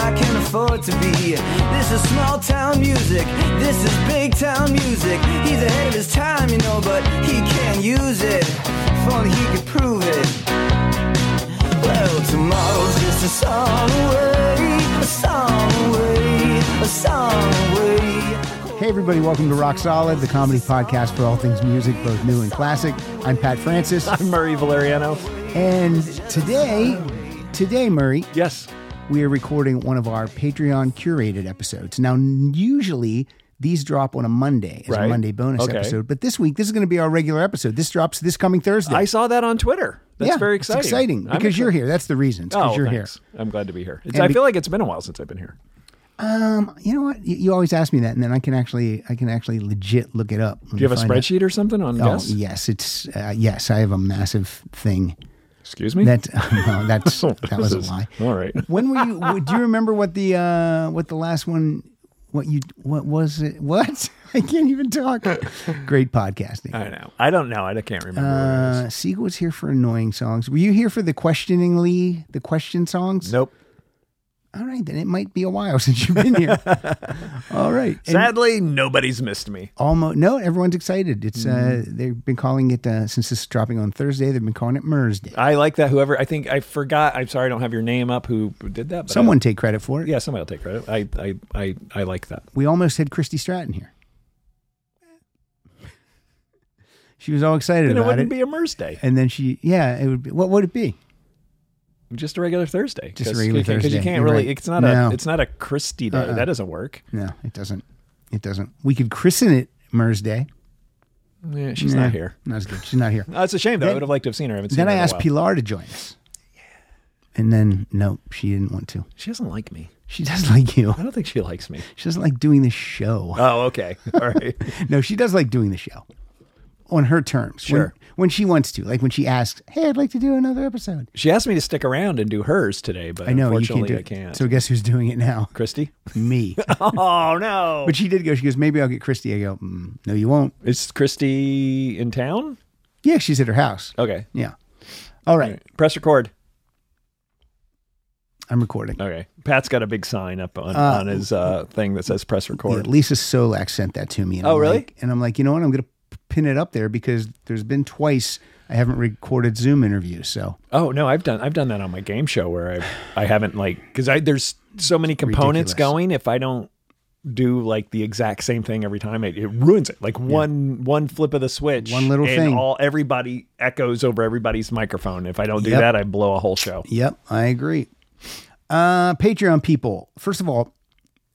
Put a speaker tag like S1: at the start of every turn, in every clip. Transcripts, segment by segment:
S1: afford to be. This is small town music. This is big town music. He's ahead of his time, you know, but he can't use it. If only he could prove it. Well, tomorrow's just a song away, a song away, a song away.
S2: Hey, everybody, welcome to Rock Solid, the comedy podcast for all things music, both new and classic. I'm Pat Francis.
S3: I'm Murray Valeriano.
S2: And today, today, Murray,
S3: Yes.
S2: we are recording one of our Patreon curated episodes. Now, usually these drop on a Monday as a
S3: Right.
S2: Monday bonus
S3: Okay.
S2: episode, but this week, this is going to be our regular episode. This drops this coming Thursday.
S3: I saw that on Twitter. That's
S2: yeah,
S3: very
S2: it's
S3: exciting.
S2: exciting
S3: I'm
S2: because you're here. That's the reason. It's because
S3: Oh,
S2: you're
S3: thanks. I'm glad to be here. It's,
S2: And
S3: I
S2: be-
S3: feel like it's been a while since I've been here.
S2: here. Um, You know what? You, you always ask me that, and then I can actually, I can actually legit look it up.
S3: Do you have a spreadsheet or something on
S2: Oh,
S3: guests?
S2: yes, it's uh, yes. I have a massive thing.
S3: Excuse me.
S2: That no, that's that was a
S3: This is-
S2: lie.
S3: All right.
S2: When were you? w- Do you remember what the uh, what the last one? What you? What was it? What? I can't even talk. Great podcasting.
S3: I know. I don't know. I can't remember. what it
S2: Uh, Siegel was here for annoying songs. Were you here for the questioningly the question songs?
S3: is. Nope.
S2: All right, then it might be a while since you've been here. All right. And
S3: Sadly, nobody's missed me. Mm-hmm.
S2: almost no. Everyone's excited. It's uh, they've been calling it uh, since this is dropping on Thursday. They've been calling it Mers Day.
S3: I like that. Whoever I think I forgot. I'm sorry. I don't have your name up. Who did that? But uh, I-
S2: Someone take credit for it.
S3: yeah. Somebody will take credit. I I I, I like that.
S2: We almost had Christy Stratton here. She was all excited
S3: Then it
S2: about
S3: wouldn't
S2: it.
S3: be a MERS day.
S2: and then she, yeah, it would be, what would it be?
S3: Just a regular Thursday.
S2: Just a
S3: 'Cause
S2: regular
S3: you can't- 'cause
S2: Thursday.
S3: you can't
S2: You're
S3: really.
S2: right.
S3: It's not
S2: No. Uh-uh.
S3: a. It's not a Christie day. That doesn't work.
S2: No, it doesn't. It doesn't. We could christen it Mers Day.
S3: Yeah, she's
S2: Nah,
S3: not here.
S2: Not as good. She's not here.
S3: That's a shame though.
S2: Then-
S3: I would have liked to have seen her. I haven't seen
S2: then
S3: her
S2: I
S3: in a
S2: asked
S3: while.
S2: Pilar to join us. And then, no, she didn't want to.
S3: She doesn't like me.
S2: She does like you.
S3: I don't think she likes me.
S2: She doesn't like doing the show.
S3: Oh, okay. All right.
S2: No, she does like doing the show on her terms. When-
S3: Sure.
S2: When, she wants to. Like when she asks, hey, I'd like to do another episode.
S3: she asked me to stick around and do hers today, but
S2: I know you can't
S3: unfortunately
S2: do
S3: I can't.
S2: So guess who's doing it now?
S3: Christy?
S2: Me.
S3: Oh no.
S2: But she did go. She goes, maybe I'll get Christy. I go, mm, no, you won't.
S3: Is Christy in town?
S2: Yeah, she's at her house.
S3: Okay.
S2: Yeah. All right.
S3: Press record.
S2: I'm recording.
S3: Okay. Pat's got a big sign up on, on his uh, thing that says press
S2: Yeah,
S3: record.
S2: Lisa Solak sent that to me. And
S3: Oh,
S2: I'm
S3: really?
S2: like- and I'm like, you know what? I'm going to pin it up there because there's been twice I haven't recorded Zoom interviews. So
S3: Oh no, I've done I've done that on my game show where I I haven't like because I there's so many components
S2: Ridiculous.
S3: going. If I don't do like the exact same thing every time, it, it ruins it. Like one one flip of the switch,
S2: One little
S3: and
S2: thing.
S3: all everybody echoes over everybody's microphone. If I don't do
S2: Yep.
S3: that, I blow a whole show.
S2: Yep, I agree. Uh, Patreon people, first of all,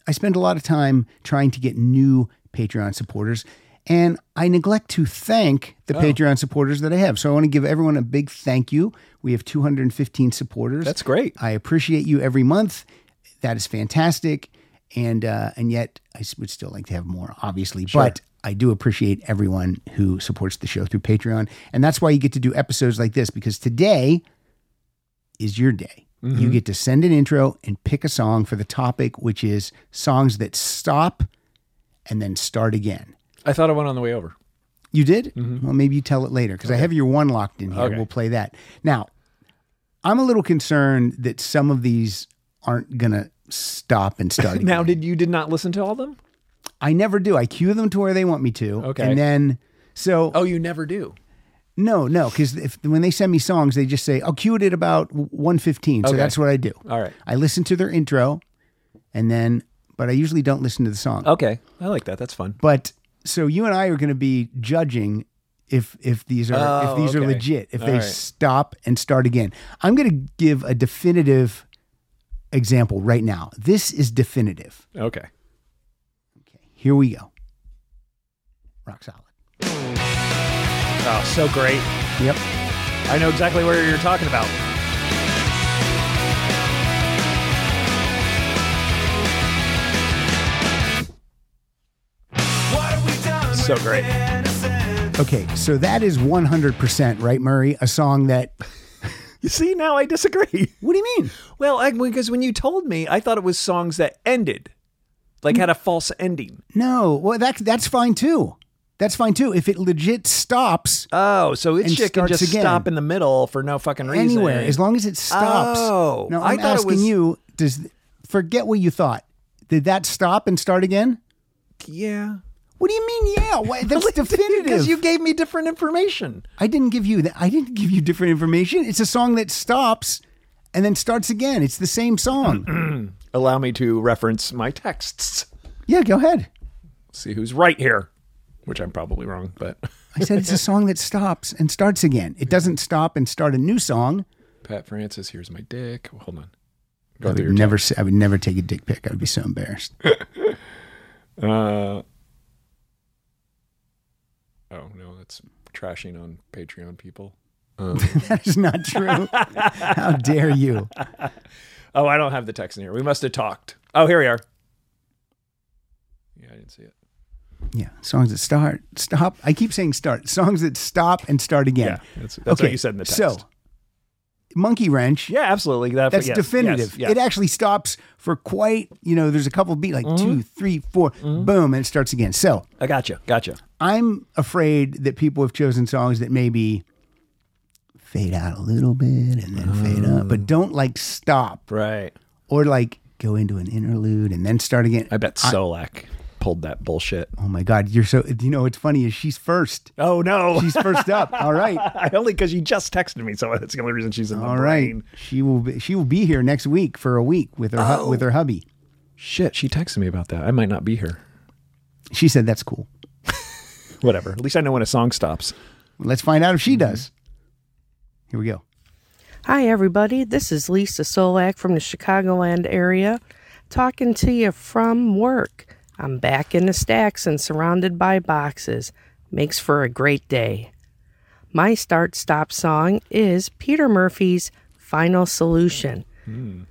S2: I spend a lot of time trying to get new Patreon supporters, and I neglect to thank
S3: Oh.
S2: the Patreon supporters that I have. So I want to give everyone a big thank you. We have 215 supporters.
S3: That's great.
S2: I appreciate you every month. That is fantastic, and uh, and yet I s- would still like to have more, obviously. But I do appreciate everyone who supports the show through Patreon, and that's why you get to do episodes like this because today is your day. You get to send an intro and pick a song for the topic, which is songs that stop and then start again.
S3: I thought I went on the way over.
S2: You did? Well, maybe you tell it later because I have your one locked in here.
S3: Okay.
S2: We'll play that. Now, I'm a little concerned that some of these aren't going to stop and start again.
S3: Now, did you did not listen to all of them?
S2: I never do. I cue them to where they want me to.
S3: Okay.
S2: And then, so,
S3: Oh, you never do.
S2: no, no, because when they send me songs, they just say, I'll cue it at about 115. So
S3: Okay.
S2: that's what I do.
S3: All right.
S2: I listen to their intro and then, but I usually don't listen to the song.
S3: Okay, I like that. That's fun.
S2: But so you and I are going to be judging if if these are if
S3: Oh,
S2: these are
S3: okay.
S2: legit, if
S3: All
S2: they
S3: right.
S2: stop and start again. I'm going to give a definitive example right now. This is definitive.
S3: Okay.
S2: Okay, here we go. Rock solid.
S3: Oh, so great.
S2: Yep.
S3: I know exactly where you're talking about. So great.
S2: Okay, so that is 100% right, Murray. A song that.
S3: You see, now I disagree.
S2: What do you mean?
S3: Well, I, because when you told me, I thought it was songs that ended, like had a false ending.
S2: No. Well, that's that's fine too. That's fine too. If it legit stops
S3: Oh, so it
S2: And
S3: shit can
S2: starts
S3: just
S2: again.
S3: stop in the middle for no fucking reason.
S2: anywhere, as long as it stops.
S3: Oh,
S2: now
S3: I
S2: I'm
S3: thought it
S2: asking
S3: was-
S2: you: Does forget what you thought. Did that stop and start again?
S3: Yeah.
S2: What do you mean? Yeah, what, that's definitive.
S3: Because you gave me different information.
S2: I didn't give you that. I didn't give you different information. It's a song that stops and then starts again. It's the same song.
S3: Allow me to reference my texts.
S2: yeah, go ahead.
S3: See who's right here, which I'm probably wrong, but
S2: I said it's a song that stops and starts again. It doesn't stop and start a new song.
S3: Pat Francis, here's my dick. Oh, Hold on.
S2: I
S3: Go
S2: would
S3: through your
S2: never. Say, I would never take a dick pic. I would be so embarrassed.
S3: Uh, oh no, that's trashing on Patreon people. Um,
S2: that is not true. How dare you?
S3: Oh, I don't have the text in here. We must have talked. Oh, here we are. Yeah, I didn't see it.
S2: Yeah, songs that start, stop. I keep saying start. Songs that stop and start again.
S3: that's, that's what you said in the text.
S2: So, Monkey Wrench.
S3: yeah, absolutely. That-
S2: That's
S3: yes,
S2: definitive.
S3: Yes, yes.
S2: It actually stops for quite, you know, there's a couple beat like two, three, four, boom, and it starts again. So
S3: Mm-hmm. I gotcha. Gotcha.
S2: I'm afraid that people have chosen songs that maybe fade out a little bit and then fade up, but don't like stop
S3: Oh. Right.
S2: or like go into an interlude and then start again.
S3: I bet Solak pulled that bullshit.
S2: Oh my God, you're so, you know, what's funny is she's first.
S3: Oh no!
S2: She's first up. All right.
S3: I only because you just texted me, so that's the only reason she's in the
S2: All right.
S3: brain.
S2: She will be, she will be here next week for a week with her hu- with her hubby.
S3: Oh. Shit, she texted me about that. I might not be here.
S2: She said that's cool.
S3: Whatever. At least I know when a song stops. Mm-hmm.
S2: Let's find out if she does. Here we go.
S4: Hi, everybody. This is Lisa Solak from the Chicagoland area, talking to you from work. I'm back in the stacks and surrounded by boxes. Makes for a great day. My start stop song is Peter Murphy's Final Solution.
S3: Hmm.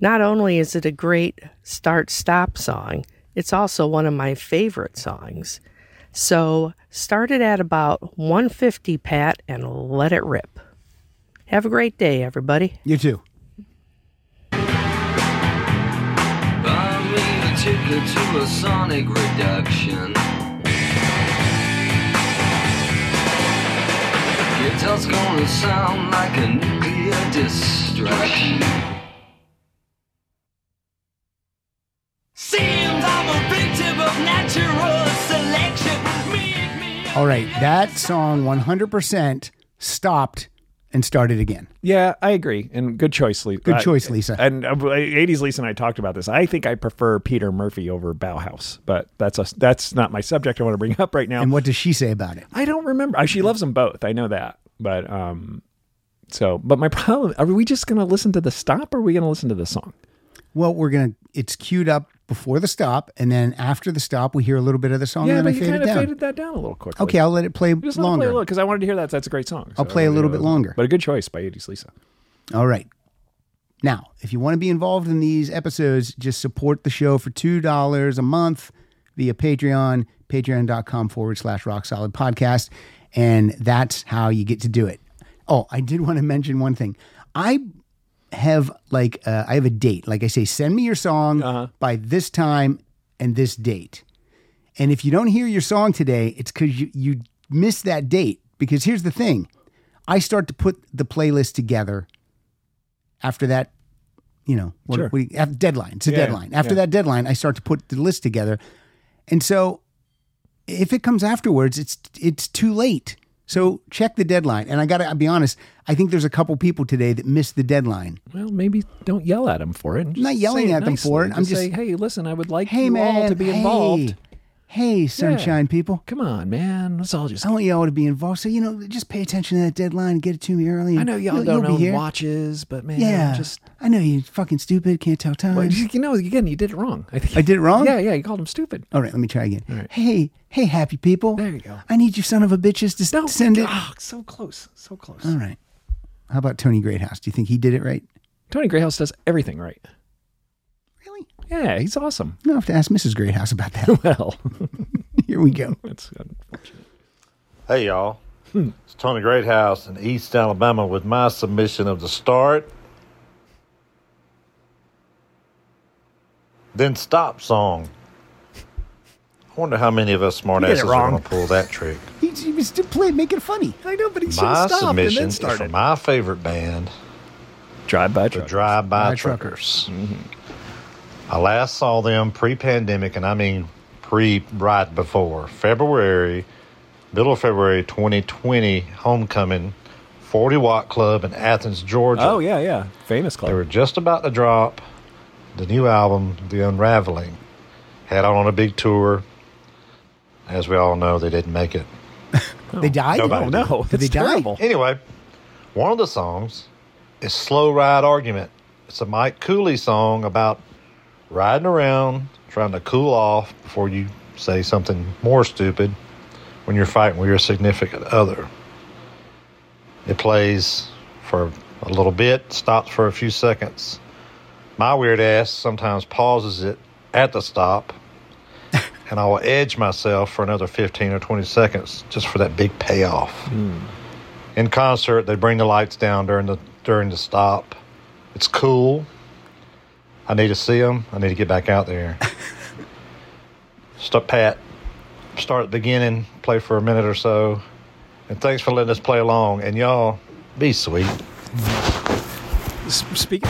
S4: Not only is it a great start stop song, it's also one of my favorite songs. So, started at about 150 pat and let it rip. Have a great day, everybody.
S2: You too.
S5: I'm in the ticket to a sonic reduction. Your dog's gonna sound like a nuclear distraction. Seems I'm a victim of natural selection. Me and me and
S2: All right. That song 100% stopped and started again.
S3: Yeah, I agree. And good choice, Lisa.
S2: Good choice, Lisa.
S3: And uh, 80s Lisa and I talked about this. I think I prefer Peter Murphy over Bauhaus, but that's a, that's not my subject I want to bring up right now.
S2: And what does she say about it?
S3: I don't remember. Uh, She loves them both. I know that. But um so, but my problem are we just going to listen to the stop or are we going to listen to the song?
S2: Well, we're going to it's queued up before the stop and then after the stop we hear a little bit of the song
S3: yeah,
S2: and then
S3: but
S2: I
S3: you
S2: fade it
S3: kind of
S2: down.
S3: faded that down a little quickly.
S2: okay, I'll let it play
S3: Just let it play a
S2: longer.
S3: little because I wanted to hear that. That's a great song.
S2: I'll play a little bit longer.
S3: But a good choice by 80s Lisa.
S2: All right. Now, if you want to be involved in these episodes, just support the show for $2 a month via Patreon, patreon.com forward slash rock solid podcast. And that's how you get to do it. Oh, I did want to mention one thing. I have like, uh, I have a date. Like I say, send me your song
S3: Uh-huh.
S2: by this time and this date. And if you don't hear your song today, it's because you, you missed that date. Because here's the thing I start to put the playlist together after that, you know, what,
S3: Sure.
S2: what do you- af- deadline. It's a
S3: Yeah,
S2: deadline. After
S3: yeah.
S2: that deadline, I start to put the list together. And so if it comes afterwards, it's it's too late. So check the deadline. And I got to be honest, I think there's a couple people today that missed the deadline.
S3: Well, maybe don't yell at them for it.
S2: not yelling
S3: say
S2: at them for
S3: nicely.
S2: it. I'm just-
S3: say, hey, listen, I would like
S2: Hey
S3: you
S2: man,
S3: all to be
S2: hey.
S3: involved.
S2: Hey, sunshine people.
S3: Come on, man. Let's all just.
S2: I want y'all to be involved. So, you know, just pay attention to that deadline, get it to me early.
S3: I know y'all
S2: You'll-
S3: don't
S2: you'll be
S3: own
S2: here.
S3: watches, but man,
S2: Yeah.
S3: just
S2: I know you're fucking stupid, can't tell time.
S3: Well, you you know, again, you did it wrong. I think
S2: I did it wrong?
S3: Yeah, yeah. You called him stupid.
S2: All right, let me try again. Hey, hey, happy people.
S3: There you go.
S2: I need you son of a bitches to s-
S3: No,
S2: send it.
S3: Oh, so close, so close.
S2: All right. How about Tony Greathouse? Do you think he did it right?
S3: Tony Greyhouse does everything right.
S2: Really?
S3: Yeah, he's awesome.
S2: No, I have to ask Mrs. Greathouse about that.
S3: Well,
S2: Here we go.
S3: that's unfortunate.
S6: Hey, y'all.
S3: Hmm.
S6: It's Tony Greathouse in East Alabama with my submission of the start, then stop song. I wonder how many of us
S3: You did
S6: smartasses
S3: it
S6: are
S3: wrong.
S6: going to pull that trick.
S2: He, he was to play, make it funny.
S3: I know, but he should
S6: My
S3: have stopped and
S6: submission
S3: then
S6: is
S3: started.
S6: from my favorite band,
S3: Drive by
S6: the
S3: truck.
S6: Drive By
S2: By Truckers.
S6: Truckers. I last saw them pre pandemic, and I mean pre right before February, middle of February 2020, homecoming, 40 Watt Club in Athens, Georgia.
S3: Oh yeah, yeah. Famous
S6: They were
S3: club.
S6: just about to drop the new album, The Unraveling. Had on a big tour. As we all know, they didn't make it.
S2: They died.
S6: Nobody
S3: Oh no,
S2: Did
S3: it's
S2: they die?
S3: terrible.
S6: Anyway, one of the songs is Slow Ride Argument. It's a Mike Cooley song about riding around, trying to cool off before you say something more stupid when you're fighting with your significant other. It plays for a little bit, stops for a few seconds. My weird ass sometimes pauses it at the stop, and I will edge myself for another 15 or 20 seconds just for that big payoff in concert they bring the lights down during the during the stop it's cool i need to see them i need to get back out there stop pat start at the beginning play for a minute or so and thanks for letting us play along and y'all be sweet
S3: S- Speaking.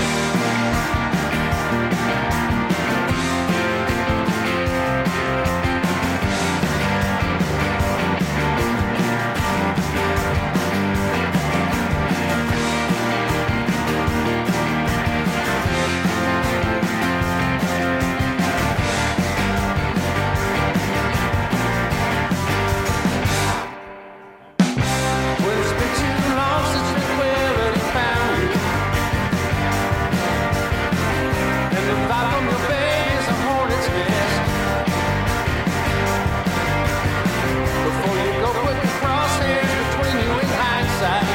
S7: Well, it's been too long since the clarity found you. And the vibe from the bay is a hornet's nest. Before you go put the crosshairs between you and hindsight.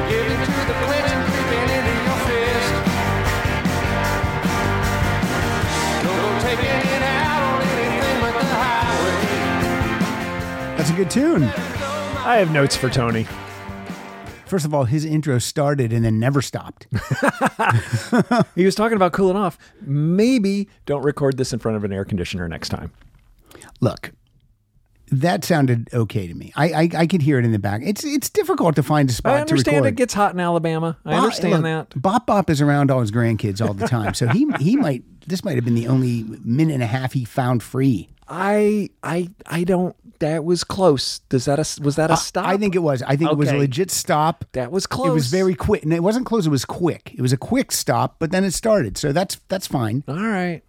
S7: And get into the clinch and creeping into your fist. Don't go taking it out on anything but the highway.
S2: That's a good tune.
S3: I have notes for Tony.
S2: First of all, his intro started and then never stopped.
S3: He was talking about cooling off. Maybe don't record this in front of an air conditioner next time.
S2: Look, that sounded okay to me. I, I I could hear it in the back. It's it's difficult to find a spot
S3: I understand
S2: to
S3: it
S2: record.
S3: gets hot in Alabama. I
S2: Bop-
S3: understand
S2: look,
S3: that.
S2: Bop Bop is around all his grandkids all the time, so he he might this might have been the only minute and a half he found free.
S3: I I I don't. That was close. Does that a, was that a stop?
S2: I think it was. I think it was a
S3: Okay.
S2: legit stop.
S3: that was close.
S2: It was very quick. And it wasn't close, it was quick. It was a quick stop, but then it started. So that's that's fine.
S3: all right.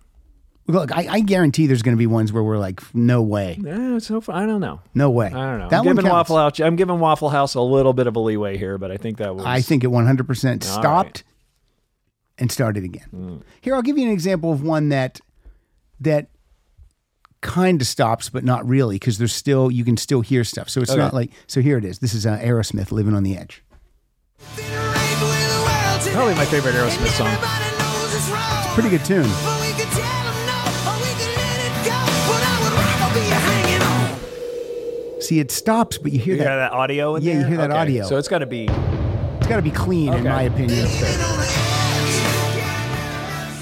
S2: Look, I, I guarantee there's gonna be ones where we're like, no way.
S3: Eh, so far, I don't know.
S2: No way.
S3: I don't know.
S2: That
S3: I'm
S2: one
S3: giving
S2: counts.
S3: Waffle House. I'm giving Waffle House a little bit of a leeway here, but I think that was.
S2: I think it 100%
S3: All right. Mm.
S2: stopped and started again. Here, I'll give you an example of one that that kind of stops, but not really, because there's still you can still hear stuff. So it's not like so. Here it is. This is uh, Aerosmith, "Living on the Edge."
S3: Probably my favorite Aerosmith song.
S2: Pretty good tune. See, it stops, but you hear
S3: you got
S2: that.
S3: that audio in
S2: Yeah, you
S3: there.
S2: hear that
S3: Okay,
S2: audio.
S3: So it's got to be.
S2: It's got to be clean, in
S3: Okay.
S2: my opinion.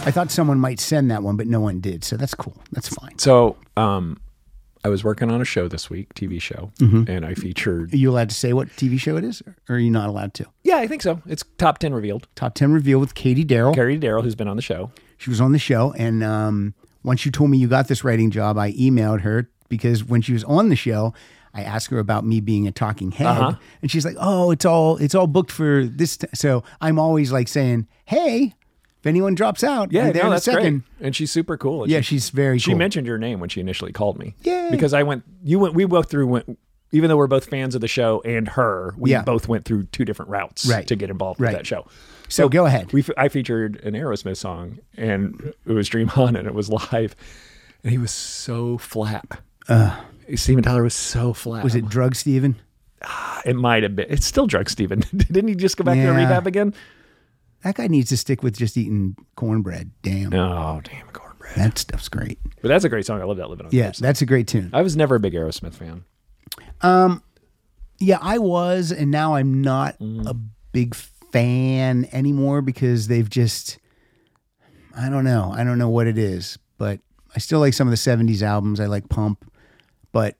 S2: I thought someone might send that one, but no one did. So that's cool. That's fine.
S3: So um, I was working on a show this week, TV show, and I featured.
S2: Mm-hmm. Are you allowed to say what TV show it is, or are you not allowed to?
S3: Yeah, I think so. It's top ten revealed.
S2: Top ten reveal with Katie Darrell.
S3: Carrie Darrell, who's been on the show.
S2: she was on the show and um, once you told me you got this writing job i emailed her because when she was on the show i asked her about me being a talking head
S3: Uh-huh.
S2: and she's like oh it's all it's all booked for this t-. so i'm always like saying hey if anyone drops out
S3: Yeah,
S2: be there
S3: no,
S2: in a
S3: that's
S2: second
S3: great. And she's super cool. And
S2: yeah
S3: she-
S2: she's very
S3: She
S2: cool.
S3: mentioned your name when she initially called me.
S2: Yay.
S3: Because I went, you went, we both through went, even though we're both fans of the show and her, we
S2: Yeah.
S3: both went through two different routes
S2: Right.
S3: to get involved
S2: Right.
S3: with that show.
S2: so go ahead
S3: We, fe- I featured an Aerosmith song and it was Dream On and it was live. And he was so flat. Steven Tyler was so flat.
S2: Uh.
S3: Ah,
S2: was it drug steven
S3: It might have been. It's still drug Steven. Didn't he just go back to
S2: Yeah.
S3: rehab again?
S2: that guy needs to stick with just eating cornbread damn
S3: Oh, damn cornbread.
S2: that stuff's great
S3: But that's a great song. I love that living on the
S2: yeah
S3: Edge song.
S2: that's a great tune
S3: I was never a big Aerosmith fan.
S2: Um, Yeah, I was, and now I'm not
S3: Mm-hmm.
S2: a big fan anymore because they've just, I don't know, I don't know what it is, but I still like some of the '70s albums. I like Pump, but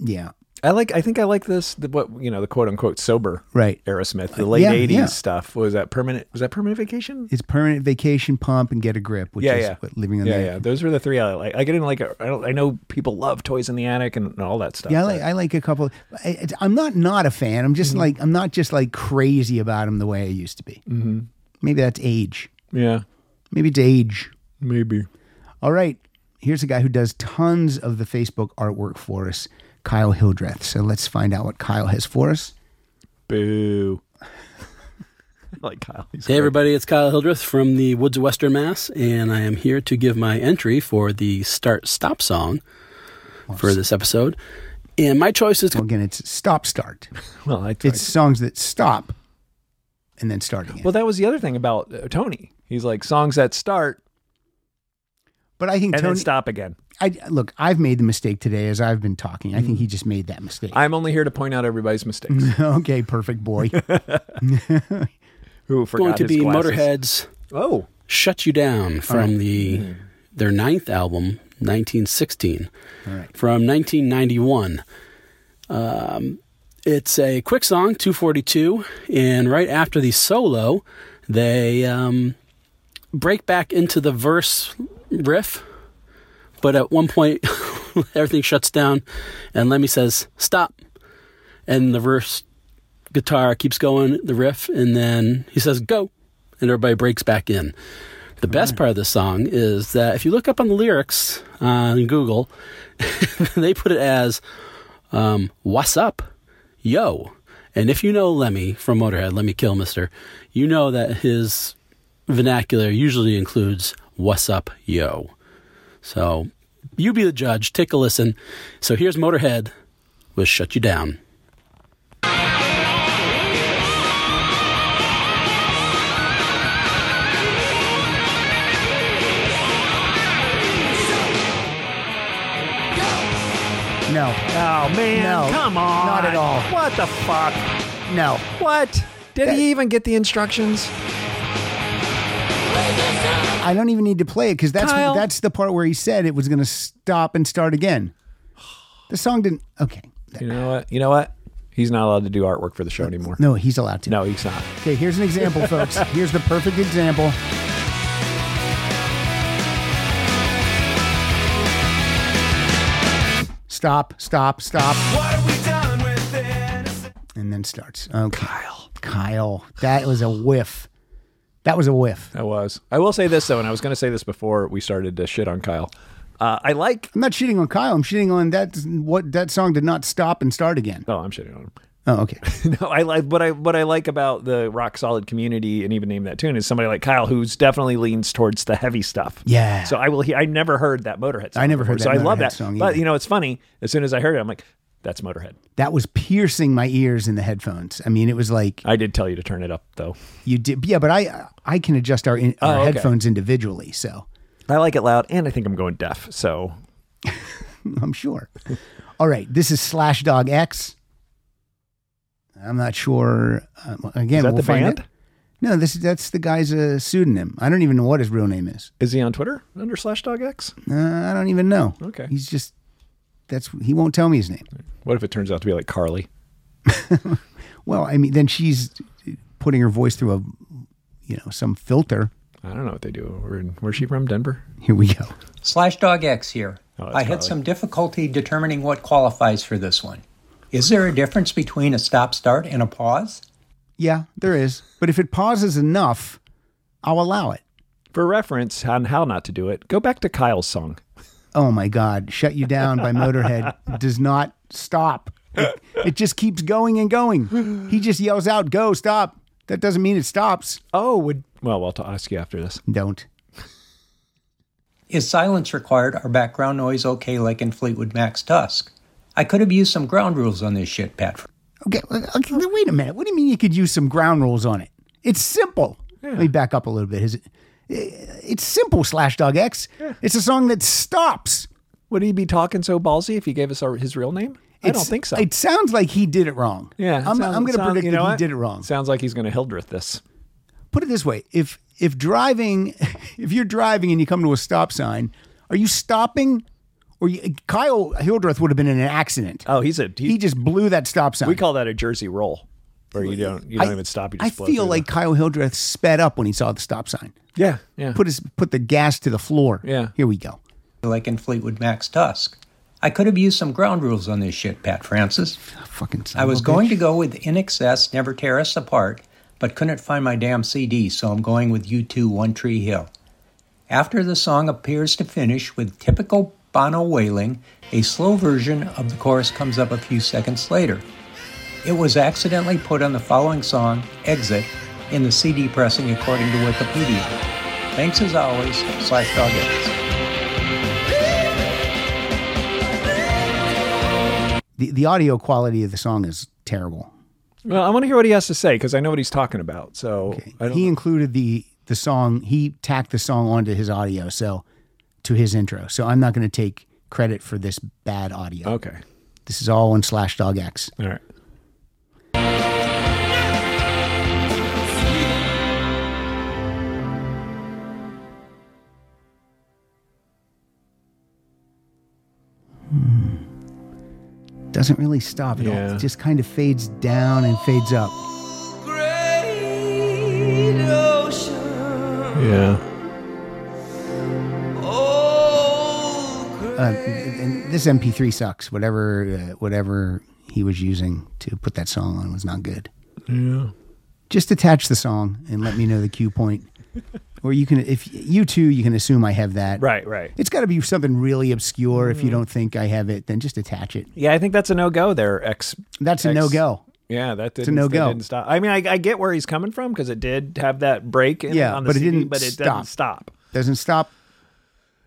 S2: yeah,
S3: I like. I think I like this. The, what you know, the quote unquote sober
S2: Right. Uh,
S3: Aerosmith, the late
S2: yeah,
S3: '80s
S2: yeah.
S3: stuff. Was that permanent? Was that permanent vacation?
S2: It's permanent vacation pump and get a grip, which
S3: yeah,
S2: is
S3: yeah.
S2: what living on
S3: yeah,
S2: the
S3: yeah. Those were the three I like. I get in like. A, I don't. I know people love toys in the attic and, and all that stuff.
S2: Yeah, I
S3: but-
S2: like, I like a couple. I, it's- I'm not not a fan. I'm just
S3: Mm-hmm.
S2: like I'm not just like crazy about him the way I used to be. Mm-hmm. Maybe that's age.
S3: yeah.
S2: Maybe it's age.
S3: Maybe.
S2: All right, here's a guy who does tons of the Facebook artwork for us, Kyle Hildreth. So let's find out what Kyle has for us.
S3: Boo. I like Kyle. He's
S8: Hey,
S3: great.
S8: everybody, it's Kyle Hildreth from the Woods of Western Mass, and I am here to give my entry for the start stop song for this episode. And my choice is
S2: Well, again, it's stop start.
S3: Well, I,
S2: It's songs that stop and then starting. It.
S3: well, that was the other thing about uh, Tony. He's like songs that start
S2: but I think
S3: and then
S2: Tony.
S3: stop again.
S2: I look. I've made the mistake today as I've been talking. I
S3: Mm.
S2: think he just made that mistake.
S3: I'm only here to point out everybody's mistakes.
S2: okay, perfect boy.
S3: Who forgot
S8: going to
S3: his
S8: be
S3: glasses.
S8: Motorhead's
S3: Oh, Hmm.
S8: "Shut You Down" from the their ninth album, 1916, from 1991. Um, it's a quick song, 242, and right after the solo, they um, break back into the verse riff. But at one point, everything shuts down, and Lemmy says, "Stop," and the verse guitar keeps going, the riff, and then he says, go. And everybody breaks back in. The best part of the song is that if you look up on the lyrics on Google, they put it as, um, what's up? Yo. And if you know Lemmy from Motorhead, Lemmy Kill Mister, you know that his vernacular usually includes, what's up, yo. So you be the judge, take a listen. So here's Motorhead with Shut You Down.
S2: no,
S3: oh man!
S2: No,
S3: come on!
S2: not at all.
S3: What the fuck?
S2: no.
S3: What? Did he even get the instructions?
S2: I don't even need to play it because that's
S3: Kyle.
S2: that's the part where he said it was going to stop and start again. The song didn't. Okay,
S3: You know what? You know what? He's not allowed to do artwork for the show anymore.
S2: no, he's allowed to.
S3: No, he's not.
S2: Okay, here's an example, folks. Here's the perfect example. Stop, stop, stop,
S5: What have we done with innocence?
S2: and then starts. Okay. Kyle. Kyle. That was a whiff. That was a whiff.
S3: I was. I will say this though, and I was going to say this before we started to shit on Kyle. Uh, I like.
S2: I'm not shitting on Kyle. I'm shitting on that what that song did not stop and start again.
S3: Oh, I'm shitting on him.
S2: Oh, okay.
S3: No, I like what I what I like about the rock solid community and even name that tune is somebody like Kyle who's definitely leans towards the heavy stuff.
S2: Yeah.
S3: So I will. he- I never heard that Motorhead. song
S2: I never
S3: before,
S2: heard
S3: So
S2: that
S3: I love
S2: Motorhead
S3: that
S2: song
S3: But
S2: either.
S3: you know, it's funny. As soon as I heard it, I'm like, that's Motorhead.
S2: That was piercing my ears in the headphones. I mean, it was like
S3: I did tell you to turn it up though.
S2: you did. Yeah, but I I can adjust our, in, our
S3: Oh, okay.
S2: headphones individually, so
S3: I like it loud, and I think I'm going deaf. So
S2: I'm sure. All right, this is Slash Dog X. I'm not sure. Uh, well, again,
S3: is that
S2: we'll
S3: the
S2: find
S3: band?
S2: out. No, this that's the guy's uh, pseudonym. I don't even know what his real name is.
S3: Is he on Twitter under slash dog X?
S2: Uh, I don't even know.
S3: Okay.
S2: he's just that's he won't tell me his name.
S3: What if it turns out to be like Carly?
S2: Well, I mean, then she's putting her voice through a you know some filter.
S3: I don't know what they do. We're in, where's she from? Denver.
S2: Here we go.
S9: Slash Dog X here.
S3: Oh, that's
S9: I had
S3: Charlie.
S9: some difficulty determining what qualifies for this one. Is there a difference between a stop start and a pause?
S2: Yeah, there is. But if it pauses enough, I'll allow it.
S3: For reference on how not to do it, go back to Kyle's song.
S2: Oh my God, Shut You Down by Motorhead does not stop. It, it just keeps going and going. He just yells out, go, stop. That doesn't mean it stops.
S3: Oh, would well, well, to ask you after this.
S2: Don't.
S9: Is silence required or background noise okay like in Fleetwood Mac's Tusk? I could have used some ground rules on this shit, Pat.
S2: Okay, okay, wait a minute. What do you mean you could use some ground rules on it? It's simple. Let me back up a little bit. Is it? It's simple, Slash Dog X. It's a song that stops.
S3: Would he be talking so ballsy if he gave us our, his real name? I don't
S2: It's-
S3: think so.
S2: It sounds like he did it wrong.
S3: yeah,
S2: I'm,
S3: sounds-
S2: I'm going to
S3: sound-
S2: predict
S3: you know
S2: that he
S3: what?
S2: did it wrong.
S3: Sounds like he's going to Hildreth this.
S2: put it this way if if driving if you're driving and you come to a stop sign are you stopping or you, Kyle Hildreth would have been in an accident.
S3: Oh, he's a he,
S2: he just blew that stop sign.
S3: We call that a Jersey roll, where you don't you don't even stop. You
S2: I
S3: just blow
S2: feel
S3: through
S2: like Kyle Hildreth sped up when he saw the stop sign.
S3: the- yeah, yeah.
S2: Put his put the gas to the floor.
S3: Yeah.
S2: Here we go.
S10: like in Fleetwood Mac's Tusk. I could have used some ground rules on this shit, Pat Francis.
S2: Ah, Fucking. son
S10: I
S2: of
S10: was
S2: a
S10: going
S2: bitch.
S10: to go with In Excess, Never Tear Us Apart, but couldn't find my damn CD, so I'm going with U2 One Tree Hill. After the song appears to finish with typical Bono wailing, a slow version of the chorus comes up a few seconds later. It was accidentally put on the following song, Exit, in the CD pressing according to Wikipedia. Thanks as always, Slash Dog Evans.
S2: The, the audio quality of the song is terrible.
S3: Well, I want to hear what he has to say because I know what he's talking about. So I don't
S2: He included the the song. He tacked the song onto his audio, so to his intro. So I'm not going to take credit for this bad audio.
S3: Okay.
S2: This is all on Slash Dog X.
S3: All right.
S2: Hmm. Doesn't really stop at all.
S3: Yeah.
S2: It just kind of fades down and fades up.
S1: Great ocean,
S3: Yeah.
S1: oh, great
S2: Uh, and this MP3 sucks. Whatever, uh, whatever he was using to put that song on was not good.
S3: Yeah.
S2: Just attach the song and let me know the cue point. Or you can, if you too, you can assume I have that.
S3: Right. Right. Mm-hmm.
S2: It's got to be something really obscure. If you don't think I have it, then just attach it.
S3: Yeah. I think that's a no go there. X.
S2: That's a
S3: Ex-
S2: no go.
S3: Yeah. That didn't,
S2: no
S3: that
S2: go.
S3: Didn't stop. I mean, I, I get where he's coming from because it did have that break. In,
S2: Yeah,
S3: On the
S2: but it
S3: CD,
S2: didn't
S3: But it
S2: stop.
S3: doesn't stop.
S2: Doesn't stop.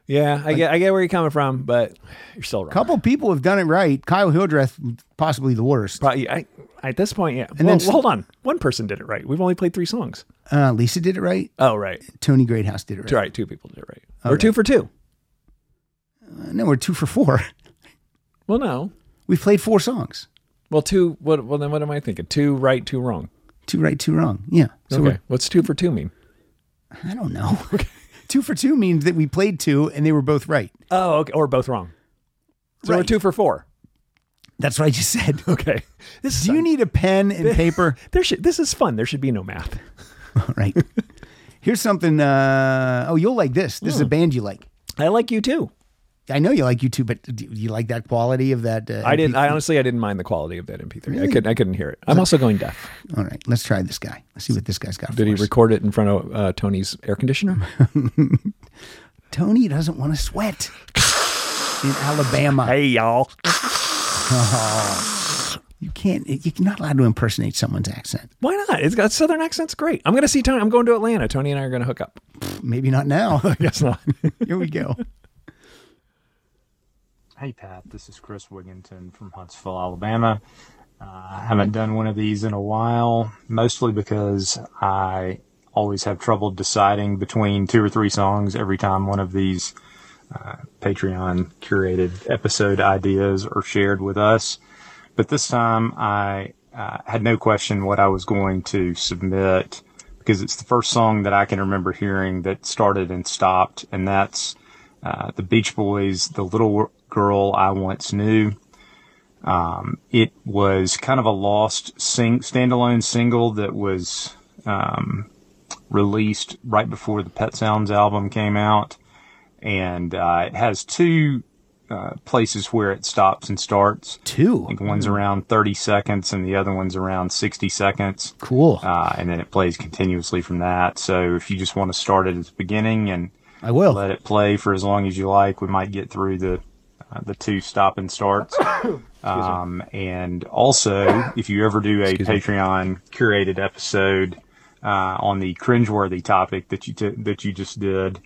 S3: Yeah. I get. I get where you're coming from, but you're still wrong.
S2: Couple people have done it right. Kyle Hildreth, possibly the worst.
S3: Probably, I, at this point, yeah.
S2: And
S3: well,
S2: then-
S3: hold on. One person did it right. We've only played three songs.
S2: Uh, Lisa did it right.
S3: Oh, right.
S2: Tony Greathouse did it right.
S3: Two, right. Two people did it right. We're two for two.
S2: Uh, no, we're two for four.
S3: Well, no.
S2: We played four songs.
S3: Well, two. What? Well, then what am I thinking? Two right, two wrong.
S2: Two right, two wrong. Yeah. So
S3: okay. What's two for two mean?
S2: we're, I don't know. two for two means that we played two and they were both right.
S3: Oh, okay. Or both wrong. So we're
S2: Right.
S3: two for four.
S2: That's what I just said.
S3: Okay. This is
S2: Do you need a pen and paper?
S3: there should this is fun. There should be no math.
S2: All right. Here's something. Uh, oh, you'll like this. This is a band you like.
S3: Hmm. I like you too.
S2: I know you like you too, but do you like that quality of that? Uh,
S3: I didn't.
S2: MP3?
S3: I honestly, I didn't mind the quality of that MP3. I couldn't. I couldn't hear it. I'm also going deaf.
S2: All right, let's try this guy. Let's see what this guy's got.
S3: Did
S2: for
S3: he
S2: us.
S3: record it in front of uh, Tony's air conditioner?
S2: Tony doesn't want to sweat in Alabama.
S3: hey y'all.
S2: You can't. You're not allowed to impersonate someone's accent.
S3: Why not? It's got southern accents. Great. I'm gonna see Tony. I'm going to Atlanta. Tony and I are gonna hook up.
S2: Maybe not now.
S3: Guess not.
S2: Here we go.
S11: Hey Pat, this is Chris Wigginton from Huntsville, Alabama. Uh, I haven't done one of these in a while, mostly because I always have trouble deciding between two or three songs every time one of these uh, Patreon curated episode ideas are shared with us. But this time I uh, had no question what I was going to submit because it's the first song that I can remember hearing that started and stopped, and that's uh, the Beach Boys, The Little Girl I Once Knew. Um, it was kind of a lost sing- standalone single that was um, released right before the Pet Sounds album came out. And uh, it has two uh, places where it stops and starts.
S2: Two. Mm-hmm.
S11: I think one's around 30 seconds and the other one's around 60 seconds.
S2: Cool.
S11: Uh, and then it plays continuously from that. So if you just want to start it at the beginning and
S2: I will.
S11: let it play for as long as you like. We might get through the uh, the two stop and starts. um, and also, if you ever do a Patreon curated episode uh, on the cringeworthy topic that you t- that you just did.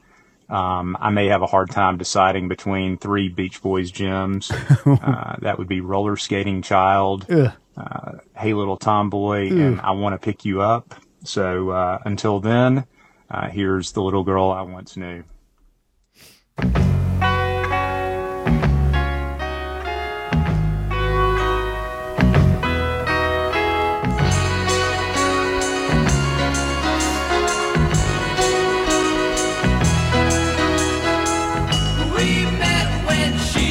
S11: Um, I may have a hard time deciding between three Beach Boys gems. uh, that would be Roller Skating Child, uh,
S2: Ugh.
S11: Hey Little Tomboy, and I Want to Pick You Up. So uh, until then, uh, here's The Little Girl I Once Knew.
S1: We met when she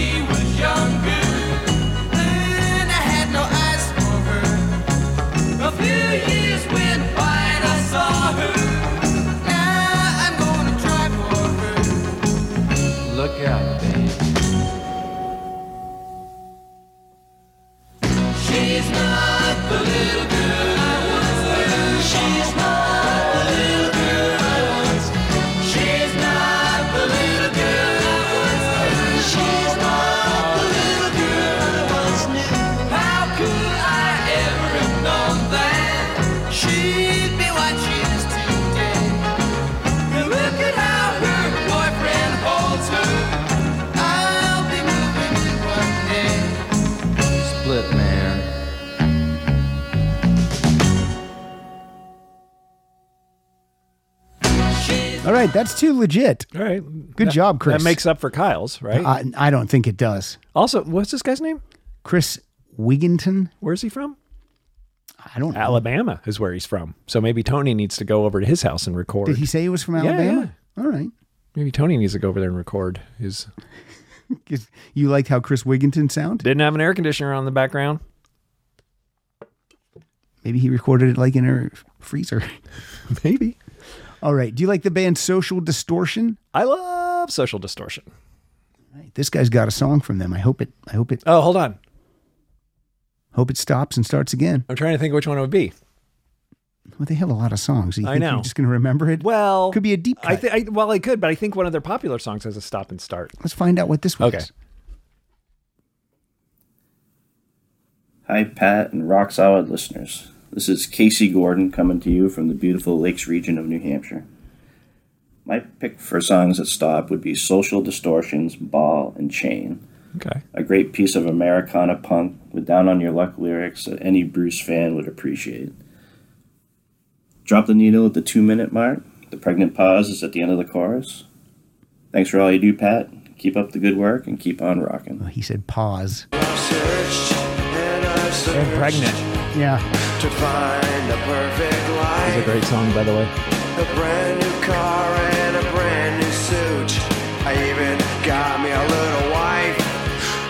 S2: All right, that's too legit.
S3: All right.
S2: Good
S3: That-
S2: job, Chris.
S3: That makes up for Kyle's, right?
S2: I, I don't think it does.
S3: also, what's this guy's name?
S2: Chris Wigginton.
S3: Where's he from?
S2: I don't. know.
S3: Alabama is where he's from. So maybe Tony needs to go over to his house and record.
S2: Did he say he was from
S3: Yeah,
S2: Alabama? All right.
S3: Maybe Tony needs to go over there and record his.
S2: 'Cause You liked how Chris Wigginton sounded?
S3: Didn't have an air conditioner on in the background.
S2: Maybe he recorded it like in a freezer.
S3: Maybe.
S2: All right. Do you like the band Social Distortion?
S3: I love Social Distortion.
S2: Right, This guy's got a song from them. I hope it. I hope it.
S3: Oh, hold on.
S2: Hope it stops and starts again.
S3: I'm trying to think which one it would be.
S2: Well, they have a lot of songs. You
S3: I
S2: think
S3: know.
S2: You're just going to remember it.
S3: Well,
S2: Could be a deep
S3: I
S2: cut.
S3: thi- I, well, I could, but I think one of their popular songs has a stop and start.
S2: Let's find out what this was.
S3: Okay.
S12: Hi, Pat and Rock Solid listeners. This is Casey Gordon coming to you from the beautiful Lakes region of New Hampshire. My pick for songs that stop would be Social Distortions, Ball, and Chain,
S3: Okay.
S12: a great piece of Americana punk with down on your luck lyrics that any Bruce fan would appreciate. Drop the needle at the two minute mark. The pregnant pause is at the end of the chorus. Thanks for all you do, Pat. Keep up the good work and keep on rocking.
S2: He said pause.
S7: Searched and I've
S3: And
S7: searched
S3: Pregnant
S2: Yeah.
S7: to find a perfect
S3: is a
S7: life.
S3: great song, by the way.
S7: A brand new car and a brand new suit. I even got me a little wife.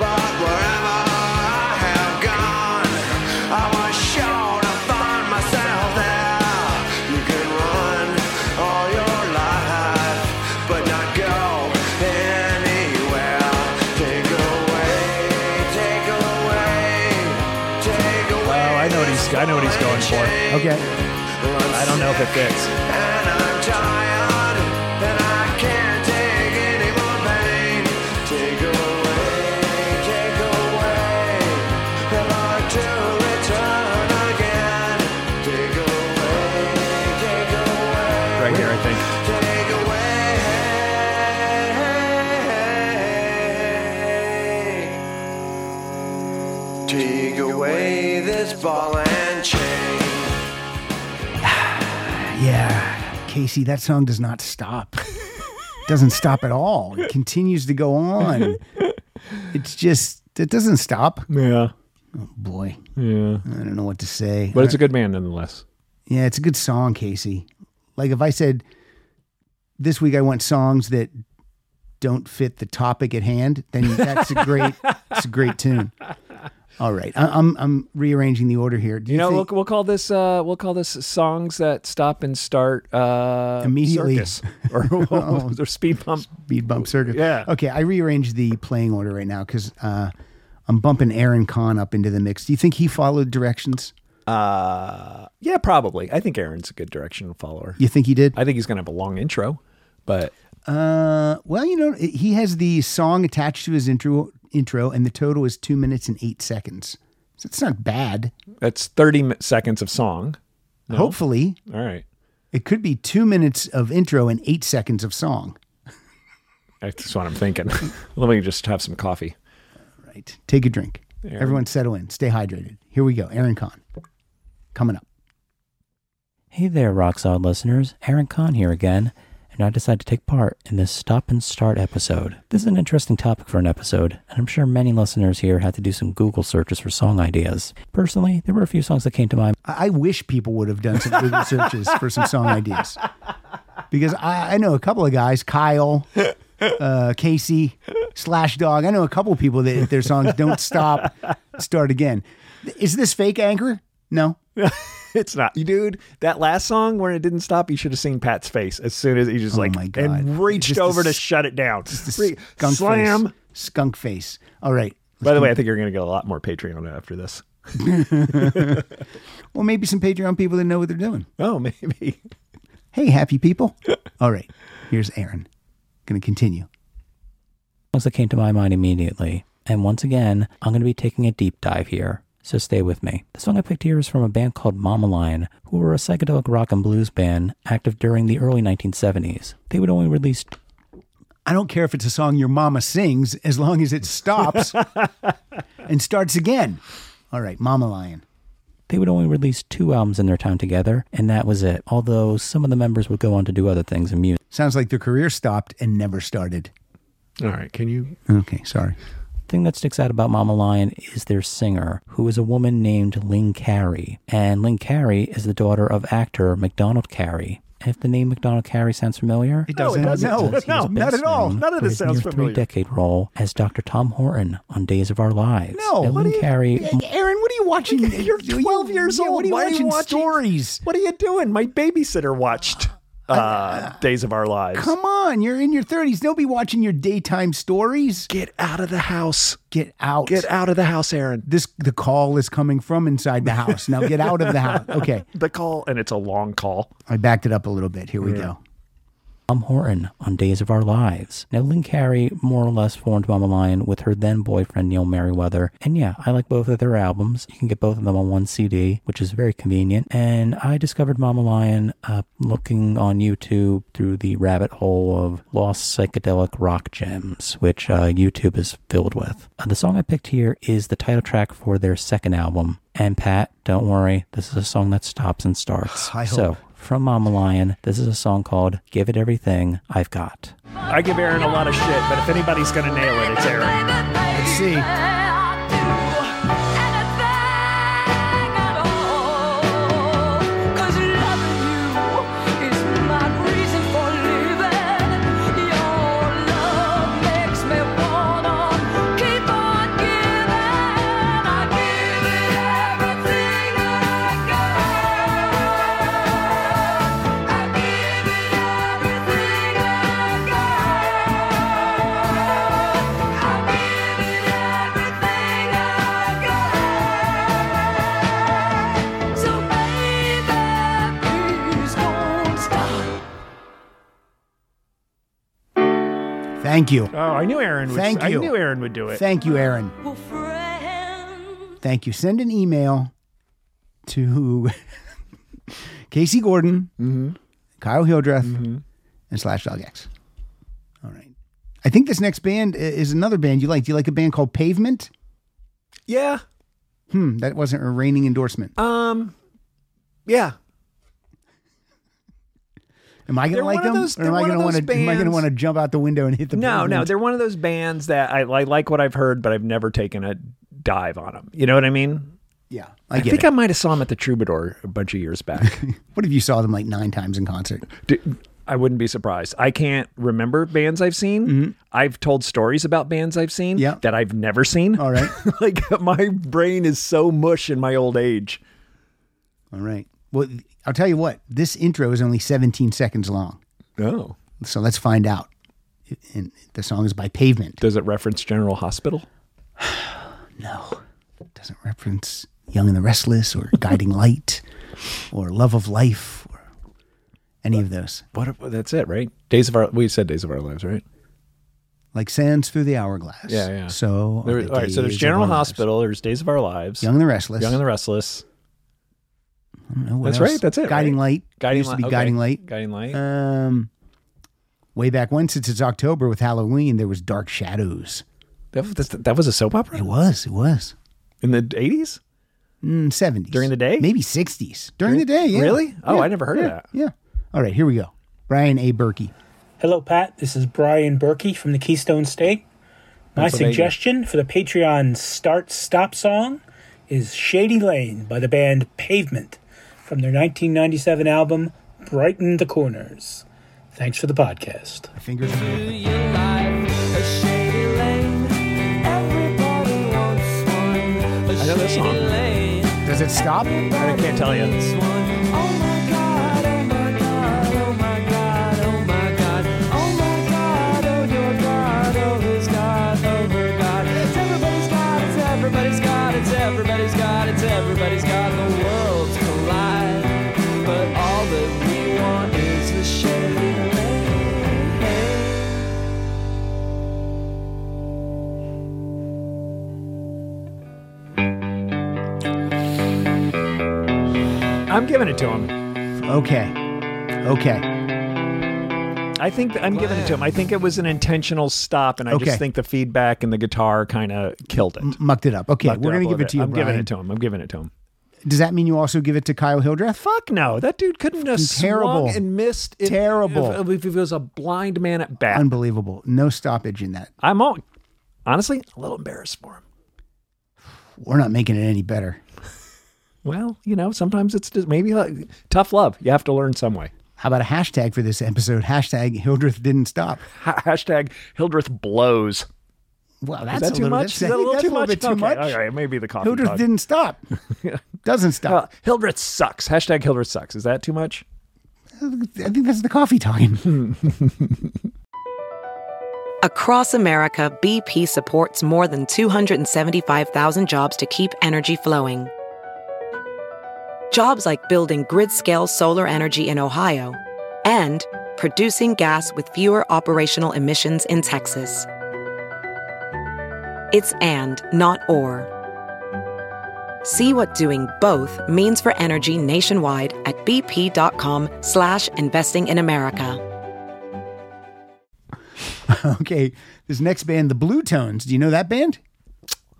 S7: But wherever I have gone, I was sure to find myself there. You can run all your life, but not go anywhere. Take away, take away, take away.
S3: Well, I know what he's. I know what he's going for.
S2: Okay.
S3: I don't know if it fits.
S7: And I'm tired, and I can't take any more pain. Take away, take away, the Lord to return again. Take away, take away,
S3: Right here, I think.
S7: take away. Take away this ball and chain.
S2: Yeah. Casey, that song does not stop. doesn't stop at all. It continues to go on. It's just it doesn't stop. Oh,
S3: Yeah.
S2: Boy,
S3: Yeah.
S2: I don't know what to say.
S3: But it's a good man nonetheless.
S2: Yeah, it's a good song, Casey. Like if I said this week I want songs that don't fit the topic at hand, then that's a great it's a great tune. All right, I, I'm I'm rearranging the order here. Do
S3: You know, we'll,
S2: think-
S3: we'll call this uh, we'll call this songs that stop and start uh,
S2: Immediately.
S3: circus or, or speed bump.
S2: bead bump circuit.
S3: Yeah.
S2: Okay, I rearranged the playing order right now because uh, I'm bumping Aaron Kahn up into the mix. Do you think he followed directions?
S3: Uh, yeah, probably. I think Aaron's a good directional follower.
S2: You think he did?
S3: I think he's gonna have a long intro, but
S2: Uh, well, you know, he has the song attached to his intro, intro, and the total is two minutes and eight seconds. So it's not bad.
S3: that's thirty mi- seconds of song.
S2: Hopefully,
S3: All right,
S2: it could be two minutes of intro and eight seconds of song.
S3: that's what I'm thinking. Let me just have some coffee.
S2: Right. Take a drink. Everyone, settle in. Stay hydrated. Here we go. Aaron Kahn coming up.
S13: Hey there, Rock Solid listeners. Aaron Kahn here again, and I decided to take part in this stop and start episode. This is an interesting topic for an episode, and I'm sure many listeners here had to do some Google searches for song ideas. Personally, there were a few songs that came to mind,
S2: I I wish people would have done some Google searches for some song ideas because I, I know a couple of guys, Kyle, uh, Casey, Slash Dog. I know a couple of people that if their songs don't stop, start again. Is this fake anger? No.
S3: It's not, dude. That last song when it didn't stop, you should have seen Pat's face as soon as he just
S2: Oh
S3: like
S2: my God.
S3: and reached
S2: Just
S3: over
S2: the
S3: to
S2: s-
S3: shut it down.
S2: It's
S3: Re-
S2: the skunk
S3: slam.
S2: face. Skunk face. All right.
S3: By the way, I think you're going to get a lot more Patreon after this.
S2: well, maybe some Patreon people that know what they're doing.
S3: Oh, maybe.
S2: Hey, happy people. All right, here's Aaron. Going to continue.
S13: Songs that came to my mind immediately. And once again, I'm going to be taking a deep dive here, so stay with me. The song I picked here is from a band called Mama Lion, who were a psychedelic rock and blues band active during the early 1970s. They would only release
S2: I don't care if it's a song your mama sings, as long as it stops and starts again. All right, Mama Lion.
S13: they would only release two albums in their time together, and that was it. Although some of the members would go on to do other things in music.
S2: Sounds like their career stopped and never started.
S3: All right. Can you?
S2: Okay, sorry.
S13: The thing that sticks out about Mama Lion is their singer, who is a woman named Lynn Carey. And Lynn Carey is the daughter of actor McDonald Carey. And if the name McDonald Carey sounds familiar,
S2: It doesn't. No,
S13: He was
S2: no, not
S13: best
S2: at all.
S13: known
S3: None of
S13: for
S3: this
S13: his
S3: sounds
S13: near
S3: familiar.
S13: Three-decade role as Dr. Tom Horton on Days of Our Lives.
S2: No,
S13: and
S2: what
S13: Lynn
S2: are you-
S13: Carey
S2: Aaron, what are you watching?
S3: You're 12 years
S2: yeah,
S3: old.
S2: What are you
S3: Why
S2: watching? Stories.
S3: What are you doing? My babysitter watched uh, Days of Our Lives.
S2: Come on, you're in your 30s. Don't be watching your daytime stories.
S3: Get out of the house.
S2: Get out.
S3: Get out of the house, Aaron.
S2: This the call is coming from inside the house. Now get out of the house. Okay,
S3: The call, and it's a long call.
S2: I backed it up a little bit. Here we go.
S13: Tom Horton on Days of Our Lives. Now, Lynn Carey more or less formed Mama Lion with her then boyfriend Neil Merriweather. And yeah, I like both of their albums. You can get both of them on one CD, which is very convenient. And I discovered Mama Lion uh, looking on YouTube through the rabbit hole of lost psychedelic rock gems, which uh, YouTube is filled with. Uh, the song I picked here is the title track for their second album. And Pat, don't worry, this is a song that stops and starts.
S2: I
S13: So, from Mama Lion, this is a song called Give It Everything I've Got.
S3: I give Aaron a lot of shit, but if anybody's going to nail it, it's Aaron.
S2: Let's see. Thank you.
S3: Oh, I knew Aaron. Would,
S2: Thank you.
S3: I knew Aaron would do it.
S2: Thank you, Aaron. Thank you. Send an email to Casey Gordon,
S3: Mm-hmm.
S2: Kyle Hildreth, and Slash Dog X. All right. I think this next band i- is another band you like. Do you like a band called Pavement?
S3: yeah.
S2: Hmm, that wasn't a reigning endorsement.
S3: Um. Yeah.
S2: Am I going to
S3: they're
S2: like
S3: one of
S2: them?
S3: those-
S2: or am
S3: they're
S2: I
S3: one
S2: going
S3: of
S2: to want
S3: those
S2: to? Am I going to
S3: bands-
S2: want to jump out the window and hit the?
S3: No, no,
S2: pavement?
S3: they're one of those bands that I, I like what I've heard, but I've never taken a dive on them. You know what I mean?
S2: yeah, I,
S3: I
S2: get
S3: think
S2: it.
S3: I might have saw him at the Troubadour a bunch of years back.
S2: what if you saw them like nine times in concert?
S3: D- I wouldn't be surprised. I can't remember bands I've seen. I've told stories about bands I've seen
S2: Mm-hmm. Yeah.
S3: that I've never seen.
S2: All right,
S3: like my brain is so mush in my old age.
S2: all right. Well, I'll tell you what. This intro is only 17 seconds long,
S3: Oh.
S2: so let's find out. And the song is by Pavement.
S3: Does it reference General Hospital?
S2: No, it doesn't reference Young and the Restless or Guiding Light or Love of Life or any of those.
S3: What if- that's it, right? Days of our we said Days of Our Lives, right?
S2: Like sands through the hourglass.
S3: Yeah, yeah.
S2: So,
S3: There-
S2: are
S3: all
S2: the
S3: right, so
S2: days
S3: there's
S2: of
S3: General
S2: our lives.
S3: Hospital, there's Days of Our Lives,
S2: Young and the Restless.
S3: Young and the Restless,
S2: I don't know what
S3: That's
S2: else.
S3: right, that's it,
S2: Guiding
S3: right?
S2: Light. It
S3: Guiding
S2: used to
S3: Light.
S2: be
S3: okay.
S2: Guiding Light.
S3: Guiding Light.
S2: Um, way back when, since it's October with Halloween, there was Dark Shadows.
S3: that, was- that's- that was a soap
S2: It
S3: opera
S2: was. It was.
S3: in the 80s?
S2: Mm, 70s.
S3: During the day?
S2: Maybe 60s. During, the day, yeah.
S3: Really? Oh,
S2: Yeah,
S3: I never heard
S2: yeah,
S3: of that.
S2: Yeah. All right, here we go. Brian A. Berkey.
S14: Hello, Pat. This is Brian Berkey from the Keystone State. My
S3: Pennsylvania.
S14: suggestion for the Patreon start stop song is Shady Lane by the band Pavement from their 1997 album Brighten the Corners. Thanks for the podcast.
S2: My fingers.
S3: I know this song.
S2: Does it stop?
S3: I can't tell you.
S5: Oh
S1: Everybody's got, it's everybody's got, it's everybody's got.
S5: out, it's everybody's got the world to collide. But all that we want is the Chevy Lane.
S3: I'm giving it to him.
S2: Okay. Okay.
S3: I think I'm giving it to him. I think it was an intentional stop, and I
S2: Okay.
S3: just think the feedback and the guitar kind of killed it.
S2: Mucked it up. Okay.
S3: Fucked
S2: we're
S3: up
S2: going
S3: a
S2: to give it
S3: bit.
S2: to you,
S3: I'm
S2: Brian.
S3: giving it to him. I'm giving it to him.
S2: Does that mean you also give it to Kyle Hildreth?
S3: Fuck no, that dude couldn't have
S2: Terrible.
S3: swung and missed. It,
S2: Terrible.
S3: If, if he was a blind man at bat,
S2: Unbelievable. No stoppage in that.
S3: I'm all, honestly a little embarrassed for him.
S2: We're not making it any better.
S3: Well, you know, sometimes it's just maybe like, tough love. You have to learn some way.
S2: How about a hashtag for this episode? Hashtag Hildreth didn't stop.
S3: Ha- hashtag Hildreth blows.
S2: Wow,
S3: Is
S2: that's
S3: that
S2: a
S3: too
S2: little-
S3: much? Is
S2: That's,
S3: that
S2: I
S3: a
S2: think
S3: little
S2: that's
S3: too
S2: a little
S3: much?
S2: bit too
S3: okay.
S2: much.
S3: All right, maybe the coffee.
S2: Hildreth
S3: talk.
S2: didn't stop. Doesn't
S3: Uh,
S2: stop.
S3: Hildreth sucks. Hashtag Hildreth sucks. Is that too much?
S2: I think that's the coffee talking.
S15: Across America, BP supports more than 275,000 jobs to keep energy flowing. Jobs like building grid scale solar energy in Ohio and producing gas with fewer operational emissions in Texas. It's and, not or. See what doing both means for energy nationwide at bp.com slash investing in America.
S2: okay. This next band, the Blue Tones. Do you know that band?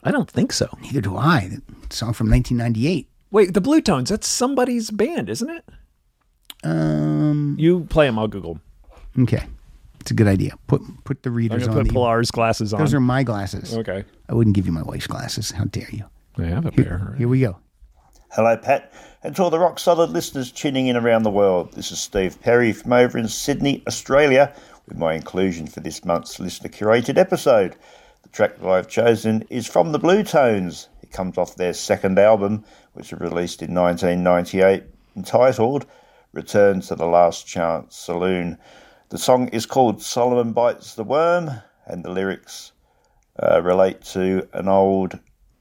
S3: I don't think so.
S2: Neither do I. That song from 1998.
S3: Wait, the Blue Tones. That's somebody's band, isn't it?
S2: Um.
S3: You play them. I'll Google. 'em.
S2: Okay. It's a good idea. Put put the
S3: I'm
S2: readers
S3: gonna
S2: on.
S3: put
S2: the-
S3: Pilar's glasses on.
S2: Those are my glasses.
S3: okay.
S2: I wouldn't give you my wife's glasses. How dare you?
S3: I have a
S2: Here-
S3: pair.
S2: Here we go.
S16: Hello, Pat, and to all the rock solid listeners tuning in around the world. This is Steve Perry from over in Sydney, Australia, with my inclusion for this month's listener curated episode. The track that I've chosen is from the Blue Tones. It comes off their second album, which was released in 1998, entitled Return to the Last Chance Saloon. The song is called Solomon Bites the Worm, and the lyrics uh, relate to an old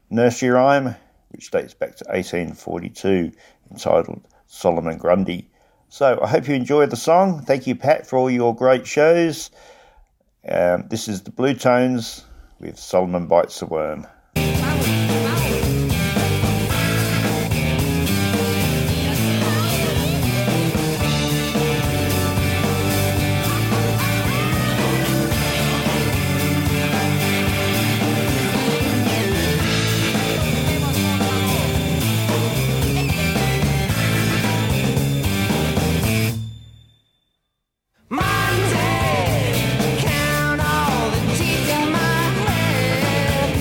S16: nursery rhyme which dates back to 1842, entitled Solomon Grundy. So I hope you enjoyed the song. Thank you, Pat, for all your great shows. Um, this is the Blue Tones with Solomon Bites the Worm.
S5: Count all the teeth in my head.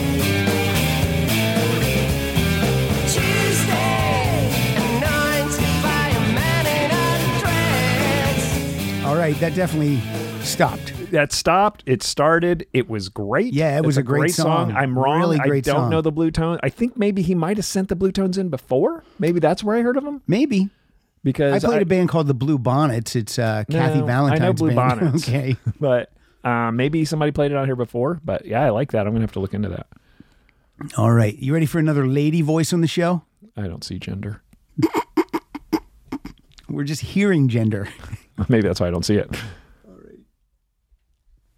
S5: Tuesday, anointed by a man in a dress.
S2: All right. That definitely stopped.
S3: That stopped. It started. It was great.
S2: Yeah, it
S3: It's
S2: was a great song.
S3: I'm wrong.
S2: Really great
S3: I don't
S2: song.
S3: know the Blue Tones. I think maybe he might have sent the Blue Tones in before. Maybe that's where I heard of them.
S2: Maybe. I
S3: Because
S2: played
S3: I-
S2: a band called the Blue Bonnets. It's uh, Kathy
S3: No,
S2: Valentine's
S3: I know Blue
S2: band.
S3: Bonnets.
S2: okay.
S3: But uh, maybe somebody played it on here before. But yeah, I like that. I'm gonna have to look into that.
S2: All right. You ready for another lady voice on the show?
S3: I don't see gender.
S2: We're just hearing gender.
S3: Maybe that's why I don't see it.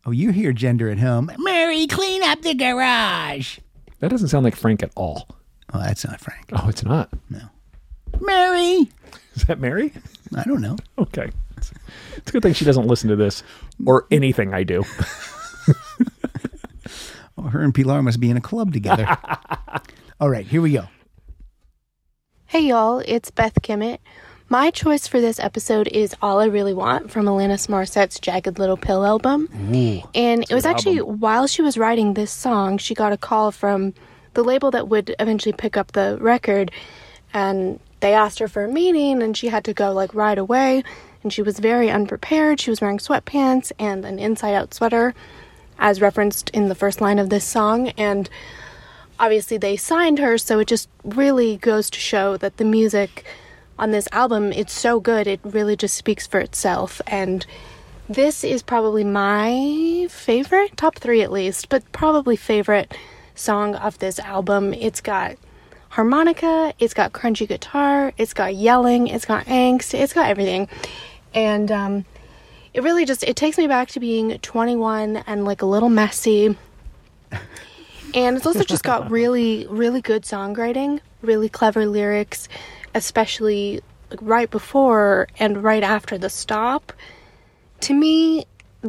S2: Oh, you hear gender at home.
S5: Mary, clean up the garage.
S3: That doesn't sound like Frank at all.
S2: Oh, that's not Frank.
S3: Oh, it's not.
S5: Mary.
S3: Is that Mary?
S2: I don't know.
S3: Okay. It's, it's a good thing she doesn't listen to this or anything I do.
S2: Oh, her and Pilar must be in a club together. All right. Here we go.
S17: Hey y'all, it's Beth Kimmett. My choice for this episode is All I Really Want from Alanis Morissette's Jagged Little Pill album. And it was
S18: Good
S17: actually
S18: album.
S17: while she was writing this song, she got a call from the label that would eventually pick up the record. And they asked her for a meeting, and she had to go like right away. And she was very unprepared. She was wearing sweatpants and an inside out sweater, as referenced in the first line of this song. And obviously they signed her so it just really goes to show that the music on this album it's so good it really just speaks for itself and this is probably my favorite top 3 at least but probably favorite song off this album it's got harmonica, it's got crunchy guitar, it's got yelling, it's got angst, it's got everything. And um, it really just it takes me back to being 21 and like a little messy. And it's also just got really really good songwriting, really clever lyrics, especially like, right before and right after the stop. To me,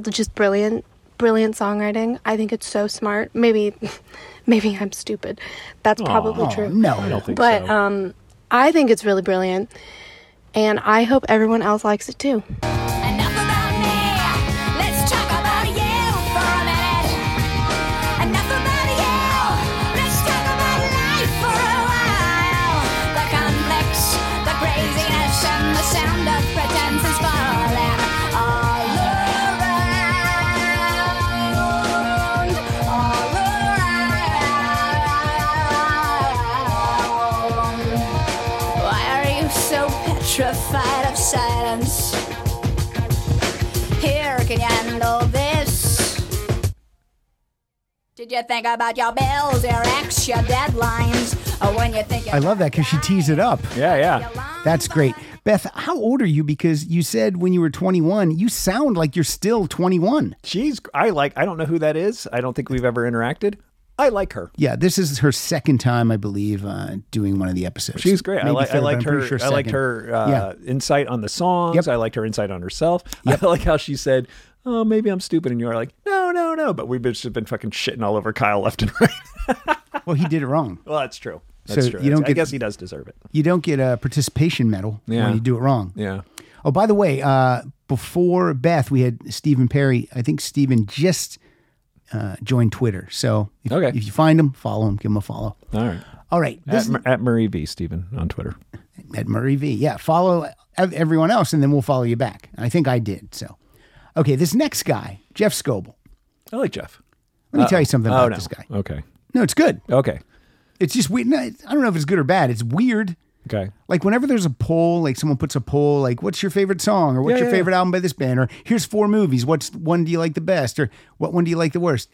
S17: just brilliant brilliant songwriting. I think it's so smart. Maybe maybe I'm stupid. That's probably
S2: Aw,
S17: true.
S2: no. I don't think
S17: but
S2: so.
S17: um I think it's really brilliant. And I hope everyone else likes it too.
S18: Let's talk about you for a minute. Enough about you. Let's talk about life for a while. The conflicts, the craziness, and the sound of pretense is falling all around. All around. Why are you so petrified of silence? Here, can you handle this? Did you think about your bills, your ex, your deadlines? Or when you think
S2: I love that because she tees it up.
S3: Yeah, yeah.
S2: That's great. Beth, how old are you? Because you said when you were 21, you sound like you're still 21.
S3: She's, I like, I don't know who that is. I don't think we've ever interacted. I like her.
S2: Yeah, this is her second time, I believe, uh, doing one of the episodes.
S3: She's great. I,
S2: Maybe
S3: like, I
S2: third, but
S3: liked
S2: I'm
S3: her.
S2: pretty sure
S3: I liked
S2: second.
S3: her uh,
S2: yeah,
S3: insight on the songs. I liked her insight on herself. I like how she said, "Oh, maybe I'm stupid," and you are like, "No, no, no." But we've just been fucking shitting all over Kyle left and right.
S2: well, he did it wrong.
S3: Well, that's true. That's
S2: So
S3: true.
S2: you don't
S3: That's- I
S2: get-
S3: guess he does deserve it.
S2: You don't get a participation medal
S3: Yeah.
S2: when you do it wrong.
S3: Yeah.
S2: Oh, by the way, uh, before Beth, we had Stephen Perry. I think Stephen just uh, joined Twitter. So if,
S3: Okay.
S2: if you find him, follow him, give him a follow.
S3: All right.
S2: All right.
S3: At,
S2: This-
S3: Mur- at Murray V. Stephen on Twitter.
S2: at Murray V. Yeah, follow ev- everyone else, and then we'll follow you back. And I think I did. So, okay, this next guy, Jeff Scoble.
S3: I like Jeff.
S2: Let me tell you something
S3: Uh-oh.
S2: about
S3: Oh, no.
S2: this guy.
S3: Okay.
S2: No, it's good.
S3: Okay.
S2: It's just weird. No, it's- I don't know if it's good or bad. It's weird.
S3: Okay.
S2: Like whenever there's a poll, like someone puts a poll, like what's your favorite song or what's
S3: Yeah,
S2: your
S3: yeah, yeah.
S2: favorite album by this band or here's four movies. What's one do you like the best or what one do you like the worst?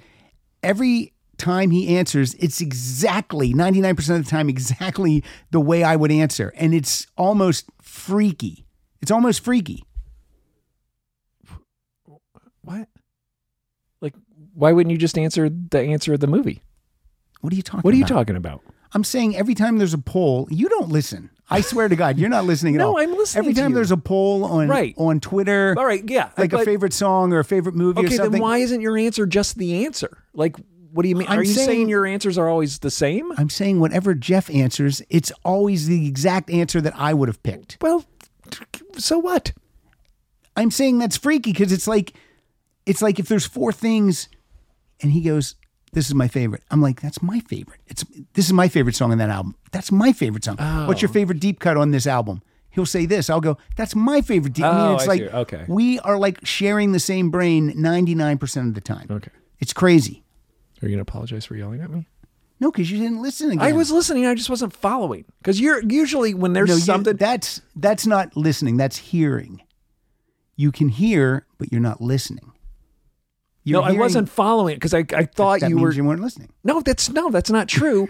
S2: Every time he answers, it's exactly 99% of the time exactly the way I would answer. And it's almost freaky. It's almost freaky.
S3: What? Like, why wouldn't you just answer the answer of the movie?
S2: What are you talking
S3: What are you
S2: about?
S3: talking about?
S2: I'm saying every time there's a poll, you don't listen. I swear to God, you're not listening at
S3: No,
S2: all.
S3: I'm listening
S2: Every
S3: to
S2: time
S3: you.
S2: there's a poll on
S3: Right.
S2: on Twitter,
S3: All right, yeah,
S2: like a
S3: but-
S2: favorite song or a favorite movie or
S3: Okay,
S2: something.
S3: then why isn't your answer just the answer? Like, what do you mean?
S2: I'm
S3: are you saying,
S2: saying-
S3: your answers are always the same?
S2: I'm saying whatever Jeff answers, it's always the exact answer that I would have picked.
S3: Well, so what?
S2: I'm saying that's freaky because it's like, it's like if there's four things, and he goes, "This is my favorite." I'm like, "That's my favorite." It's this is my favorite song on that album. That's my favorite song. What's
S3: Oh.
S2: your favorite deep cut on this album? He'll say this. I'll go, "That's my favorite deep." I
S3: Oh,
S2: mean, it's
S3: I
S2: like
S3: see. Okay.
S2: we are like sharing the same brain 99 percent of the time. Okay, it's crazy.
S3: Are you gonna apologize for yelling at me?
S2: No, because you didn't listen again.
S3: I was listening. I just wasn't following. Because you're usually when there's
S2: No, you-
S3: something.
S2: that's that's not listening. That's hearing. You can hear, but you're not listening.
S3: no, I wasn't following it because I, I thought
S2: That
S3: you
S2: means
S3: were.
S2: you weren't listening.
S3: No, that's no, that's not true.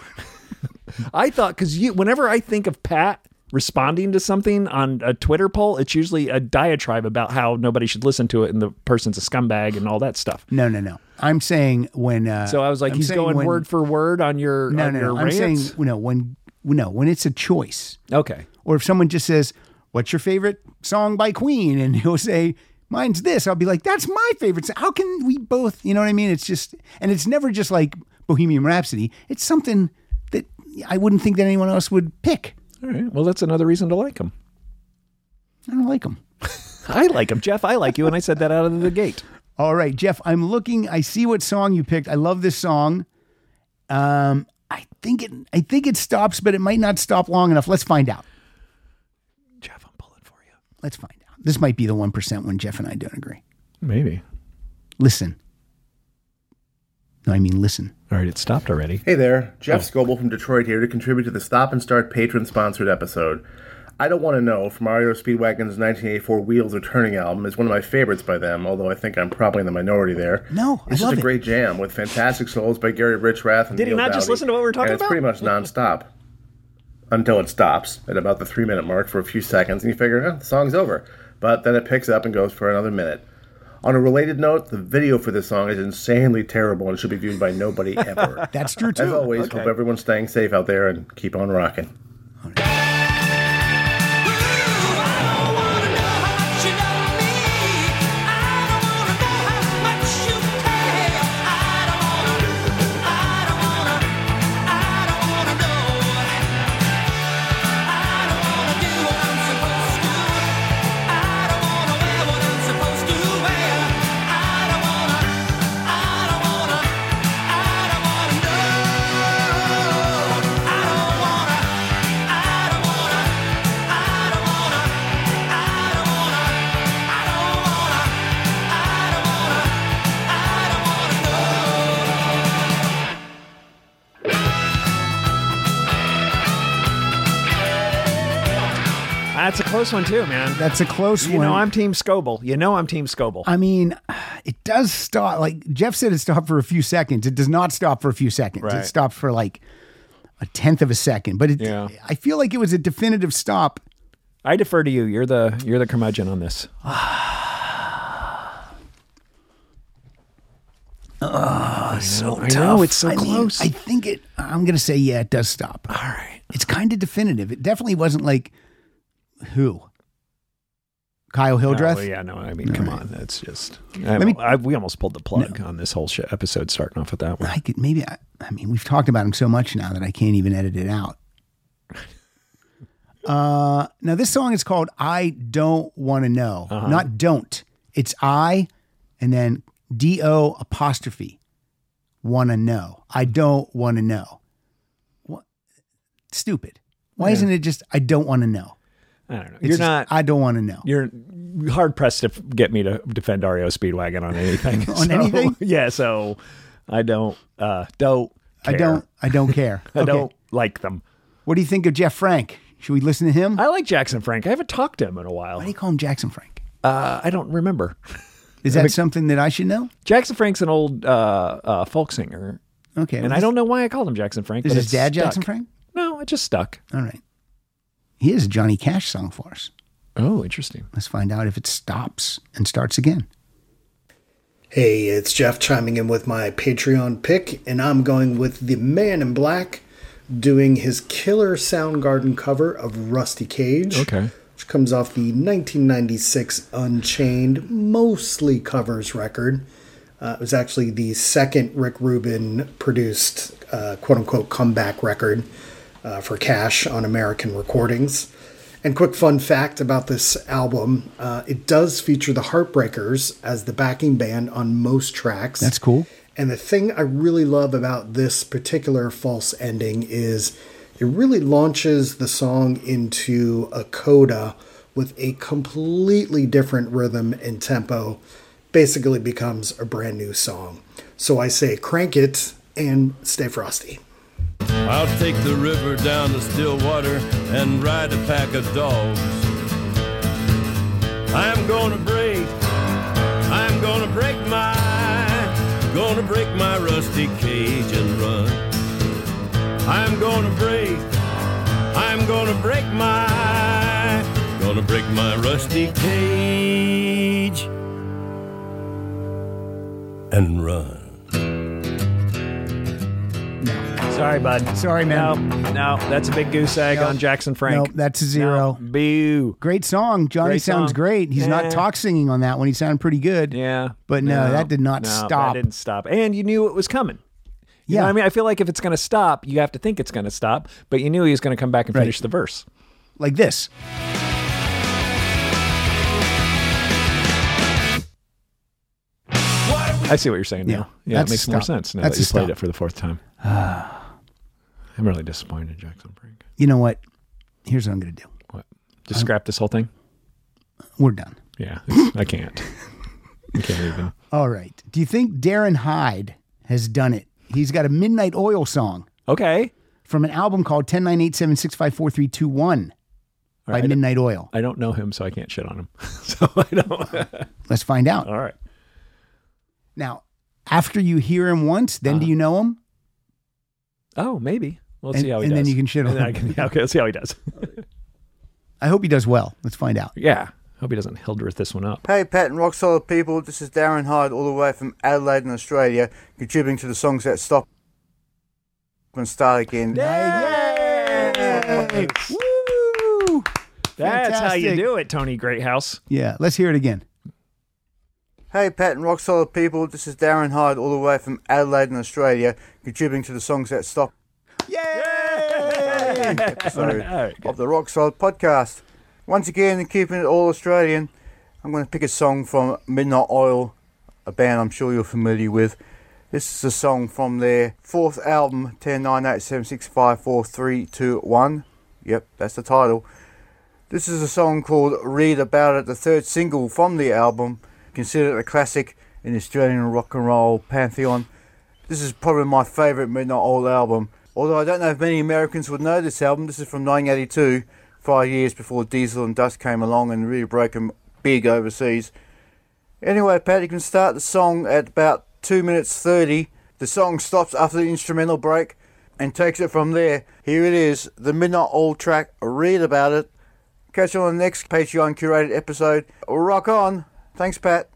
S3: I thought because you, whenever I think of Pat responding to something on a Twitter poll, it's usually a diatribe about how nobody should listen to it and the person's a scumbag and all that stuff.
S2: No, no, no. I'm saying when. Uh,
S3: So I was like,
S2: I'm
S3: he's
S2: saying
S3: going
S2: when-
S3: word for word on your
S2: No,
S3: on
S2: no,
S3: your
S2: no. I'm saying
S3: rants.
S2: no when no when it's a choice,
S3: okay,
S2: or if someone just says, "What's your favorite song by Queen?" and he'll say. Mine's this. I'll be like, that's my favorite. song." How can we both? You know what I mean? It's just, and it's never just like Bohemian Rhapsody. It's something that I wouldn't think that anyone else would pick.
S3: all right. Well, that's another reason to like him.
S2: I don't like him.
S3: I like him, Jeff. I like you, and I said that out of the gate.
S2: All right, Jeff, I'm looking. I see what song you picked. I love this song. Um, I think it. I think it stops, but it might not stop long enough. Let's find out. Jeff, I'm pulling for you. Let's find out. This might be the one percent when Jeff and I don't agree.
S3: Maybe.
S2: Listen. No, I mean listen.
S3: All right, it stopped already.
S19: Hey there,
S3: Oh.
S19: Jeff Scoble from Detroit here to contribute to the Stop and Start patron sponsored episode. I Don't Want to Know from Mario Speedwagon's 1984 Wheels Are Turning album is one of my favorites by them, although I think I'm probably in the minority there.
S2: No,
S19: it's
S2: I
S19: just
S2: love
S19: a
S2: it.
S19: great jam with fantastic solos by Gary Richrath and
S3: Did he
S19: Neil
S3: not just
S19: Dowdy,
S3: listen to what we were talking
S19: and it's
S3: about?
S19: pretty much nonstop. until it stops at about the three minute mark for a few seconds, and you figure, eh, the song's over. But then it picks up and goes for another minute. On a related note, the video for this song is insanely terrible and should be viewed by nobody ever.
S2: That's true,
S19: As
S2: too.
S19: always,
S2: Okay.
S19: hope everyone's staying safe out there and keep on rocking.
S3: That's a close one too, man.
S2: That's a close
S3: You
S2: one.
S3: know I'm Team Scoble. You know I'm Team Scoble.
S2: I mean, it does stop. Like Jeff said, it stopped for a few seconds. It does not stop for a few seconds. It
S3: Right.
S2: stopped for like a tenth of a second. But it,
S3: Yeah.
S2: I feel like it was a definitive stop.
S3: I defer to you. You're the you're the curmudgeon on this.
S2: Oh, so
S3: I know, it's so
S2: I mean,
S3: close.
S2: I think it. I'm gonna say yeah, it does stop. All
S3: right.
S2: It's kind of definitive. It definitely wasn't like who. Kyle Hildreth.
S3: No, yeah, no. I mean, come on. That's just. I,
S2: Let me-
S3: I- we almost pulled the plug on this whole sh- episode, starting off with that one.
S2: I could maybe. I, I mean, we've talked about him so much now that I can't even edit it out. Uh, now this song is called "I Don't Want to Know,"
S3: Uh-huh.
S2: not "Don't." It's "I," and then "D O apostrophe." Want to know? I don't want to know. What? Stupid. Why
S3: Yeah.
S2: isn't it just "I don't want to know"?
S3: I don't know.
S2: It's
S3: You're
S2: just,
S3: not.
S2: I don't want to know.
S3: You're hard pressed to f- get me to defend REO Speedwagon on anything.
S2: On anything?
S3: Yeah. So I don't. Uh, don't.
S2: I
S3: care.
S2: don't. I don't care.
S3: I
S2: Okay.
S3: don't like them.
S2: What do you think of Jeff Frank? Should we listen to him?
S3: I like Jackson Frank. I haven't talked to him in a while.
S2: Why do you call him Jackson Frank?
S3: Uh, I don't remember.
S2: Is that something that I should know?
S3: Jackson Frank's an old uh, uh, folk singer.
S2: Okay.
S3: and I don't know why I called him Jackson Frank.
S2: Is
S3: but
S2: his
S3: it
S2: dad Jackson
S3: stuck.
S2: Frank?
S3: No, it just stuck.
S2: All right. He has a Johnny Cash song for us.
S3: Oh, interesting.
S2: Let's find out if it stops and starts again.
S20: Hey, it's Jeff chiming in with my Patreon pick, and I'm going with the Man in Black doing his killer Soundgarden cover of Rusty Cage.
S3: Okay.
S20: Which comes off the 1996 Unchained, mostly covers record. Uh, it was actually the second Rick Rubin produced uh, quote unquote comeback record uh, for Cash on American Recordings. And quick fun fact about this album uh, it does feature the Heartbreakers as the backing band on most tracks.
S2: That's cool.
S20: And the thing I really love about this particular false ending is it really launches the song into a coda with a completely different rhythm and tempo. Basically becomes a brand new song. So I say crank it and stay frosty.
S21: I'll take the river down to Stillwater and ride a pack of dogs. I'm gonna break, I'm gonna break my, gonna break my rusty cage and run. I'm gonna break, I'm gonna break my, gonna break my rusty cage and run.
S3: Sorry, bud.
S2: Sorry, man.
S3: No, no, that's a big goose egg on Jackson Frank.
S2: Nope, that's a zero.
S3: boo.
S2: Great song. Johnny
S3: Great
S2: sounds
S3: song.
S2: great. He's
S3: Yeah.
S2: not talk singing on that one. He sounded pretty good.
S3: Yeah.
S2: But no, that did not
S3: no,
S2: stop.
S3: That didn't stop. And you knew it was coming. You
S2: Yeah.
S3: know what I mean, I feel like if it's going to stop, you have to think it's going to stop, but you knew he was going to come back and
S2: Right.
S3: finish the verse.
S2: Like this.
S3: I see what you're saying
S2: Yeah,
S3: now. Yeah, it
S2: that's
S3: makes
S2: a
S3: more
S2: stop.
S3: sense now
S2: That's
S3: that you
S2: a
S3: played
S2: stop.
S3: it for the fourth time. I'm really disappointed, Jackson Frank.
S2: You know what? Here's what I'm going to do.
S3: What? Just scrap this whole thing?
S2: We're done.
S3: Yeah, it's- I can't. I can't even.
S2: All right. Do you think Darren Hyde has done it? He's got a Midnight Oil song.
S3: Okay.
S2: From an album called 10987654321 by
S3: right.
S2: Midnight Oil.
S3: I don't know him, so I can't shit on him. so I don't.
S2: Let's find out.
S3: All right. Uh-huh.
S2: Now, after you hear him once, then do you know him?
S3: Oh, maybe. Let's
S2: and,
S3: see how he
S2: and
S3: does.
S2: then you can shit on
S3: And then I
S2: him.
S3: can- yeah, okay, let's see how he does.
S2: I hope he does well. Let's find out.
S3: yeah. Hope he doesn't Hildreth this one up.
S22: Hey, Pat and Rock Solid people, this is Darren Hyde, all the way from Adelaide in Australia, contributing to the songs that stop and start again.
S3: Woo! That's how you
S22: Fantastic.
S3: do it, Tony Greathouse.
S2: Yeah, let's hear it again.
S22: Hey, Pat and Rock Solid people, this is Darren Hyde, all the way from Adelaide in Australia, contributing to the songs that stop. Yay! Episode of the Rock Solid podcast. Once again, keeping it all Australian, I'm going to pick a song from Midnight Oil, a band I'm sure you're familiar with. This is a song from their fourth album, 109876544321. Yep, that's the title. This is a song called Read About It, the third single from the album, considered a classic in the Australian rock and roll pantheon. This is probably my favourite Midnight Oil album. Although I don't know if many Americans would know this album, this is from 1982, five years before Diesel and Dust came along and really broke them big overseas. Anyway, Pat, you can start the song at about 2 minutes 30. The song stops after the instrumental break and takes it from there. Here it is, the Midnight Oil track, Read About It. Catch you on the next Patreon curated episode. Rock on. Thanks, Pat.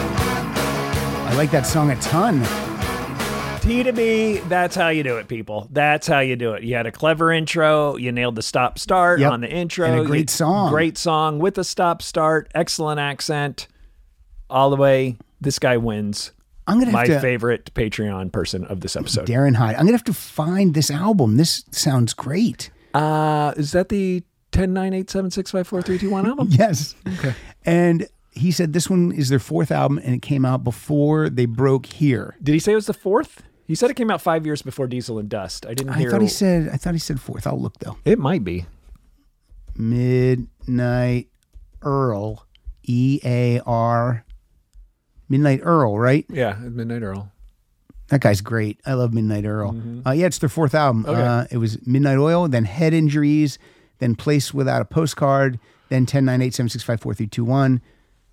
S2: I like that song a ton.
S3: T to B, that's how you do it, people. That's how you do it. You had a clever intro. You nailed the stop start
S2: Yep.
S3: on the intro.
S2: And a
S3: you-
S2: great song.
S3: Great song with a stop start. Excellent accent. All the way. This guy wins.
S2: I'm gonna have
S3: my
S2: to-
S3: favorite Patreon person of this episode.
S2: Darren Hyde. I'm gonna have to find this album. This sounds great.
S3: Uh is that the ten nine eight seven six five four three two one album?
S2: Yes. Okay. And he said this one is their fourth album, and it came out before they broke here.
S3: Did he say it was the fourth? He said it came out five years before Diesel and Dust. I didn't
S2: I
S3: hear.
S2: thought he said. I thought he said fourth. I'll look though.
S3: It might be
S2: Midnight Earl, E A R, Midnight Earl, right?
S3: yeah, Midnight Earl.
S2: That guy's great. I love Midnight Earl. Uh, yeah, it's their fourth album.
S3: Mm-hmm. Okay.
S2: Uh, it was Midnight Oil, then Head Injuries, then Place Without a Postcard, then 1098765431,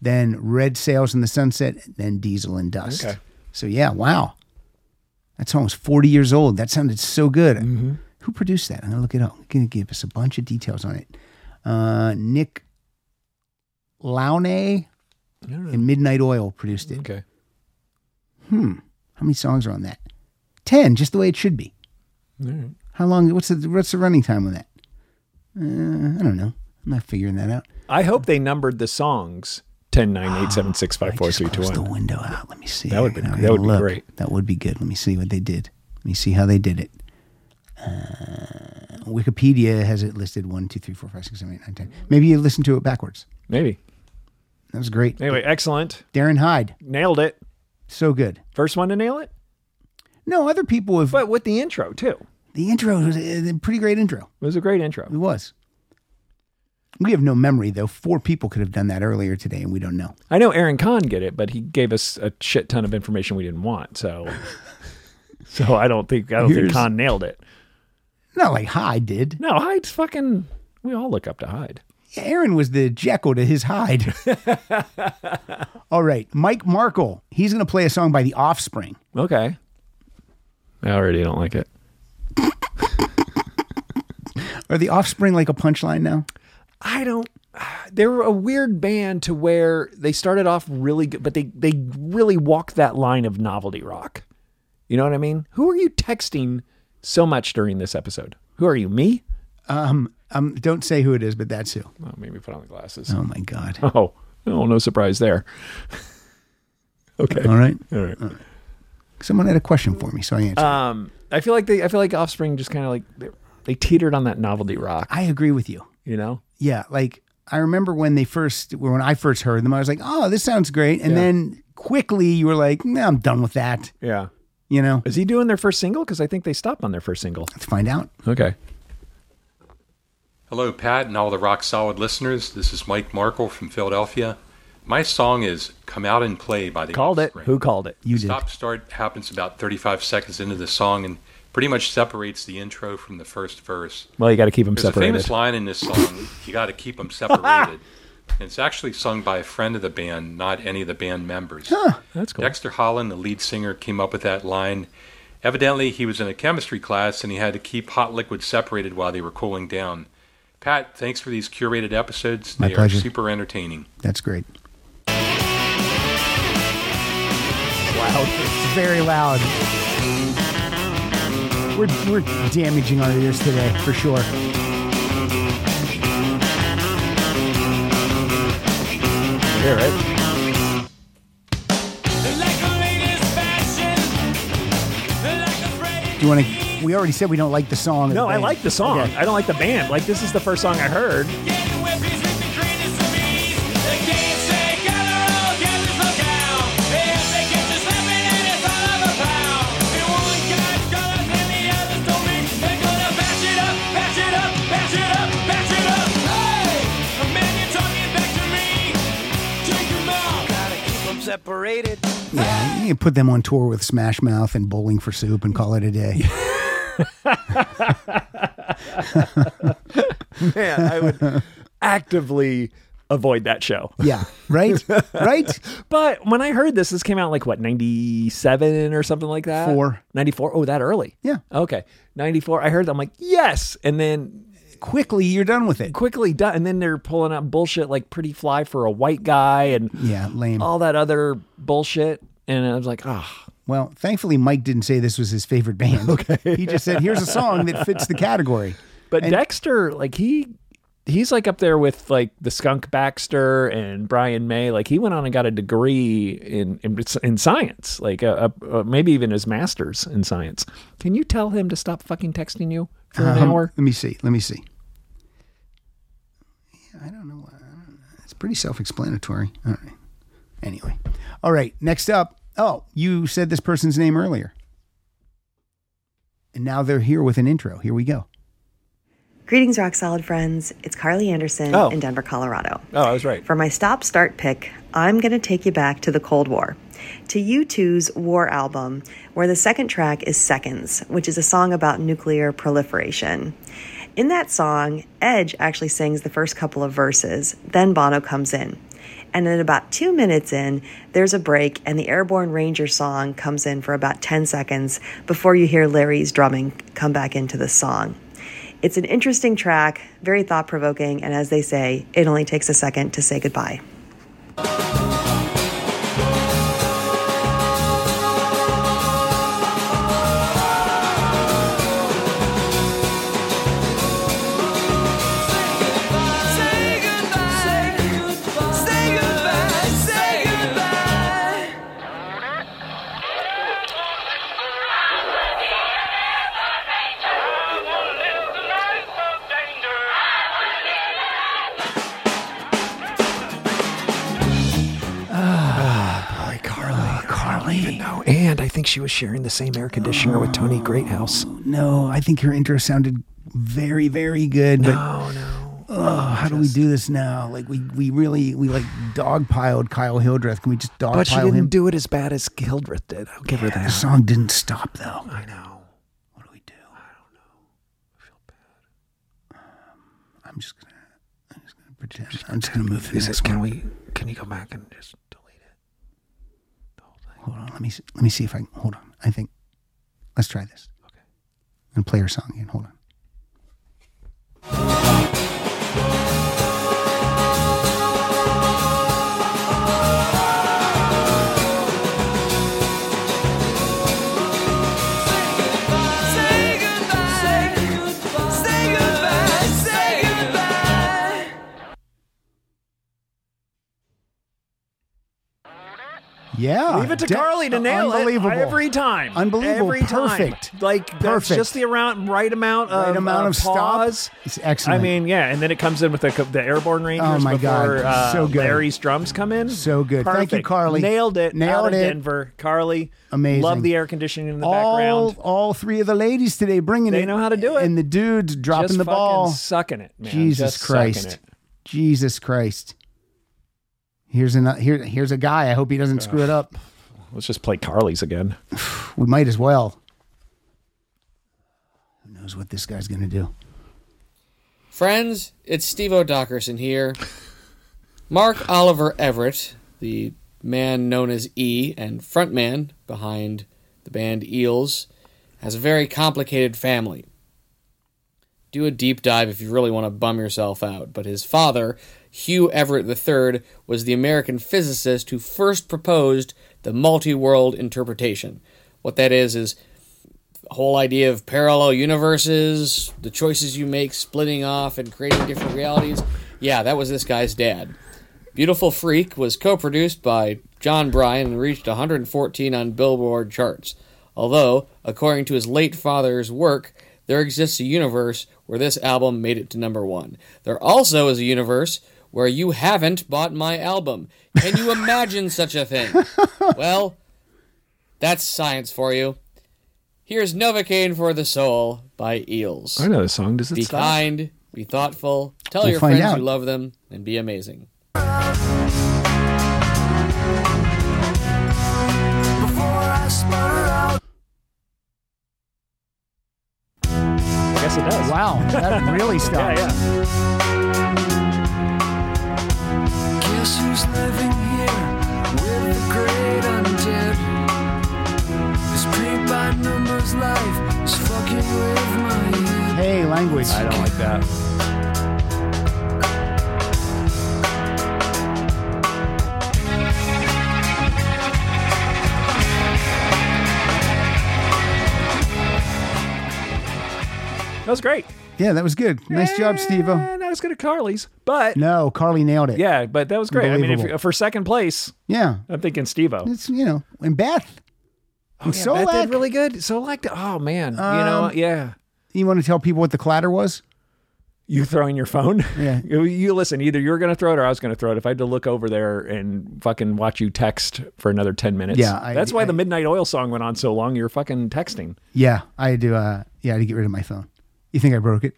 S2: then Red Sails in the Sunset, then Diesel and Dust.
S3: Okay.
S2: So yeah, wow. That song was 40 years old. That sounded so good.
S3: Mm-hmm.
S2: Who produced that? I'm going to look it up. I'm going to give us a bunch of details on it. Uh, Nick Launay and Midnight Oil produced it.
S3: Okay.
S2: Hmm. How many songs are on that? 10, just the way it should be.
S3: All right.
S2: How long? What's the what's the running time on that? Uh, I don't know. I'm not figuring that out.
S3: I hope they numbered the songs ten nine eight
S2: Ah,
S3: seven six five four three two one.
S2: The window out. Let me see.
S3: That would be
S2: I'm
S3: that
S2: gonna
S3: would be
S2: look.
S3: great.
S2: That would be good. Let me see what they did. Let me see how they did it. Uh, Wikipedia has it listed one, two, three, four, five, six, seven, eight, nine, ten. Maybe you listen to it backwards.
S3: Maybe.
S2: That was great.
S3: Anyway, excellent.
S2: Darren Hyde,
S3: Nailed it.
S2: so good.
S3: First one to nail it.
S2: No, other people have.
S3: But with the intro too.
S2: The intro was a a pretty great intro.
S3: It was a great intro. It
S2: was. We have no memory though. Four people could have done that earlier today, and we don't know.
S3: I know Aaron Kahn did it, but he gave us a shit ton of information we didn't want. So, so I don't think I don't
S2: Here's-
S3: think Kahn nailed it.
S2: Not like Hyde did.
S3: No, Hyde's fucking. We all look up to Hyde.
S2: Aaron was the Jekyll to his Hyde. All right, Mike Markle. He's going to play a song by The Offspring.
S3: Okay. I already don't like it.
S2: Are The Offspring like a punchline now?
S3: I don't. They were a weird band to where they started off really good, but they they really walked that line of novelty rock. You know what I mean? Who are you texting so much during this episode? Who are you? Me?
S2: Um, um, don't say who it is, but that's who.
S3: Oh, maybe put on the glasses.
S2: Oh my god.
S3: Oh, Oh, no surprise there. okay.
S2: All right.
S3: All right.
S2: Someone had a question for me, so I answered.
S3: Um, I feel like they, I feel like Offspring just kind of like they, they teetered on that novelty rock.
S2: I agree with you.
S3: You know,
S2: yeah, like I remember when they first when I first heard them, I was like, "Oh, this sounds great," and
S3: Yeah.
S2: then quickly you were like, "No, I'm done with that."
S3: yeah.
S2: You know,
S3: Is he doing their first single? Because I think they stopped on their first single.
S2: let's find out.
S3: Okay.
S23: Hello, Pat, and all the rock solid listeners. This is Mike Markle from Philadelphia. My song is "Come Out and Play" by the
S3: Called it. Who called it? You
S23: Stop start happens about 35 seconds into the song and pretty much separates the intro from the first verse.
S3: Well, you got to keep them
S23: There's
S3: separated.
S23: a famous line in this song, you got to keep them separated. and it's actually sung by a friend of the band, not any of the band members.
S3: That's cool.
S23: Dexter Holland, the lead singer, came up with that line. Evidently, he was in a chemistry class and he had to keep hot liquid separated while they were cooling down. Pat, thanks for these curated episodes.
S2: My
S23: they
S2: pleasure.
S23: are super entertaining.
S2: That's great.
S3: Wow,
S2: it's very loud. We're we're damaging our ears today for sure.
S3: Yeah, right.
S2: Do you want to? We already said we don't like the song.
S3: No, I like the song.
S2: Okay.
S3: I don't like the band. Like this is the first song I heard.
S5: Separated.
S2: Yeah, you can put them on tour with Smash Mouth and Bowling for Soup and call it a day.
S3: Man, I would actively avoid that show.
S2: Yeah, right? Right?
S3: but when I heard this, this came out like what, 97 or something like that?
S2: Four.
S3: 94. Oh, that early.
S2: Yeah.
S3: Okay. 94. I heard, I'm like, yes. And then
S2: quickly you're done with it.
S3: Quickly done. And then they're pulling out bullshit like Pretty Fly for a White Guy and
S2: Yeah, lame.
S3: all that other bullshit. And I was like, ah.
S2: Well, thankfully, Mike didn't say this was his favorite band. Okay. He just said, here's a song that fits the category.
S3: But
S2: And-
S3: Dexter, like he he's like up there with like the Skunk Baxter and Brian May. Like he went on and got a degree in in, in science, like a, a, a- maybe even his master's in science. Can you tell him to stop fucking texting you for an
S2: Um,
S3: hour?
S2: Let me see. Let me see. Yeah, I don't know. why- I don't know. It's pretty self explanatory. All right. Anyway. All right. Next up. Oh, you said this person's name earlier. And now they're here with an intro. Here we go.
S24: Greetings, Rock Solid friends. It's Carly Anderson
S2: Oh.
S24: in Denver, Colorado.
S3: Oh, I was right.
S24: For my stop start pick, I'm going to take you back to the Cold War, to U2's War album, where the second track is Seconds, which is a song about nuclear proliferation. In that song, Edge actually sings the first couple of verses, then Bono comes in. And then about two minutes in, there's a break, and the Airborne Ranger song comes in for about 10 seconds before you hear Larry's drumming come back into the song. It's an interesting track, very thought provoking, and as they say, it only takes a second to say goodbye.
S3: Ah, boy, Carly, Carly. no, and I think she was sharing the same air conditioner with Tony Greathouse.
S2: No, I think your intro sounded very, very good. But, no,
S3: no.
S2: Oh, how do we do this now? Like we we really we like dogpiled Kyle Hildreth. Can we just dogpile
S3: But she didn't
S2: him?
S3: do it as bad as Gildreth did. I'll give her
S2: Yeah,
S3: that.
S2: The song didn't stop though.
S3: I know.
S2: Um, I'm just gonna I'm just gonna pretend. I'm just gonna move to the
S3: Is it-
S2: next
S3: can
S2: one.
S3: we can you go back and just
S2: Hold on. Let me see, let me see if I can. Hold on. I think. Let's try this. Okay. And play her song again. Hold on. Yeah.
S3: Leave it to
S2: De-
S3: Carly to nail
S2: unbelievable.
S3: it every time.
S2: Unbelievable.
S3: Every time.
S2: Perfect.
S3: Like that's
S2: Perfect.
S3: just the around, right amount of
S2: Right amount
S3: uh,
S2: of stop.
S3: pause.
S2: It's excellent.
S3: I mean, yeah, and then it comes in with the, the airborne rangers.
S2: Oh, my God.
S3: before, Uh,
S2: So good.
S3: Larry's drums come in.
S2: So good. Thank you,
S3: Perfect.
S2: Carly.
S3: Nailed it.
S2: Nailed
S3: Out of
S2: it.
S3: Denver, Carly.
S2: Amazing.
S3: Love the air conditioning in the
S2: all,
S3: background.
S2: all three of the ladies today bringing it.
S3: They know how to do it.
S2: And the dudes dropping
S3: Just
S2: the
S3: fucking
S2: ball.
S3: sucking it, man.
S2: Jesus
S3: Just sucking
S2: Christ.
S3: it.
S2: Jesus Christ. Here's an, here, here's a guy. I hope he doesn't screw it up.
S3: Let's just play Carly's again.
S2: We might as well. Who knows what this guy's going to do?
S25: Friends, it's Steve O'Dockerson here. Mark Oliver Everett, the man known as E and frontman behind the band Eels, has a very complicated family. Do a deep dive if you really want to bum yourself out, but his father, Hugh Everett III, was the American physicist who first proposed the multi world interpretation. What that is, is the whole idea of parallel universes, the choices you make, splitting off and creating different realities. Yeah, that was this guy's dad. Beautiful Freak was co produced by John Bryan and reached 114 on Billboard charts. Although, according to his late father's work, there exists a universe where this album made it to number one. There also is a universe where you haven't bought my album. Can you imagine such a thing? Well, that's science for you. Here's Novocaine for the Soul by Eels.
S3: I know this song. Does it
S25: Be
S3: stop?
S25: kind, be thoughtful, tell
S3: We'll
S25: your
S3: find
S25: friends
S3: out.
S25: you love them, and be amazing.
S26: Before I sputter out.
S3: Yes, it does.
S2: Wow, that really stopped.
S5: Guess who's living here with the great undead? This paint by numbers life is fucking with my head.
S2: Hey, language.
S3: I don't like that. That was great.
S2: Yeah, that was good. Nice job, Steve.
S3: And not as good at Carly's, but
S2: No, Carly nailed it.
S3: yeah, but that was great. I mean,
S2: Unbelievable.
S3: if, for second place,
S2: Yeah.
S3: I'm thinking Steve-O.
S2: It's, you know, and Beth.
S3: Oh, yeah, Beth did really good. So liked. Oh man, you
S2: Um,
S3: know, yeah.
S2: You want to tell people what the clatter was?
S3: You throwing your phone?
S2: Yeah.
S3: You, you listen. Either you're going to throw it or I was going to throw it. If I had to look over there and fucking watch you text for another ten minutes,
S2: Yeah, I-
S3: that's why the Midnight Oil song went on so long. You're fucking texting.
S2: Yeah, I had to. Uh, yeah, I had to get rid of my phone. You think I broke it?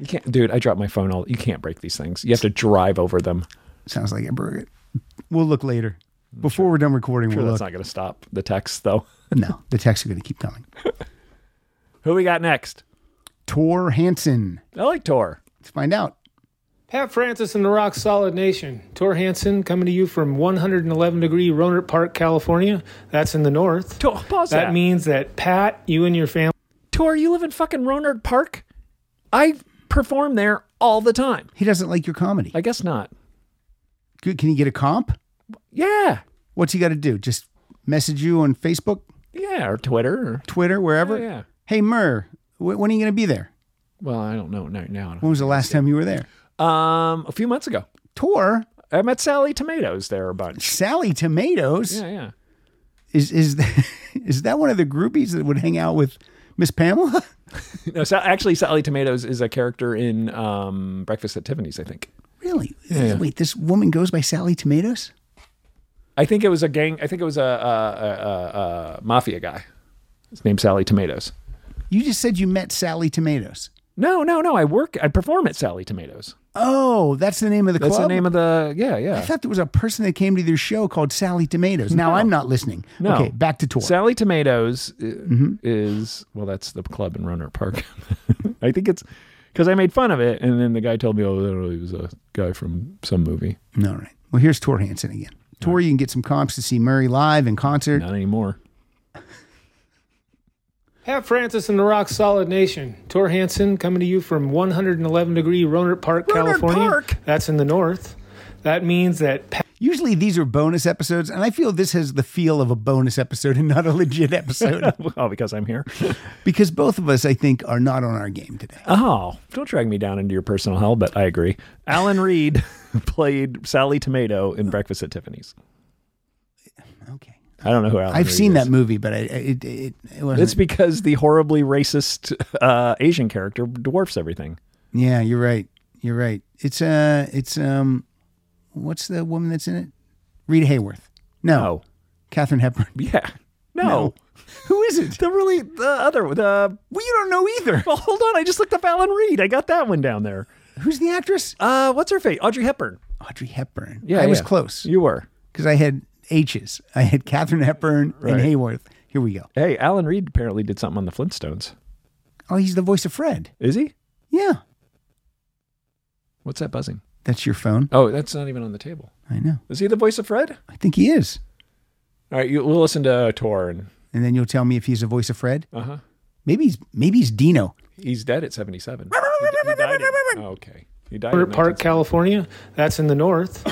S3: You can't, dude. I dropped my phone. All you can't break these things. You have to drive over them.
S2: Sounds like I broke it. We'll look later. Before we're done recording,
S3: I'm sure
S2: we'll
S3: that's
S2: look.
S3: not going to stop the text though.
S2: no, the texts are going to keep coming.
S3: Who we got next?
S2: Tor Hansen.
S3: I like Tor.
S2: Let's find out.
S27: Pat Francis and the Rock Solid Nation. Tor Hansen coming to you from 111 degree Roanert Park, California. That's in the north.
S3: pause
S27: that
S3: that.
S27: means that Pat, you and your family.
S3: Tor, you live in fucking Roanert Park. I perform there all the time.
S2: He doesn't like your comedy.
S3: I guess not.
S2: Good. Can you get a comp?
S3: Yeah.
S2: What's he got to do? Just message you on Facebook,
S3: Yeah, or Twitter. Or,
S2: Twitter, wherever.
S3: Yeah, yeah.
S2: Hey, Murr, wh- when are you going to be there?
S3: well, I don't know right now.
S2: When was the last time you were there?
S3: Um, a few months ago.
S2: Tour.
S3: I met Sally Tomatoes there a bunch.
S2: Sally Tomatoes.
S3: Yeah, yeah.
S2: Is is is that one of the groupies that would hang out with Miss Pamela?
S3: No, Sa- actually, Sally Tomatoes is a character in um, Breakfast at Tiffany's. I think.
S2: Really?
S3: Yeah, yeah.
S2: Wait, this woman goes by Sally Tomatoes?
S3: I think it was a gang. I think it was a, a, a, a, a mafia guy. His name's Sally Tomatoes.
S2: You just said you met Sally Tomatoes.
S3: No, no, no. I work. I perform at Sally Tomatoes.
S2: Oh, that's the name of the
S3: That's
S2: club.
S3: the name of the. Yeah, yeah.
S2: I thought there was a person that came to their show called Sally Tomatoes. Now
S3: No.
S2: I'm not listening.
S3: No.
S2: Okay, back to tour. Mm-hmm.
S3: Sally Tomatoes i- is well, that's the club in Roanoke Park. I think it's because I made fun of it, and then the guy told me, "Oh, that really was a guy from some movie."
S2: All right. Well, here's Tor Hansen again. Tor, you can get some comps to see Murray live in concert.
S3: Not anymore.
S27: Pat Francis and the Rock Solid Nation. Tor Hansen coming to you from 111 degree Roanert Park, California. That's in the north. That means that Pat.
S2: Usually these are bonus episodes, and I feel this has the feel of a bonus episode and not a legit episode.
S3: well, because I'm here.
S2: because both of us, I think, are not on our game today.
S3: Oh, don't drag me down into your personal hell, but I agree. Alan Reed played Sally Tomato in Breakfast at Tiffany's.
S2: Okay.
S3: I don't know who Alan
S2: I've
S3: Reed
S2: seen
S3: is.
S2: that movie, but I, it, it, it wasn't.
S3: It's because the horribly racist uh, Asian character dwarfs everything.
S2: yeah, you're right. You're right. It's uh, it's um, what's the woman that's in it? Rita Hayworth. No. Catherine Hepburn.
S3: Yeah. No. Who is it? The really the other the
S2: well, you don't know either.
S3: Well, hold on, I just looked up Alan Reed. I got that one down there.
S2: Who's the actress?
S3: Uh, what's her face? Audrey Hepburn.
S2: Audrey Hepburn.
S3: Yeah,
S2: I was
S3: yeah.
S2: close.
S3: You were
S2: because I had H's. I had Catherine Hepburn
S3: Right.
S2: and Hayworth. Here we go.
S3: Hey, Alan Reed apparently did something on the Flintstones.
S2: Oh, he's the voice of Fred.
S3: Is he?
S2: Yeah.
S3: What's that buzzing?
S2: That's your phone.
S3: Oh, that's not even on the table.
S2: I know.
S3: Is he the voice of Fred?
S2: I think he is.
S3: All right, you, we'll listen to Tor and
S2: And then you'll tell me if he's the voice of Fred.
S3: uh huh.
S2: Maybe he's maybe he's Dino.
S3: He's dead at seventy-seven. He, he died in- oh, okay, he died.
S27: Robert
S3: In
S27: Park, California. That's in the north.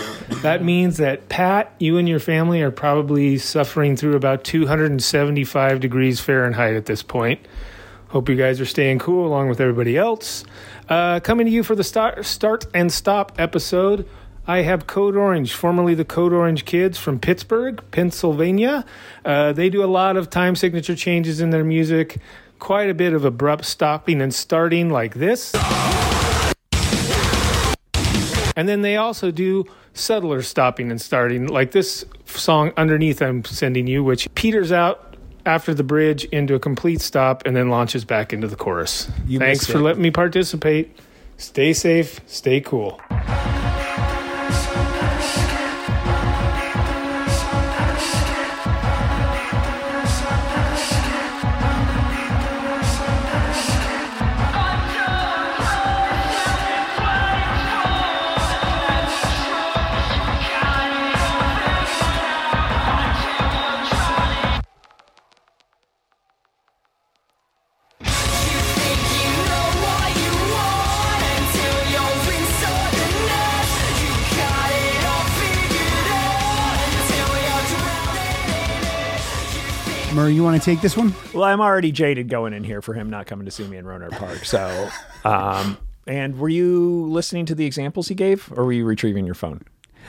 S27: that means that Pat, you and your family are probably suffering through about 275 degrees Fahrenheit at this point. Hope you guys are staying cool along with everybody else. Uh, coming to you for the start, start and stop episode. I have Code Orange, formerly the Code Orange Kids from Pittsburgh, Pennsylvania. Uh, they do a lot of time signature changes in their music, quite a bit of abrupt stopping and starting like this. And then they also do subtler stopping and starting, like this song underneath I'm sending you, which peters out after the bridge into a complete stop and then launches back into the chorus.
S3: You
S27: Thanks
S3: missed
S27: for
S3: it.
S27: letting me participate. Stay safe, stay cool.
S2: Murray, you want to take this one?
S3: Well, I'm already jaded going in here for him not coming to see me in Roanoke Park. So, um, and were you listening to the examples he gave, or were you retrieving your phone?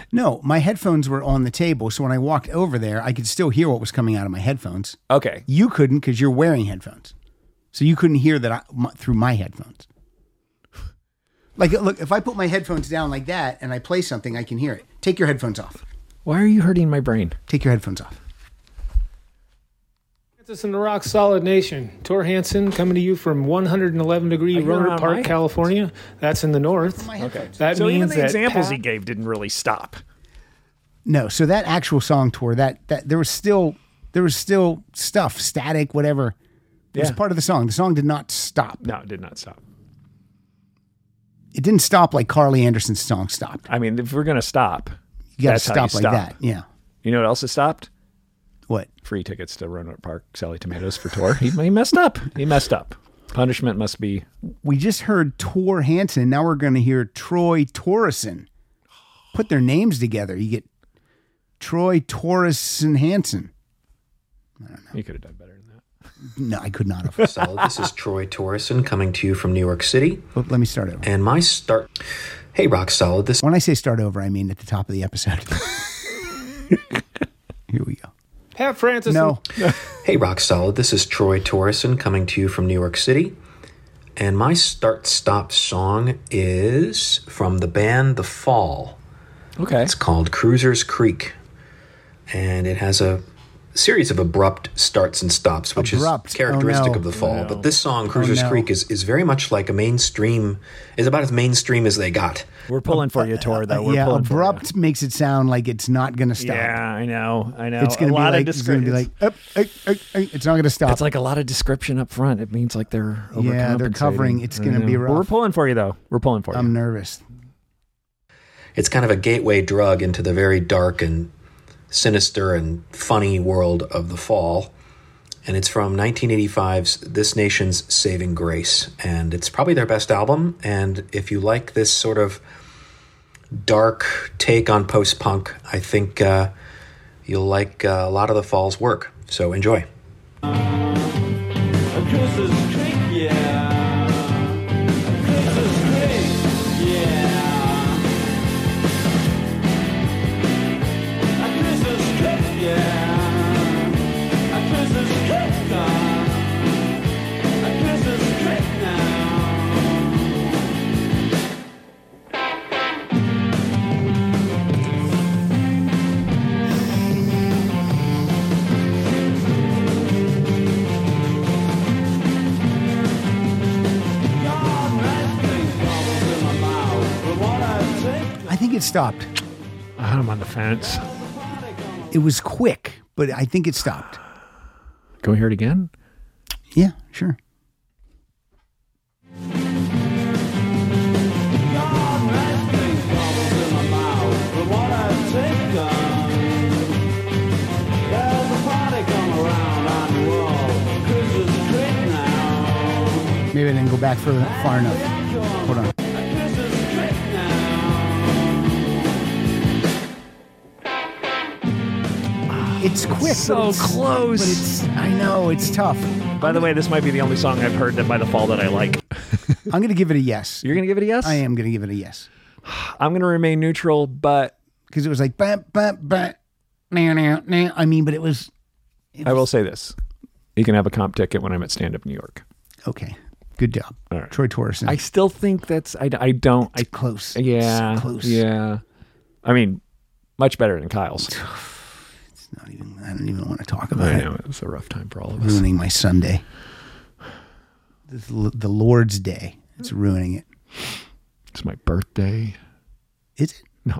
S2: No, my headphones were on the table, so when I walked over there, I could still hear what was coming out of my headphones.
S3: Okay.
S2: You couldn't because you're wearing headphones, so you couldn't hear that I, my, through my headphones. Like, look, if I put my headphones down like that and I play something, I can hear it. Take your headphones off.
S3: Why are you hurting my brain?
S2: Take your headphones off.
S27: Francis and the Rock Solid Nation. Tor Hansen coming to you from 111 degree
S3: Are you on
S27: Roanoke
S3: my-
S27: Park, California. That's in the north.
S3: Okay.
S27: That
S3: so even
S27: means
S3: the
S27: that
S3: examples
S27: Pat-
S3: he gave didn't really stop.
S2: No, so that actual song tour, that that there was still there was still stuff, static, whatever. It was
S3: Yeah.
S2: part of the song. The song did not stop.
S3: No, it did not stop.
S2: It didn't stop like Carly Anderson's song stopped.
S3: I mean, if we're gonna stop,
S2: You got to
S3: that's how
S2: stop like that. Yeah.
S3: You know what else has stopped?
S2: What?
S3: Free tickets to Roanoke Park, Sally Tomatoes for tour. he, he messed up. He messed up. Punishment must be.
S2: We just heard Tor Hansen. Now we're going to hear Troy Torreson. Put their names together. You get Troy Torreson Hansen.
S3: You could have done better than that.
S2: No, I could not have.
S10: Solid. This is Troy Torreson coming to you from New York City.
S2: Let me start over.
S10: And my start. Hey, Rock Solid. This
S2: When I say start over, I mean at the top of the episode. Here we go.
S27: Pat Francis.
S2: No.
S10: hey, Rock Solid. This is Troy Torreson coming to you from New York City. And my start stop song is from the band The Fall.
S3: Okay.
S10: It's called Cruisers Creek. And it has a series of abrupt starts and stops, which
S2: Abrupt.
S10: is characteristic
S2: Oh, no.
S10: of The Fall.
S2: Oh, no.
S10: But this song,
S2: Oh,
S10: Cruisers
S2: no.
S10: Creek, is, is very much like a mainstream, is about as mainstream as they got.
S3: We're pulling for you, Tor. Though we're
S2: yeah,
S3: pulling for
S2: abrupt makes it sound like it's not going to
S3: you.
S2: stop.
S3: Yeah, I know. I know.
S2: It's going
S3: a
S2: to be
S3: lot
S2: like
S3: of
S2: it's going to be
S3: description.
S2: like up, up, up, up. it's not going to stop.
S3: It's like a lot of description up front. It means like they're
S2: Yeah, they're
S3: overcompensating.
S2: covering. It's
S3: I
S2: gonna
S3: know.
S2: be
S3: We're
S2: rough.
S3: pulling for you though. We're pulling for you.
S2: I'm nervous.
S10: it's kind of a gateway drug into the very dark and sinister and funny world of the fall. And it's from 1985's This Nation's Saving Grace. And it's probably their best album. And if you like this sort of dark take on post punk, I think uh, you'll like uh, a lot of the fall's work. So enjoy.
S5: Chris's Creek, yeah. Chris's Creek, yeah. Chris's Creek, yeah.
S2: it stopped.
S3: I'm on the fence.
S2: It was quick, but I think it stopped.
S3: Can we hear it again?
S2: Yeah, sure. Maybe I didn't go back for far enough. Hold on. It's quick.
S3: So close.
S2: But it's, I know, it's tough.
S3: By the way, this might be the only song I've heard that by the fall that I like.
S2: I'm going to give it a yes.
S3: You're going to give it a yes?
S2: I am going to give it a yes.
S3: I'm going to remain neutral, but.
S2: Because it was like, bah, bah, bah, nah, nah, nah. I mean, but it was.
S3: I will say this. You can have a comp ticket when I'm at Stand Up New York.
S2: Okay. Good job. Troy Torreson.
S3: I still think that's. I, I don't. I,
S2: close.
S3: Yeah.
S2: It's close.
S3: Yeah. I mean, much better than Kyle's.
S2: I don't even want to talk about
S3: I
S2: it.
S3: know. It was a rough time for all of us.
S2: ruining my Sunday. This l- the Lord's Day. It's ruining it.
S3: It's my birthday.
S2: Is it?
S3: No.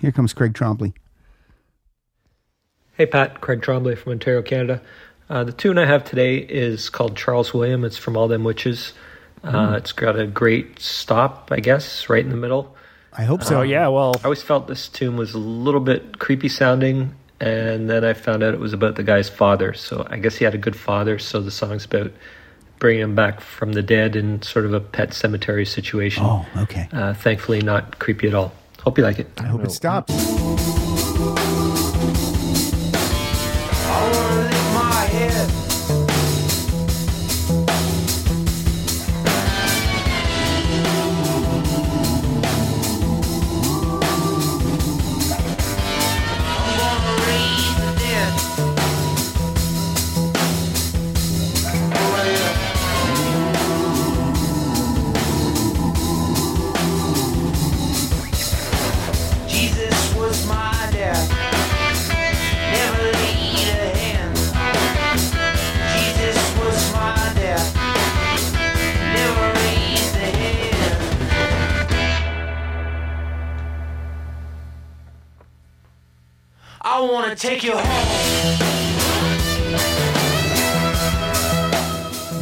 S2: Here comes Craig Trombley.
S28: Hey, Pat. Craig Trombley from Ontario, Canada. Uh, the tune I have today is called Charles William. It's from All Them Witches. Uh,
S2: Hmm.
S28: It's got a great stop, I guess, right in the middle.
S2: I hope so.
S28: Um,
S3: yeah, well.
S28: I always felt this tune was a little bit creepy sounding, and then I found out it was about the guy's father. So I guess he had a good father, so the song's about bringing him back from the dead in sort of a pet cemetery situation. Oh,
S2: okay.
S28: Uh, thankfully, not creepy at all. Hope you like it.
S2: I hope it stops.
S5: my head. I'm gonna raise the dead. Jesus was my dad. Never laid a hand. Jesus was my dad. Never raised a hand. I wanna take you home.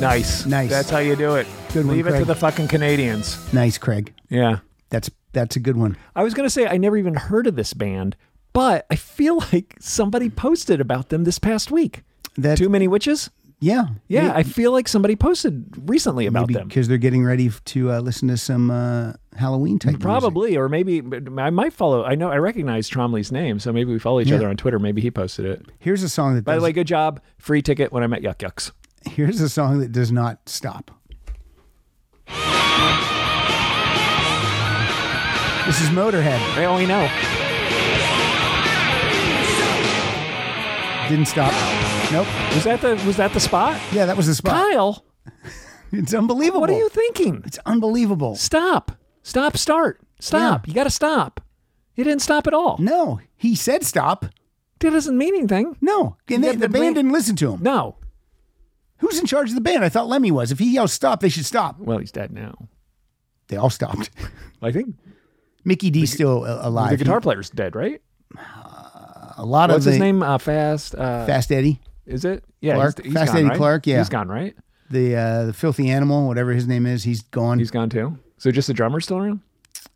S3: Nice.
S2: Nice.
S3: That's how you do it.
S2: Good one,
S3: Leave it to
S2: Craig.
S3: the fucking Canadians.
S2: Nice, Craig.
S3: Yeah.
S2: That's that's a good one.
S3: I was going to say I never even heard of this band, but I feel like somebody posted about them this past week.
S2: That
S3: Too many witches?
S2: Yeah.
S3: Yeah,
S2: Maybe-
S3: I feel like somebody posted recently about them.
S2: because they're getting ready f- to uh, listen to some uh, Halloween type.
S3: Probably, or maybe but I might follow. I know I recognize Tromley's name, so maybe we follow each
S2: Yeah.
S3: other on Twitter. Maybe he posted it.
S2: Here's a song that.
S3: By the
S2: does-
S3: way, good job. Free ticket when I'm at Yuck Yucks.
S2: here's a song that does not stop. This is Motorhead.
S3: I only know.
S2: Didn't stop. Nope.
S3: Was that the was that the spot?
S2: Yeah, that was the spot.
S3: Kyle,
S2: it's unbelievable.
S3: What are you thinking? It's
S2: unbelievable.
S3: Stop. Stop. Start. Stop. You got to stop. He didn't stop at all.
S2: No, he said stop.
S3: That doesn't mean anything.
S2: No, and
S3: You
S2: they,
S3: got
S2: the
S3: the
S2: band
S3: band-
S2: didn't listen to him.
S3: No.
S2: Who's in charge of the band? I thought Lemmy was. If he yells stop, they should stop.
S3: Well, he's dead now.
S2: They all stopped.
S3: I think
S2: Mickey D's still a- alive.
S3: the guitar
S2: He-
S3: player's dead, right?
S2: a lot
S3: What's
S2: of
S3: his
S2: the-
S3: name? Uh, Fast. Uh,
S2: Fast Eddie.
S3: Is it? Yeah.
S2: Clark,
S3: he's- he's
S2: Fast
S3: gone,
S2: Eddie
S3: right?
S2: Clark. Yeah,
S3: He's gone, right?
S2: The uh, the filthy animal, whatever his name is, he's gone. He's
S3: gone too. So just the drummer still around?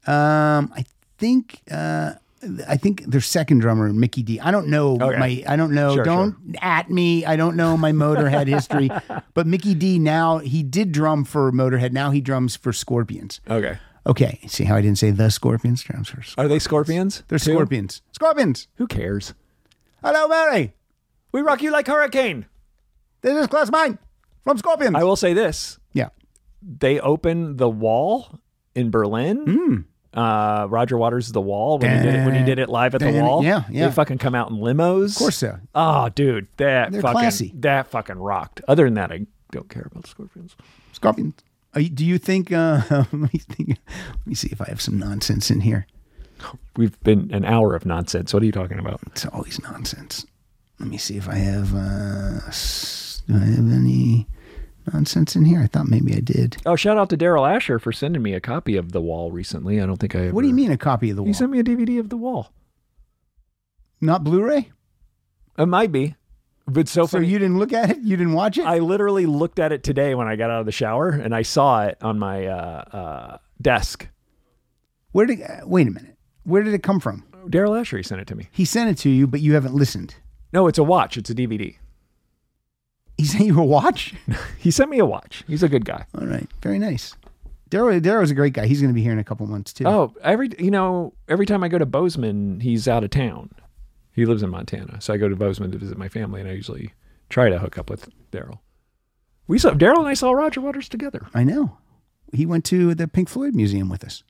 S2: Um, I think uh, I think their second drummer, Mickey D. I don't know
S3: Okay.
S2: my. I don't know.
S3: Sure,
S2: don't at me. I don't know my Motorhead history. But Mickey D. Now he did drum for Motorhead. Now he drums for Scorpions.
S3: Okay.
S2: Okay. See how I didn't say the Scorpions drums for
S3: Are they scorpions?
S2: They're
S3: too?
S2: scorpions. Scorpions.
S3: Who cares?
S2: Hello, Mary.
S3: We rock you like hurricane.
S2: This is Klaus Mine from Scorpions.
S3: I will say this.
S2: Yeah. Mm.
S3: They open the wall in Berlin uh, Roger Waters' The Wall when he did it when he did it live at the
S2: Dun,
S3: Wall.
S2: yeah, yeah.
S3: They fucking come out in limos. Of
S2: course so.
S3: Oh, dude, that
S2: They're
S3: fucking
S2: classy.
S3: that fucking rocked. Other than that, I don't care about Scorpions.
S2: Scorpions. Are you- do you think? Uh, let me think. Let me see if I have some nonsense in here.
S3: We've been an hour of nonsense. What are you talking about?
S2: It's always nonsense. Let me see if I have. Uh, s- do I have any nonsense in here? I thought maybe I did.
S3: Oh, shout out to Daryl Asher for sending me a copy of The Wall recently. I don't think I. Ever...
S2: What do you mean a copy of the wall?
S3: He sent me a DVD of The Wall.
S2: Not Blu-ray.
S3: It might be, but so
S2: So you didn't look at it? You didn't watch it?
S3: I literally looked at it today when I got out of the shower, and I saw it on my uh, uh, desk.
S2: Where did? uh, Wait a minute. Where did it come from?
S3: Daryl Asher he sent it to me.
S2: He sent it to you, but you haven't listened.
S3: No, it's a watch. It's a DVD.
S2: He sent you a watch.
S3: he sent me a watch. He's a good guy.
S2: All right. Very nice. Daryl Daryl's a great guy. He's going to be here in a couple months too.
S3: Oh, every you know, every time I go to Bozeman, he's out of town. He lives in Montana, so I go to Bozeman to visit my family, and I usually try to hook up with Daryl. We saw Daryl and I saw Roger Waters together.
S2: I know. He went to the Pink Floyd Museum with us.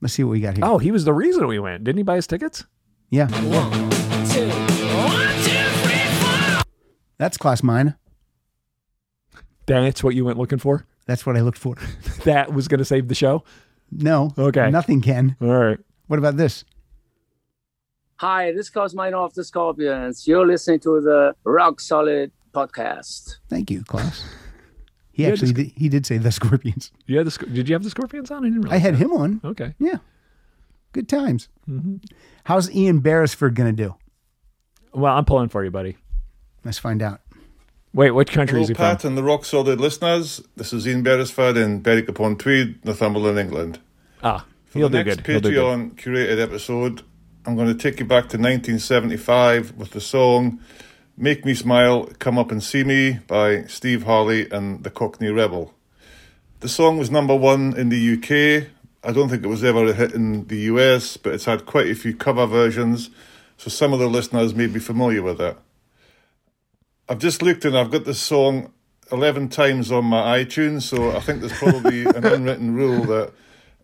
S2: Let's see what we got here.
S3: Oh, he was the reason we went. Didn't he buy us tickets?
S2: Yeah.
S5: Two. One, two, three, four.
S2: That's class mine.
S3: That's what you went looking for.
S2: That's what I looked for.
S3: that was going to save the show.
S2: No.
S3: Okay.
S2: Nothing can.
S3: All right.
S2: What about this?
S1: Hi, this is Mine of the Scorpions. You're listening to the Rock Solid podcast.
S2: Thank you, Klaus. He
S3: Yeah,
S2: actually did, he did say the Scorpions.
S3: You had the Sc- did you have the Scorpions on? I didn't
S2: I
S3: realize
S2: had
S3: that.
S2: him on.
S3: Okay. Mm-hmm.
S2: Yeah. Good times. How's Ian Beresford going to do?
S3: Well, I'm pulling for you, buddy.
S2: Let's find out.
S3: Wait, which country
S29: Hello,
S3: is he
S29: Pat
S3: from?
S29: and the rock solid listeners. This is Ian Beresford in Berwick upon Tweed, Northumberland, England.
S3: Ah,
S29: For
S3: he'll
S29: the
S3: do
S29: next
S3: good. He'll do good.
S29: Patreon curated episode, I'm going to take you back to 1975 with the song "Make Me Smile, Come Up and See Me" by Steve Harley and the Cockney Rebel. The song was number one in the UK. I don't think it was ever a hit in the US, but it's had quite a few cover versions, so some of the listeners may be familiar with it. I've just looked and I've got this song 11 times on my iTunes, so I think there's probably an unwritten rule that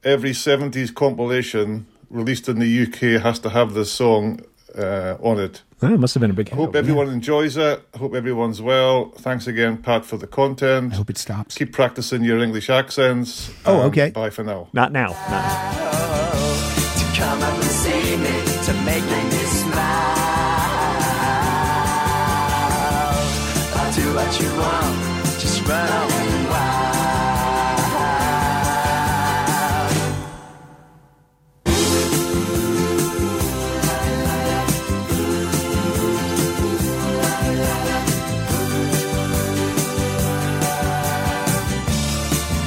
S29: every 70s compilation released in the UK has to have this song uh, on it.
S3: Oh, it must have been a big
S29: I
S3: hit.
S29: hope everyone enjoys it. I hope everyone's well. Thanks again, Pat, for the content. I hope
S2: it stops.
S29: Keep practicing your English accents.
S2: Oh,
S29: and
S2: okay.
S29: Bye for now.
S3: Not now. Not now.
S5: To come up and see me, to make me smile. I'll do what you want, just run off and wild.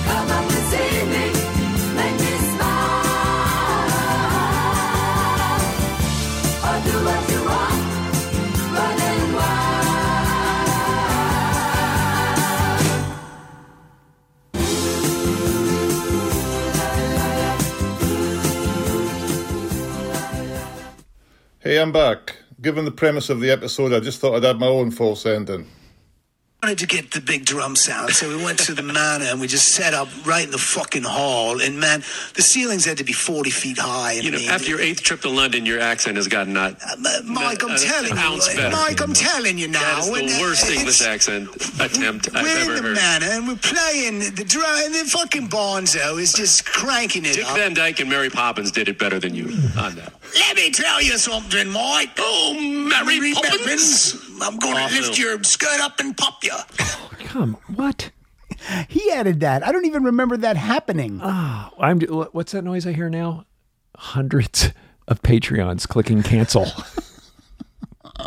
S5: Come up and see me, make me smile. I'll do what you want, running wild.
S29: Hey, I'm back. Given the premise of the episode, I just thought I'd add my own false ending.
S30: wanted to get the big drum sound, so we went to the manor and we just set up right in the fucking hall. And man, the ceilings had to be forty feet high.
S8: You know, after your eighth trip to London, your accent has gotten not.
S30: Mike, I'm
S8: not-
S30: telling
S8: an ounce
S30: you,
S8: uh, better.
S30: Mike, I'm telling you now.
S8: That is
S30: and,
S8: the
S30: uh,
S8: worst
S30: it's-
S8: English accent attempt I've
S30: we're in
S8: ever
S30: the
S8: heard.
S30: manor and we're playing the drum, and then fucking Bonzo is just cranking it
S8: Dick
S30: up.
S8: Van Dyke and Mary Poppins did it better than you on that.
S30: Let me tell you something, Mike. Oh, Mary Poppins, I'm going to
S8: Awful.
S30: lift your skirt up and pop you.
S3: Come, what?
S2: He added that. I don't even remember that happening.
S3: Ah, I'm. What's that noise I hear now? Hundreds of Patreons clicking cancel.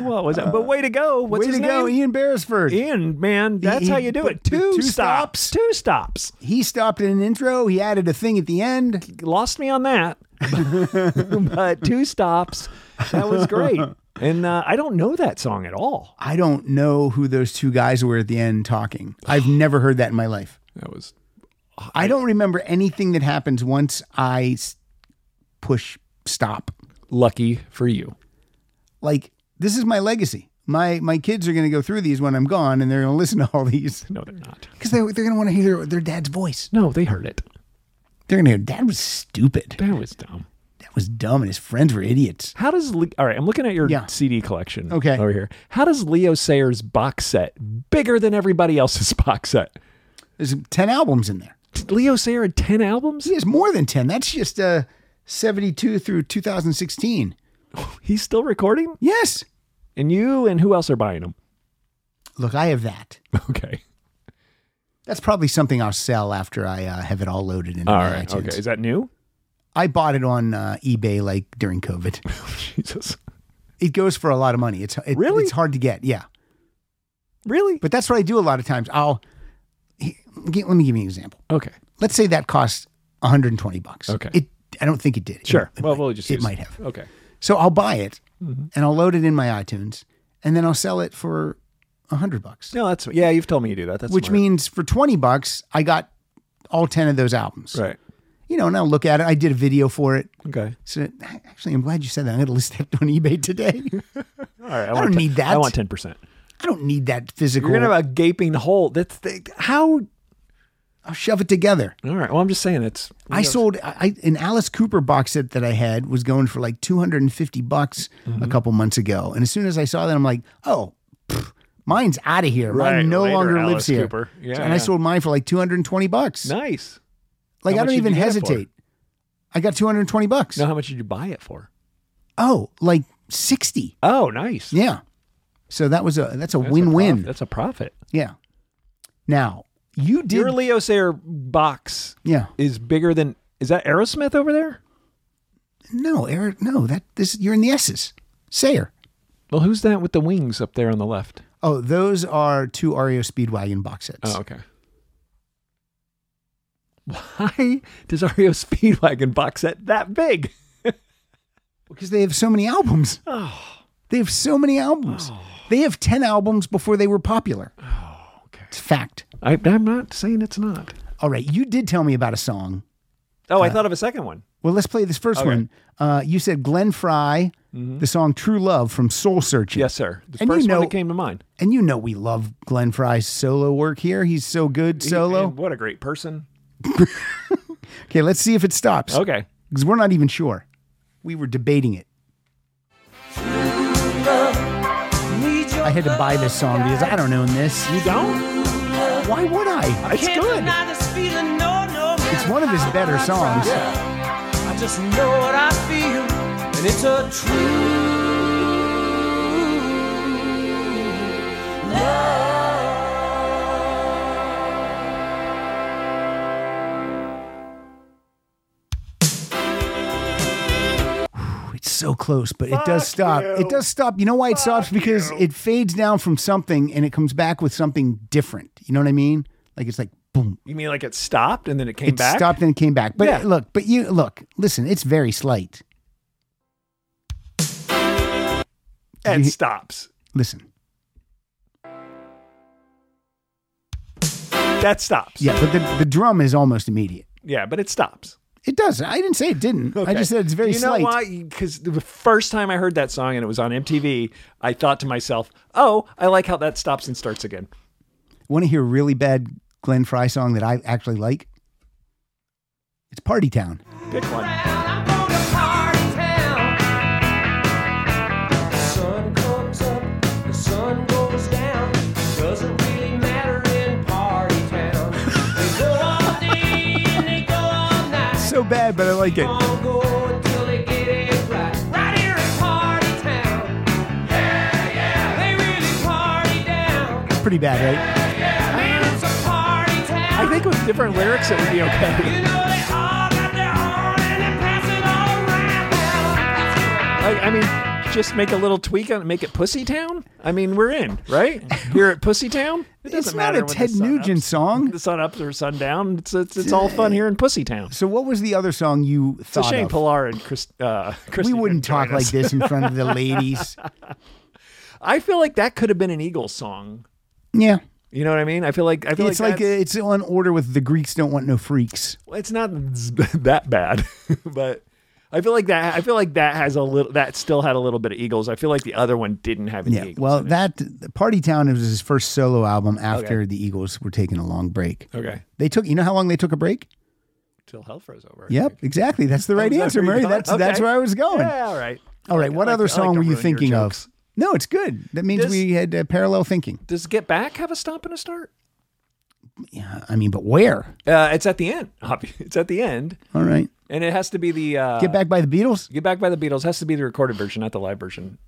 S3: what was that? But way to go! What's
S2: Uh, Way
S3: his
S2: to go,
S3: name?
S2: Ian Beresford.
S3: Ian, man, that's how you do it. Two stops. Two stops.
S2: He stopped in an intro. He added a thing at the end.
S3: Lost me on that. but two stops. That was great. And uh, I don't know that song at all.
S2: I don't know who those two guys were at the end talking. I've never heard that in my life.
S3: That was.
S2: I don't remember anything that happens once I s- push stop.
S3: Lucky for you.
S2: Like this is my legacy. My my kids are going to go through these when I'm gone, and they're going to listen to all these.
S3: No, they're not.
S2: Because they, they're going to want to hear their, their dad's voice.
S3: No, they heard it.
S2: They're gonna go, Dad was stupid.
S3: Dad was dumb.
S2: That was dumb, and his friends were idiots.
S3: How does Le- all right? I'm looking at your CD collection.
S2: Okay.
S3: over here. How does Leo Sayer's box set bigger than everybody else's box set?
S2: There's ten albums in there.
S3: Leo Sayer had ten albums.
S2: He has more than ten. That's just uh, seventy-two through 2016.
S3: He's still recording.
S2: Yes.
S3: And you and who else are buying them?
S2: Look, I have that.
S3: Okay.
S2: That's probably something I'll sell after I uh, have it all loaded into
S3: All
S2: my
S3: right.
S2: iTunes.
S3: Okay. Is that new?
S2: I bought it on uh, eBay like during COVID.
S3: Oh, Jesus.
S2: It goes for a lot of money. It's it, really it's hard to get. Yeah.
S3: Really?
S2: But that's what I do a lot of times. I'll he- g- let me give you an example.
S3: Okay.
S2: Let's say that costs 120 bucks.
S3: Okay.
S2: It I don't think it did. It-
S3: Sure.
S2: it
S3: well,
S2: might-
S3: we'll just.
S2: it
S3: use-
S2: might have. Mm-hmm.
S3: Okay.
S2: So I'll buy it
S3: Mhm.
S2: and I'll load it in my iTunes and then I'll sell it for 100 bucks.
S3: No, that's yeah. You've told me you do that. That's
S2: which
S3: smart.
S2: means for 20 bucks I got all 10 of those albums.
S3: right.
S2: You know, and I'll look at it. I did a video for it.
S3: Okay.
S2: So actually, I'm glad you said that. I'm going to list that on eBay today.
S3: All right. I,
S2: I
S3: want
S2: don't
S3: te-
S2: need that.
S3: I want ten percent.
S2: I don't need that physical.
S3: You're gonna have a gaping hole. That's the, how.
S2: I'll shove it together.
S3: All right. Well, I'm just saying it's.
S2: I sold I, I- an Alice Cooper box set that I had was going for like 250 bucks
S3: Mm-hmm.
S2: a couple months ago, and as soon as I saw that, I'm like, oh. pff, Mine's out of here.
S3: Right,
S2: Mine no
S3: later,
S2: longer
S3: Alice
S2: lives here.
S3: Cooper. Yeah,
S2: and I
S3: yeah.
S2: sold mine for like 220 bucks.
S3: Nice.
S2: Like
S3: How
S2: I
S3: much
S2: don't
S3: did
S2: even
S3: you get it for?
S2: hesitate. I got 220 bucks.
S3: No, how much did you buy it for?
S2: Oh, like 60.
S3: Oh, nice.
S2: Yeah. So that was a that's a
S3: That's a
S2: win-win.
S3: prof- that's a profit.
S2: yeah. Now, you did
S3: Your Leo Sayer box
S2: Yeah.
S3: is bigger than is that Aerosmith over there?
S2: No, Eric, no, that this you're in the S's. Sayer.
S3: Well, who's that with the wings up there on the left?
S2: Oh, those are two REO Speedwagon box sets.
S3: Oh, okay. Why does REO Speedwagon box set that big?
S2: Because they have so many albums.
S3: Oh.
S2: They have so many albums. They have 10 albums before they were popular. Oh, okay. It's fact.
S3: I, I'm not saying it's not.
S2: All right, you did tell me about a song.
S3: Oh,
S2: uh,
S3: I thought of a second one.
S2: Well, let's play this first
S3: Okay. Mm-hmm.
S2: one. Uh, you said Glenn Fry, the song True Love from Soul Searching.
S3: Yes, sir. The
S2: and
S3: first
S2: you know,
S3: one that came to mind.
S2: And you know we love Glenn Fry's solo work here. He's so good solo.
S3: And what a great person.
S2: Okay, let's see if it stops.
S3: Okay.
S2: Because we're not even sure. We were debating it. I had to buy this song because I don't own this.
S3: You don't?
S2: Why would I? It's good. It's one of his better songs.
S5: I just know what I feel, and it's a true love.
S2: It's so close, but it does stop. It does stop. You know why it stops? Because it fades down from something and it comes back with something different. You know what I mean? Like it's like boom.
S3: You mean like it stopped and then it came
S2: it
S3: back?
S2: stopped and it came back. But
S3: Yeah.
S2: look, but you look, listen, it's very slight.
S3: and
S2: You-
S3: stops.
S2: Listen.
S3: That stops.
S2: Yeah, but the, the drum is almost immediate.
S3: Yeah, but it stops.
S2: It does. I didn't say it didn't. I
S3: Okay.
S2: just said it's very
S3: Do you know
S2: slight.
S3: why? Because the first time I heard that song and it was on MTV, I thought to myself, "Oh, I like how that stops and starts again."
S2: Want to hear a really bad Glenn Fry song that I actually like? It's Party Town.
S3: Pick one.
S5: sun comes up, the sun goes down. Doesn't really matter in party town. They go all day and they go all night.
S2: So bad, but I like it.
S5: Gonna go until they get it right. Right here in party town. Yeah, yeah. They really party down.
S2: It's pretty bad, right?
S5: Man, it's a party town.
S3: I think with different lyrics, it would be okay.
S5: You know they all got their own and they pass it all around.
S3: Like, I mean, just make a little tweak on it, make it Pussy Town. I mean, we're in, right? You're at Pussy Town. It doesn't
S2: It's not
S3: matter
S2: a
S3: when the
S2: Ted
S3: sun
S2: Nugent
S3: ups-
S2: song.
S3: The sun ups or sun down. It's it's, it's all fun here in Pussy Town.
S2: So what was the other song you
S3: It's a
S2: thought
S3: shame
S2: of?
S3: Pilar and Chris, uh, Christy
S2: we wouldn't
S3: couldn't join
S2: talk like
S3: us.
S2: this in front of the ladies.
S3: I feel like that could have been an Eagles song.
S2: Yeah.
S3: You know what I mean? I feel like I feel
S2: It's
S3: like,
S2: like,
S3: that's-
S2: uh, it's on order with the Greeks don't want no freaks.
S3: Well, it's not z- that bad, but I feel like that. I feel like that has a little. That still had a little bit of Eagles. I feel like the other one didn't have any
S2: Yeah.
S3: Eagles.
S2: Well, that Party Town was his first solo album after
S3: Okay.
S2: the Eagles were taking a long break.
S3: Okay.
S2: They took you know how long they took a break?
S3: till hell froze over.
S2: Yep, exactly. That's the right
S3: Is that
S2: answer,
S3: where you
S2: Murray.
S3: got-
S2: That's that's
S3: okay.
S2: where I was going.
S3: Yeah, all right.
S2: All right. What
S3: I like-
S2: other
S3: I like
S2: song
S3: to
S2: were
S3: ruin
S2: you
S3: your
S2: thinking of? No, it's good. That means
S3: Does-
S2: we had uh, parallel thinking.
S3: Does Get Back have a stop and a start?
S2: I mean, but where?
S3: Uh, it's at the end. obvi- It's at the end,
S2: All right.
S3: and it has to be the uh,
S2: Get Back by the Beatles.
S3: Get Back by the Beatles has to be the recorded version, not the live version.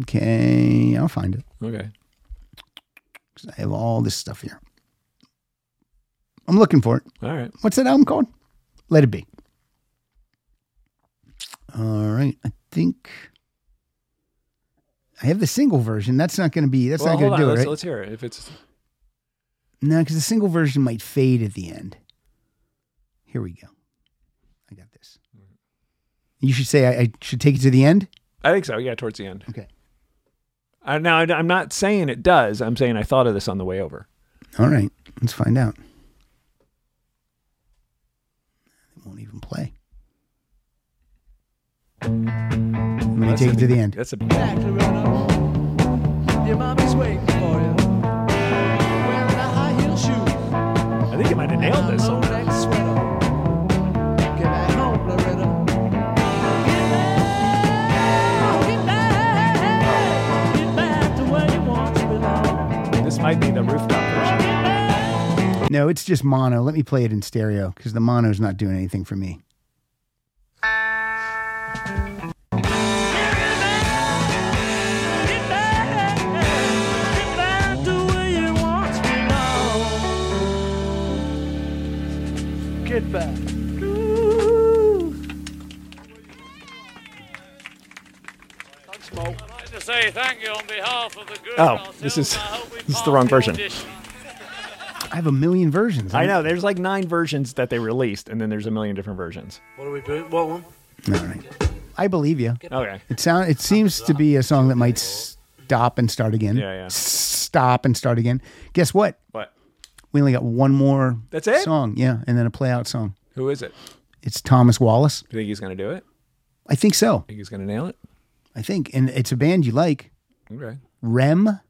S2: Okay, I'll find it.
S3: Okay.
S2: 'Cause I have all this stuff here. I'm looking for it.
S3: All right.
S2: What's that album called? Let It Be. All right. I think I have the single version. That's not going to be. That's
S3: well,
S2: not
S3: hold
S2: going
S3: on.
S2: to do it.
S3: let's,
S2: right?
S3: let's hear it. If it's
S2: No, because the single version might fade at the end. Here we go. I got this. You should say I, I should take it to the end.
S3: I think so. Yeah, towards the end.
S2: Okay.
S3: I, now I- I'm not saying it does. I'm saying I thought of this on the way over.
S2: All right, let's find out. It won't even play. I'm gonna
S3: That's
S2: take it
S3: the
S2: to
S3: be-
S2: the end.
S3: That's a
S5: Exactly, Reynolds. Your mommy's waiting for you. Wearing a high heel shoe.
S3: I think you might have nailed this.
S5: Long neck sweater. Get back home, Loretta. Get back, get back. Get back to where you want to belong.
S3: This might be the rooftop version.
S2: No, it's just mono. Let me play it in stereo because the mono's not doing anything for me.
S5: Get back to where you want to belong. Get back.
S6: I'd like to say thank you on behalf of the group.
S3: Oh, this is this is the wrong version.
S2: I have a million versions.
S3: I know. There's like nine versions that they released, and then there's a million different versions.
S6: What are we doing? What one?
S2: I believe you.
S3: Okay.
S2: It sound. It seems to be a song that might stop and start again.
S3: Yeah, yeah.
S2: Stop and start again. Guess what?
S3: What?
S2: We only got one more.
S3: That's it?
S2: Song, yeah, and then a play out song.
S3: Who is it?
S2: It's Thomas Wallace.
S3: Do you think he's gonna do it?
S2: I think so.
S3: Think he's gonna nail it?
S2: I think, and it's a band you like.
S3: Okay.
S2: Rem.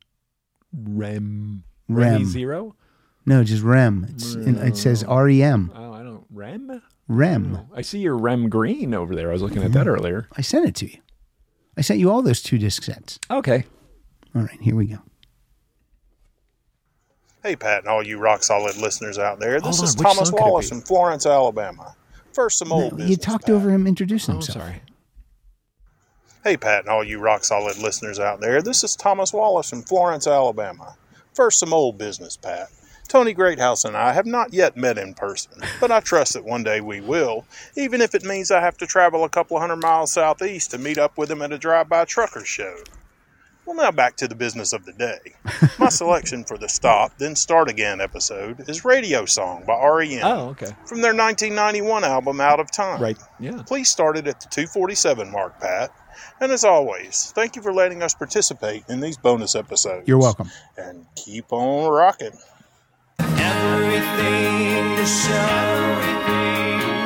S3: Rem.
S2: Rem.
S3: Remy Zero.
S2: No, just Rem. It's, and it says R E M.
S3: Oh, I don't. Rem. Oh,
S2: Rem. Mm-hmm.
S3: I see your Rem Green over there. I was looking at that earlier.
S2: I sent it to you. I sent you all those two disc sets.
S3: Okay.
S2: All right, here we go.
S31: Hey, Pat, and all you rock solid listeners out there. This
S2: Hold
S31: is
S2: on, which
S31: Thomas
S2: song could it
S31: Wallace
S2: be?
S31: from Florence, Alabama. First, some old
S2: you
S31: business.
S2: talked over him
S3: Oh,
S2: introducing himself. sorry.
S31: Hey, Pat, and all you rock solid listeners out there. This is Thomas Wallace from Florence, Alabama. First, some old business, Pat. Tony Greathouse and I have not yet met in person, but I trust that one day we will, even if it means I have to travel a couple hundred miles southeast to meet up with him at a drive by trucker show. Well, now back to the business of the day. My selection for the Stop, Then Start Again episode is Radio Song by REM
S3: Oh, okay.
S31: from their 1991 album Out of Time.
S3: Right. Yeah.
S31: Please start it at the 247 mark, Pat. And as always, thank you for letting us participate in these bonus episodes.
S2: You're welcome.
S31: And keep on rocking.
S5: Everything to show,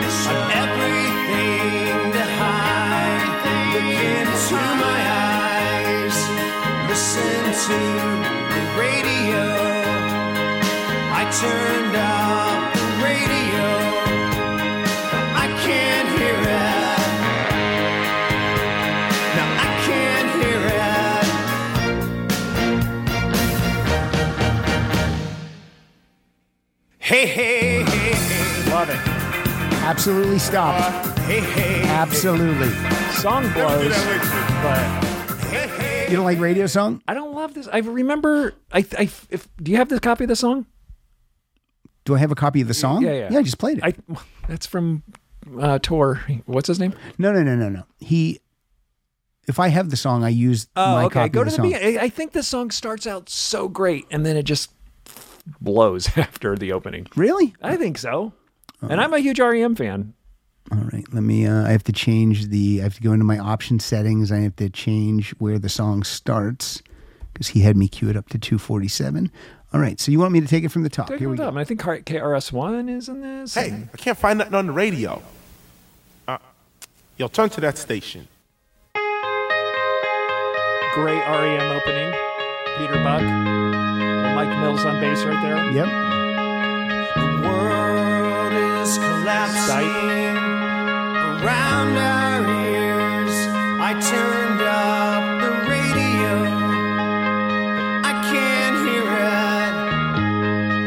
S5: I've everything to hide. Look into my eyes, listen to the radio. I turned up the radio, I can't hear it. Now I can't hear it. Hey, hey, hey, hey. Love it.
S2: Absolutely stop.
S5: Hey, hey.
S2: Absolutely.
S3: Song blows. But
S2: You don't like radio song?
S3: I don't love this. I remember. I. I if, do you have the copy of the song?
S2: Do I have a copy of the song?
S3: Yeah, yeah.
S2: Yeah, I just played it.
S3: I, that's from uh, Tor. What's his name?
S2: No, no, no, no, no. He. If I have the song, I use
S3: Oh,
S2: my
S3: okay.
S2: copy
S3: Go
S2: of
S3: to
S2: the,
S3: the,
S2: song.
S3: beginning. I I think this song starts out so great, and then it just blows after the opening.
S2: Really? Uh-huh.
S3: I think so. And I'm a huge REM fan.
S2: All right, let me. Uh, I have to change the. I have to go into my option settings. I have to change where the song starts because he had me cue it up to 247. All right, so you want me to take it from the top?
S3: Take
S2: Oh, Here
S3: it
S2: we
S3: up.
S2: go.
S3: And I think K- KRS-One is in this.
S32: Hey, I can't find nothing on the radio. Uh, yo, turn to that station.
S3: Great REM E opening. Peter Buck. and Mike Mills on bass right there.
S2: Yep.
S5: world is collapsing. around our ears. I turned up the radio. I can't hear it.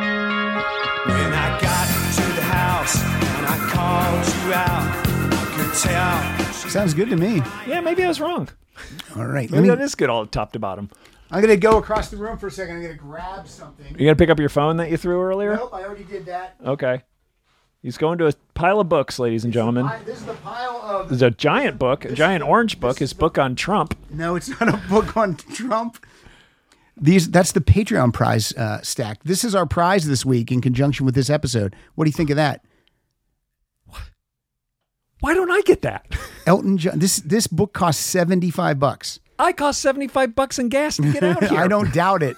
S7: When I got to the house and I called you out, I could tell
S2: Sounds good to me.
S3: Yeah, maybe I was wrong.
S2: All right.
S3: Maybe
S2: let me-
S3: that is good all top to bottom.
S2: I'm going to go across the room for a second. I'm going to grab something.
S3: You going to pick up your phone that you threw earlier?
S2: Nope, I already did that.
S3: Okay. He's going to a pile of books, ladies and gentlemen.
S2: I- this is the pile of.
S3: There's a giant book, a giant orange book, his book on Trump.
S2: No, it's not a book on Trump. These that's the Patreon prize uh, stack. This is our prize this week in conjunction with this episode. What do you think of that?
S3: Why don't I get that?
S2: Elton John. This this book costs seventy five bucks.
S3: I cost 75 bucks in gas to get out here.
S2: I don't doubt it.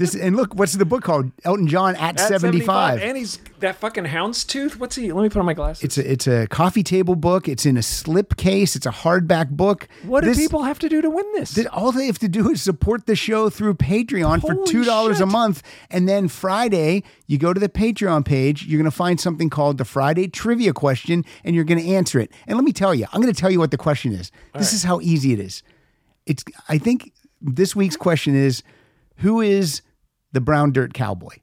S2: This and look, what's the book called? Elton John at,
S3: At
S2: 75.
S3: And he's that fucking houndstooth. What's he? Let me put on my glasses.
S2: It's a it's a coffee table book. It's in a slip case. It's a hardback book.
S3: What do
S2: This-
S3: people have to do to win this?
S2: Th- all they have to do is support the show through Patreon for
S3: Holy
S2: two dollars a
S3: shit.
S2: month, and then Friday you go to the Patreon page. You're going to find something called the Friday trivia question, and you're going to answer it. And let me tell you, I'm going to tell you what the question is. this is how easy it is. It's I think this week's question is, who is the brown dirt cowboy?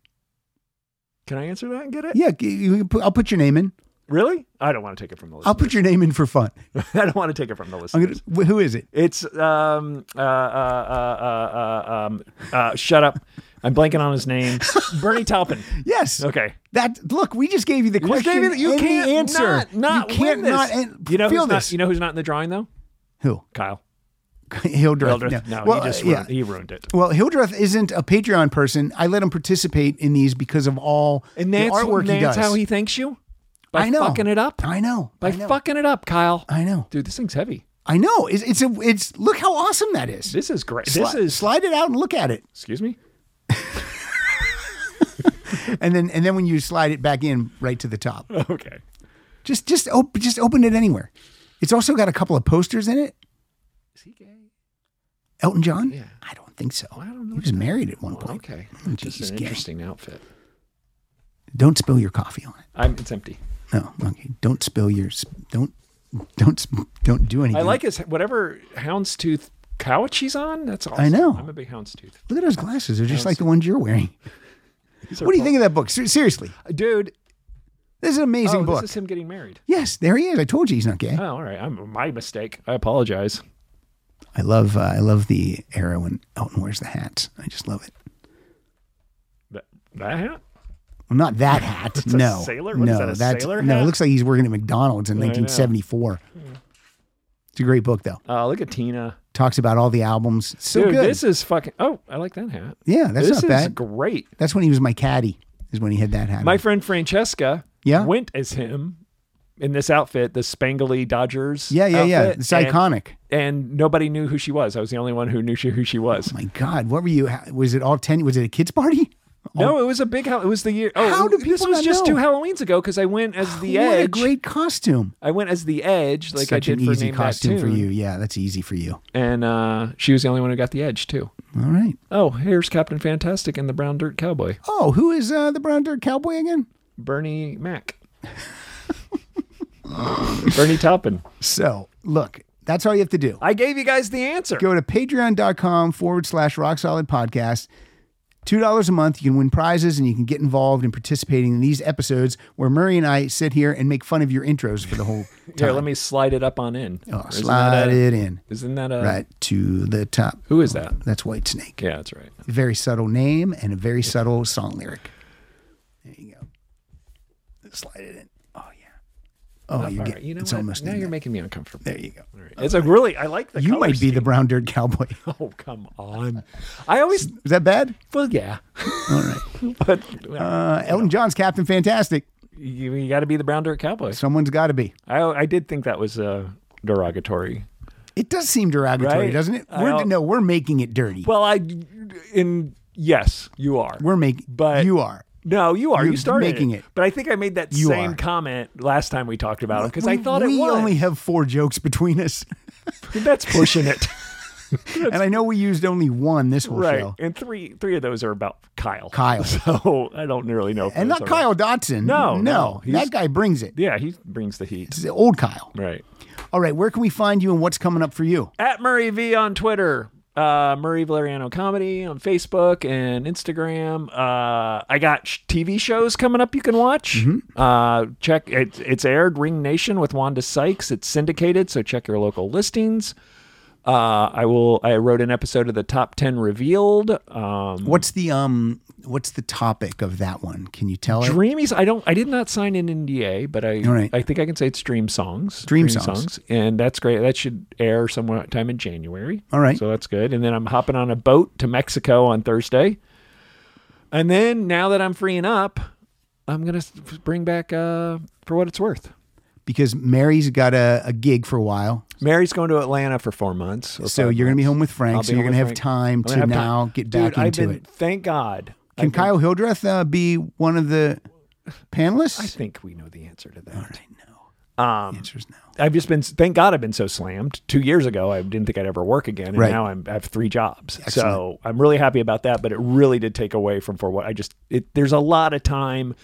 S3: Can I answer that and get it?
S2: Yeah, g- you can put- I'll put your name in.
S3: Really? I don't want to take it from the listeners.
S2: I'll put your name in for fun.
S3: I don't want to take it from the
S2: I'm gonna,
S3: listeners.
S2: wh- who is it?
S3: It's um uh uh uh uh, uh um uh shut up. I'm blanking on his name. Bernie Taupin.
S2: Yes.
S3: Okay.
S2: That look, we just gave you the
S3: You just
S2: question.
S3: gave me the- you
S2: and the
S3: can't
S2: answer.
S3: Not, not
S2: you can't
S3: win this.
S2: not an-
S3: you know
S2: feel
S3: who's
S2: this.
S3: Not, you know who's not in the drawing though?
S2: Who?
S3: Kyle.
S2: Hildreth.
S3: Hildreth. No,
S2: Well,
S3: he just
S2: uh, yeah.
S3: ruined, he ruined it.
S2: Well, Hildreth isn't a Patreon person. I let him participate in these because of all
S3: And that's,
S2: the artwork he
S3: that's
S2: does.
S3: how he thanks you? By
S2: I know.
S3: fucking it up?
S2: I know.
S3: By
S2: I know.
S3: fucking it up, Kyle.
S2: I know.
S3: Dude, this thing's heavy.
S2: I know. It's, it's a. It's look how awesome that is.
S3: This is great.
S2: Sli-
S3: this is
S2: slide it out and look at it,
S3: excuse me?
S2: and then and then when you slide it back in, right to the top.
S3: Okay.
S2: Just just op- just open it anywhere. It's also got a couple of posters in it.
S3: Is he gay?
S2: Elton John?
S3: Yeah.
S2: I don't think so.
S3: I don't know.
S2: He was married at one
S3: Well,
S2: point.
S3: Okay.
S2: Oh,
S3: Hmm, Just
S2: geez,
S3: an
S2: gay.
S3: interesting outfit.
S2: Don't spill your coffee on it.
S3: I'm, it's empty.
S2: No, okay. Don't spill your. s- Don't don't s- don't do anything.
S3: I like his whatever houndstooth couch he's on. That's awesome.
S2: I know.
S3: I'm a big houndstooth.
S2: Look at those glasses. They're just like the ones you're wearing.
S3: These are
S2: What do you
S3: both-
S2: think of that book? Ser- Seriously,
S3: dude?
S2: this is an amazing
S3: oh,
S2: book.
S3: This is him getting married.
S2: yes, there he is. I told you he's not gay.
S3: Oh, all right. I'm my mistake. I apologize.
S2: I love uh, I love the era when Elton wears the hats. I just love it.
S3: That, that hat.
S2: Well, not that hat.
S3: That's a
S2: no,
S3: sailor? What
S2: no,
S3: is that, a
S2: that's
S3: sailor
S2: no. It
S3: hat?
S2: looks like he's working at McDonald's in
S3: I know. Hmm.
S2: 1974. It's a great book though.
S3: Oh, look at Tina.
S2: Talks about all the albums. It's So
S3: dude,
S2: good.
S3: this is fucking. Oh, I like that hat.
S2: yeah, that's
S3: this
S2: not
S3: is
S2: bad.
S3: great.
S2: That's when he was my caddy. Is when he had that hat.
S3: My
S2: on.
S3: friend Francesca.
S2: Yeah.
S3: Went as him in this outfit, the spangly Dodgers.
S2: yeah, yeah, yeah.
S3: outfit,
S2: It's
S3: and-
S2: iconic.
S3: And nobody knew who she was. I was the only one who knew she, who she was.
S2: Oh My God, what were you? ha- Was it all ten? Was it a kids' party?
S3: No, it was a big. Hal- It was the year. Oh,
S2: How do
S3: this
S2: people
S3: was
S2: not
S3: just
S2: know?
S3: two Halloweens ago because I went as the
S2: what
S3: edge.
S2: a great costume!
S3: I went as the edge, like
S2: Such
S3: I did
S2: an
S3: for
S2: easy
S3: Name That
S2: costume for
S3: Tune.
S2: you. Yeah, that's easy for you.
S3: And uh, she was the only one who got the edge too.
S2: All right.
S3: Oh, here's Captain Fantastic and the Brown Dirt Cowboy,
S2: Oh, who is uh, the brown dirt cowboy again?
S3: Bernie Mac, Bernie Taupin.
S2: So look, that's all you have to do.
S3: I gave you guys the answer.
S2: Go to patreon.com forward slash rock solid podcast. $2 a month, you can win prizes and you can get involved in participating in these episodes where Murray and I sit here and make fun of your intros for the whole time.
S3: Here, let me slide it up on in.
S2: Oh,
S3: Isn't that
S2: slide
S3: a-
S2: it in.
S3: Isn't that a
S2: right to the top.
S3: Who is that?
S2: That's White Snake.
S3: Yeah, that's right.
S2: Very subtle name and a very subtle song lyric. There you go. Slide it in. Oh yeah. Oh,
S3: All
S2: you get
S3: right, you know
S2: it's
S3: what?
S2: almost
S3: now
S2: in
S3: you're
S2: there.
S3: making me uncomfortable.
S2: There you go.
S3: It's a really I like the.
S2: you
S3: color
S2: might be the
S3: scheme.
S2: brown dirt cowboy.
S3: Oh come on! I always
S2: Is that bad?
S3: well yeah,
S2: All right.
S3: but
S2: Uh, Elton John's Captain Fantastic.
S3: you, you got to be the brown dirt cowboy.
S2: Someone's got to be.
S3: I I did think that was uh, derogatory.
S2: It does seem derogatory,
S3: Right?
S2: doesn't it?
S3: I
S2: We're,
S3: don't-
S2: no, we're making it dirty.
S3: Well, I in yes, you are.
S2: we're making.
S3: but-
S2: you are.
S3: no, you are.
S2: You're
S3: You started
S2: making it.
S3: but I think I made that
S2: You
S3: same
S2: are.
S3: comment last time we talked about it because I
S2: We-
S3: thought
S2: we
S3: it was.
S2: only have four jokes between us.
S3: That's pushing it.
S2: and I know we used only one this whole
S3: right.
S2: show.
S3: And three three of those are about Kyle.
S2: Kyle.
S3: So I don't really know. if
S2: And
S3: those
S2: not
S3: are-
S2: Kyle Dotson.
S3: No,
S2: No.
S3: no. He's-
S2: That guy brings it.
S3: Yeah, he brings the heat.
S2: It's the old Kyle.
S3: Right.
S2: All right, where can we find you and what's coming up for you?
S3: At Murray V on Twitter. Uh, Murray Valeriano Comedy on Facebook and Instagram. Uh, I got sh- TV shows coming up you can watch. Uh, check it, it's aired Ring Nation with Wanda Sykes. It's syndicated, so check your local listings. Uh, I will. I wrote an episode of the Top Ten Revealed. Um,
S2: What's the um what's the topic of that one? Can you tell it?
S3: Dreamies. I don't. I did not sign an NDA, but I.
S2: All right.
S3: I think I can say it's Dream Songs.
S2: Dream Songs.
S3: and that's great. That should air somewhere time in January.
S2: All right.
S3: So that's good. And then I'm hopping on a boat to Mexico on Thursday. And then now that I'm freeing up, I'm gonna s- bring back uh, for what it's worth.
S2: Because Mary's got a, a gig for a while.
S3: Mary's going to Atlanta for four months. or
S2: So
S3: five
S2: you're gonna be
S3: months.
S2: home with Frank,
S3: I'll
S2: so
S3: be
S2: you're
S3: home
S2: gonna have
S3: with Frank.
S2: time
S3: I'm
S2: to
S3: gonna have
S2: now get
S3: Dude,
S2: back
S3: I've
S2: into
S3: been-
S2: it.
S3: Thank God.
S2: Can
S3: I've been-
S2: Kyle Hildreth uh, be one of the panelists?
S3: I think we know the answer to that. All right, no. Um,
S2: answer's no.
S3: I've just been. Thank God, I've been so slammed. Two years ago, I didn't think I'd ever work again, and
S2: Right.
S3: now I'm, I have three jobs.
S2: Excellent.
S3: So I'm really happy about that. But it really did take away from for what I just. It, there's a lot of time,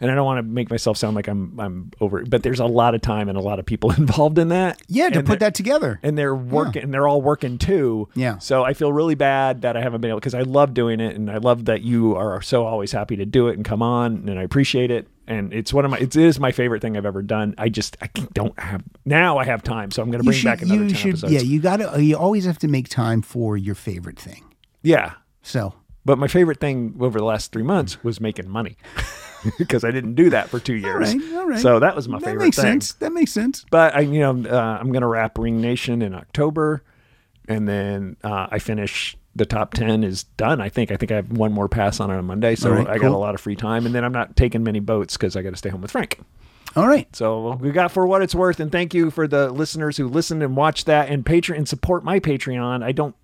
S3: and I don't want to make myself sound like I'm I'm over. But there's a lot of time and a lot of people involved in that.
S2: Yeah, to
S3: And
S2: put
S3: they're-
S2: that together.
S3: and they're working and they're all working too.
S2: Yeah.
S3: So I feel really bad that I haven't been able because I love doing it and I love that you are so always happy to do it and come on and I appreciate it. And it's one of my it is my favorite thing I've ever done. I just I can't- don't have now I have time, so I'm gonna
S2: You
S3: bring
S2: should-
S3: back another
S2: you
S3: ten
S2: should-
S3: episodes.
S2: Yeah, you gotta you always have to make time for your favorite thing.
S3: yeah.
S2: So
S3: But my favorite thing over the last three months was making money. Because I didn't do that for two years.
S2: right, all right.
S3: So that was my
S2: That
S3: favorite
S2: makes
S3: thing.
S2: sense. That makes sense.
S3: But I, you know, uh, I'm going to wrap Ring Nation in October, and then uh, I finish the top ten is done. I think. I think I have one more pass on it on Monday, so
S2: All right,
S3: I got a
S2: cool.
S3: lot of free time. And then I'm not taking many boats because I got to stay home with Frank.
S2: All right.
S3: So we got for what it's worth, and thank you for the listeners who listened and watched that and Patreon and support my Patreon. I don't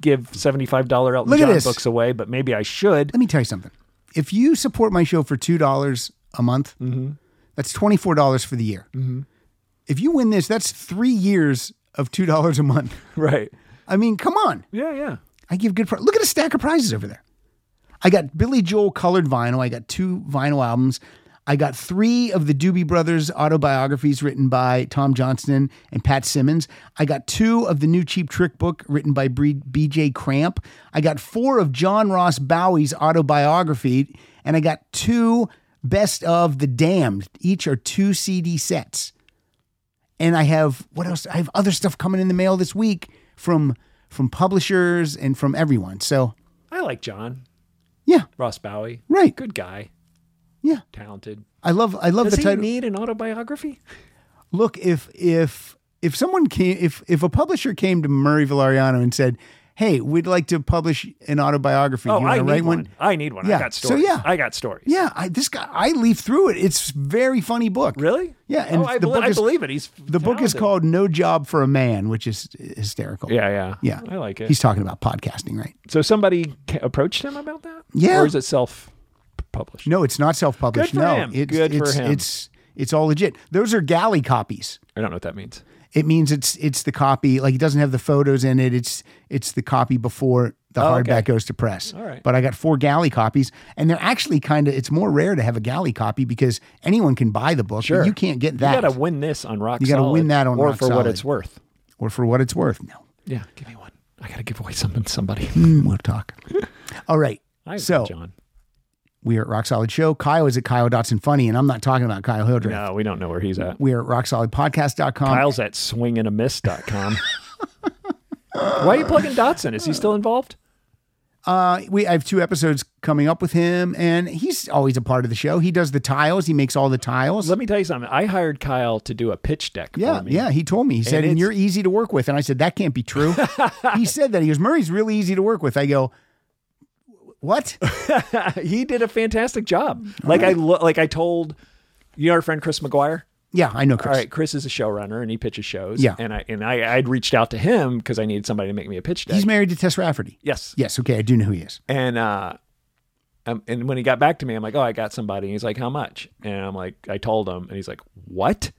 S3: give seventy five dollar Elton
S2: Look at
S3: John
S2: this.
S3: books away, but maybe I should.
S2: Let me tell you something. If you support my show for two dollars a month,
S3: Mm-hmm.
S2: that's twenty four dollars for the year. If you win this, that's three years of two dollars a month.
S3: Right.
S2: I mean, come on.
S3: Yeah, yeah.
S2: I give good. Pri- Look at a stack of prizes over there. I got Billy Joel colored vinyl. I got two vinyl albums. I got three of the Doobie Brothers autobiographies written by Tom Johnston and Pat Simmons. I got two of the new Cheap Trick book written by Bre- B.J. Cramp. I got four of John Ross Bowie's autobiography, and I got two best of the Damned. Each are two CD sets and I have what else? I have other stuff coming in the mail this week from from publishers and from everyone. So
S3: I like John.
S2: Yeah.
S3: Ross Bowie.
S2: Right.
S3: Good guy.
S2: Yeah.
S3: Talented.
S2: I love I love
S3: Does
S2: the
S3: he
S2: title.
S3: need an autobiography?
S2: Look, if if if someone came if if a publisher came to Murray Valeriano and said, "Hey, we'd like to publish an autobiography.
S3: Oh,
S2: you
S3: I
S2: want to
S3: need
S2: write
S3: one.
S2: one?"
S3: I need one. I
S2: Yeah.
S3: got
S2: So,
S3: stories.
S2: yeah.
S3: I got stories.
S2: Yeah, I, this guy I leaf through it. It's very funny book.
S3: Really?
S2: Yeah, and
S3: Oh, I,
S2: the
S3: bel-
S2: book
S3: I
S2: is-
S3: believe it. He's
S2: The book is
S3: talented.
S2: called "No Job for a Man," which is hysterical.
S3: Yeah, yeah,
S2: yeah.
S3: I like it.
S2: He's talking about podcasting, right?
S3: So somebody ca- approached him about that.
S2: Yeah.
S3: Or is it self published?
S2: No, it's not self-published.
S3: Good for
S2: no,
S3: him.
S2: It's,
S3: Good for
S2: it's,
S3: him.
S2: It's it's all legit. Those are galley copies.
S3: I don't know what that means.
S2: It means it's it's the copy. Like it doesn't have the photos in it. It's it's the copy before the
S3: Oh, okay.
S2: hardback goes to press.
S3: All right.
S2: But I got four galley copies, and they're actually kind of. It's more rare to have a galley copy because anyone can buy the book. but
S3: Sure.
S2: You can't get that.
S3: You got to win this on Rock.
S2: You gotta
S3: Solid,
S2: win that on
S3: or
S2: Rock
S3: for what
S2: Solid.
S3: it's worth.
S2: or for what it's worth. No,
S3: Yeah, give me one. I got to give away something to somebody.
S2: Mm, we'll talk. all right.
S3: I agree,
S2: so
S3: John.
S2: we are at Rock Solid Show. Kyle is at Kyle Dotson Funny, and I'm not talking about Kyle Hildreth.
S3: No, we don't know where he's at.
S2: We are at rocksolidpodcast.com.
S3: Kyle's at swinginamiss.com. Why are you plugging Dotson? Is he still involved?
S2: Uh, we I have two episodes coming up with him, and he's always a part of the show. He does the tiles. He makes all the tiles.
S3: Let me tell you something. I hired Kyle to do a pitch deck
S2: yeah,
S3: for me.
S2: yeah. He told me. He said, and,
S3: it's-
S2: you're easy to work with." And I said, "That can't be true." he said that. He goes, "Murray's really easy to work with." I go, "What?"
S3: he did a fantastic job. Like I lo- like I told you know our friend Chris McGuire.
S2: yeah, I know Chris.
S3: All right, Chris is a showrunner and he pitches shows.
S2: Yeah.
S3: and I and I I'd reached out to him because I needed somebody to make me a pitch deck.
S2: He's married to Tess Rafferty.
S3: yes,
S2: Yes. Okay, I do know who he is.
S3: and uh, um, and when he got back to me, I'm like, oh, I got somebody. And he's like, how much? And I'm like, I told him, and he's like, what?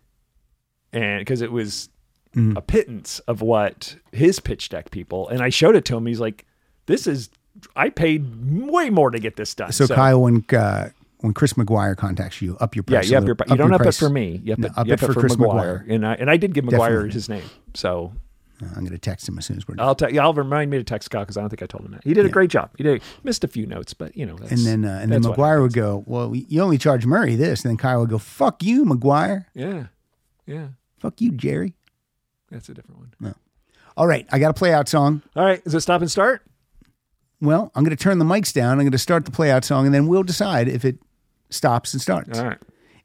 S3: And because it was
S2: Mm.
S3: a pittance of what his pitch deck people, and I showed it to him. He's like, "This is I paid way more to get this done."
S2: So, Kyle, when uh, when Chris McGuire contacts you, up your
S3: yeah,
S2: price.
S3: you
S2: a
S3: up your,
S2: little-
S3: you don't up
S2: price.
S3: it for me. You up,
S2: No,
S3: it, you up it for, Chris McGuire.
S2: McGuire.
S3: and I and I did give McGuire
S2: Definitely.
S3: his name. So
S2: Uh, I'm going to text him as soon as we're done.
S3: I'll tell you. I'll remind me to text Kyle because I don't think I told him that. He did a
S2: Yeah.
S3: great job. He did missed a few notes, but you know. That's,
S2: and then uh, and then
S3: that's what-
S2: McGuire would go, well, you only charge Murray this, and then Kyle would go, fuck you, McGuire,
S3: Yeah, yeah,
S2: fuck you, Jerry.
S3: that's a different one.
S2: All right, I got a play out song.
S3: All right, is it stop and start?
S2: Well, I'm going to turn the mics down. I'm going to start the play out song, and then we'll decide if it stops and starts.
S3: All right.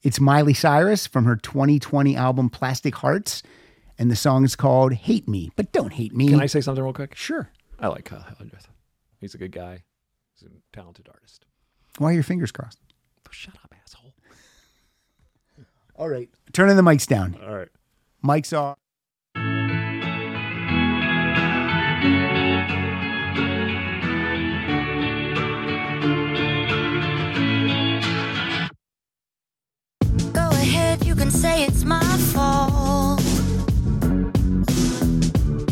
S2: It's Miley Cyrus from her 2020 album Plastic Hearts, and the song is called "Hate Me, but Don't Hate Me."
S3: Can I say something real quick?
S2: Sure.
S3: I like Kyle Hildreth. He's a good guy. He's a talented artist.
S2: Why are your fingers crossed?
S3: Oh, Shut up, asshole.
S2: All right, turning the mics down.
S3: All right.
S2: Mics are.
S18: Go ahead, you can say it's my fault.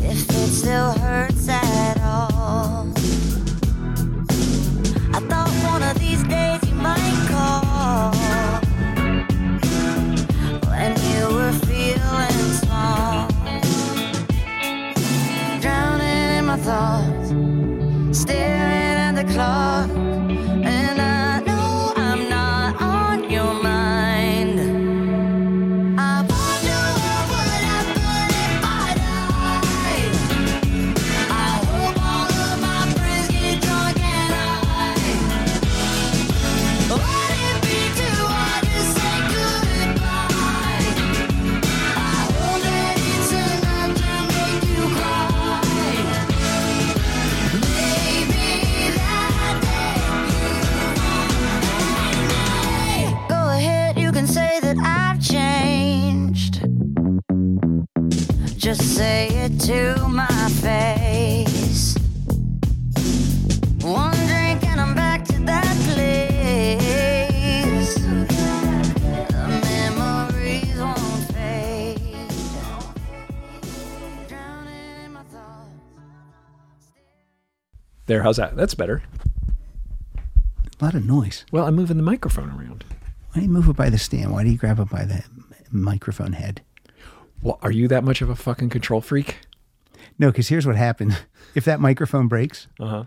S18: If it still hurts at all. I thought one of these days you might call. When you were feeling small. Drowning in my thoughts. Staring at the clock. And I know I'm not on your mind. I wonder what would happen if I died. I hope all of my friends get drunk and high. Would it be too hard to say goodbye? I hope that it's enough to make you cry. Maybe that Go ahead, you can say that I've changed. Just say it to my face. One drink and I'm back to that place. The memories won't fade.
S3: There, how's that? That's better.
S2: A lot of noise.
S3: Well, I'm moving the microphone around.
S2: Why do you move it by the stand? Why do you grab it by the m- microphone head?
S3: Well, are you that much of a fucking control freak?
S2: No, because here's what happens. If that microphone breaks,
S3: Uh-huh.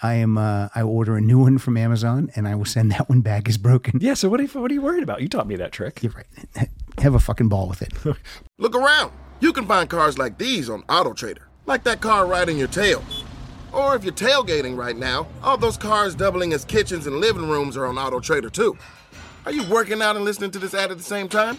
S2: I am uh, I will order a new one from Amazon and I will send that one back as broken.
S3: Yeah, so what are you, what are you worried about? You taught me that trick.
S2: You're right. Have a fucking ball with it.
S19: Look around. You can find cars like these on AutoTrader, like that car riding your tail. Or if you're tailgating right now, all those cars doubling as kitchens and living rooms are on AutoTrader too. Are you working out and listening to this ad at the same time?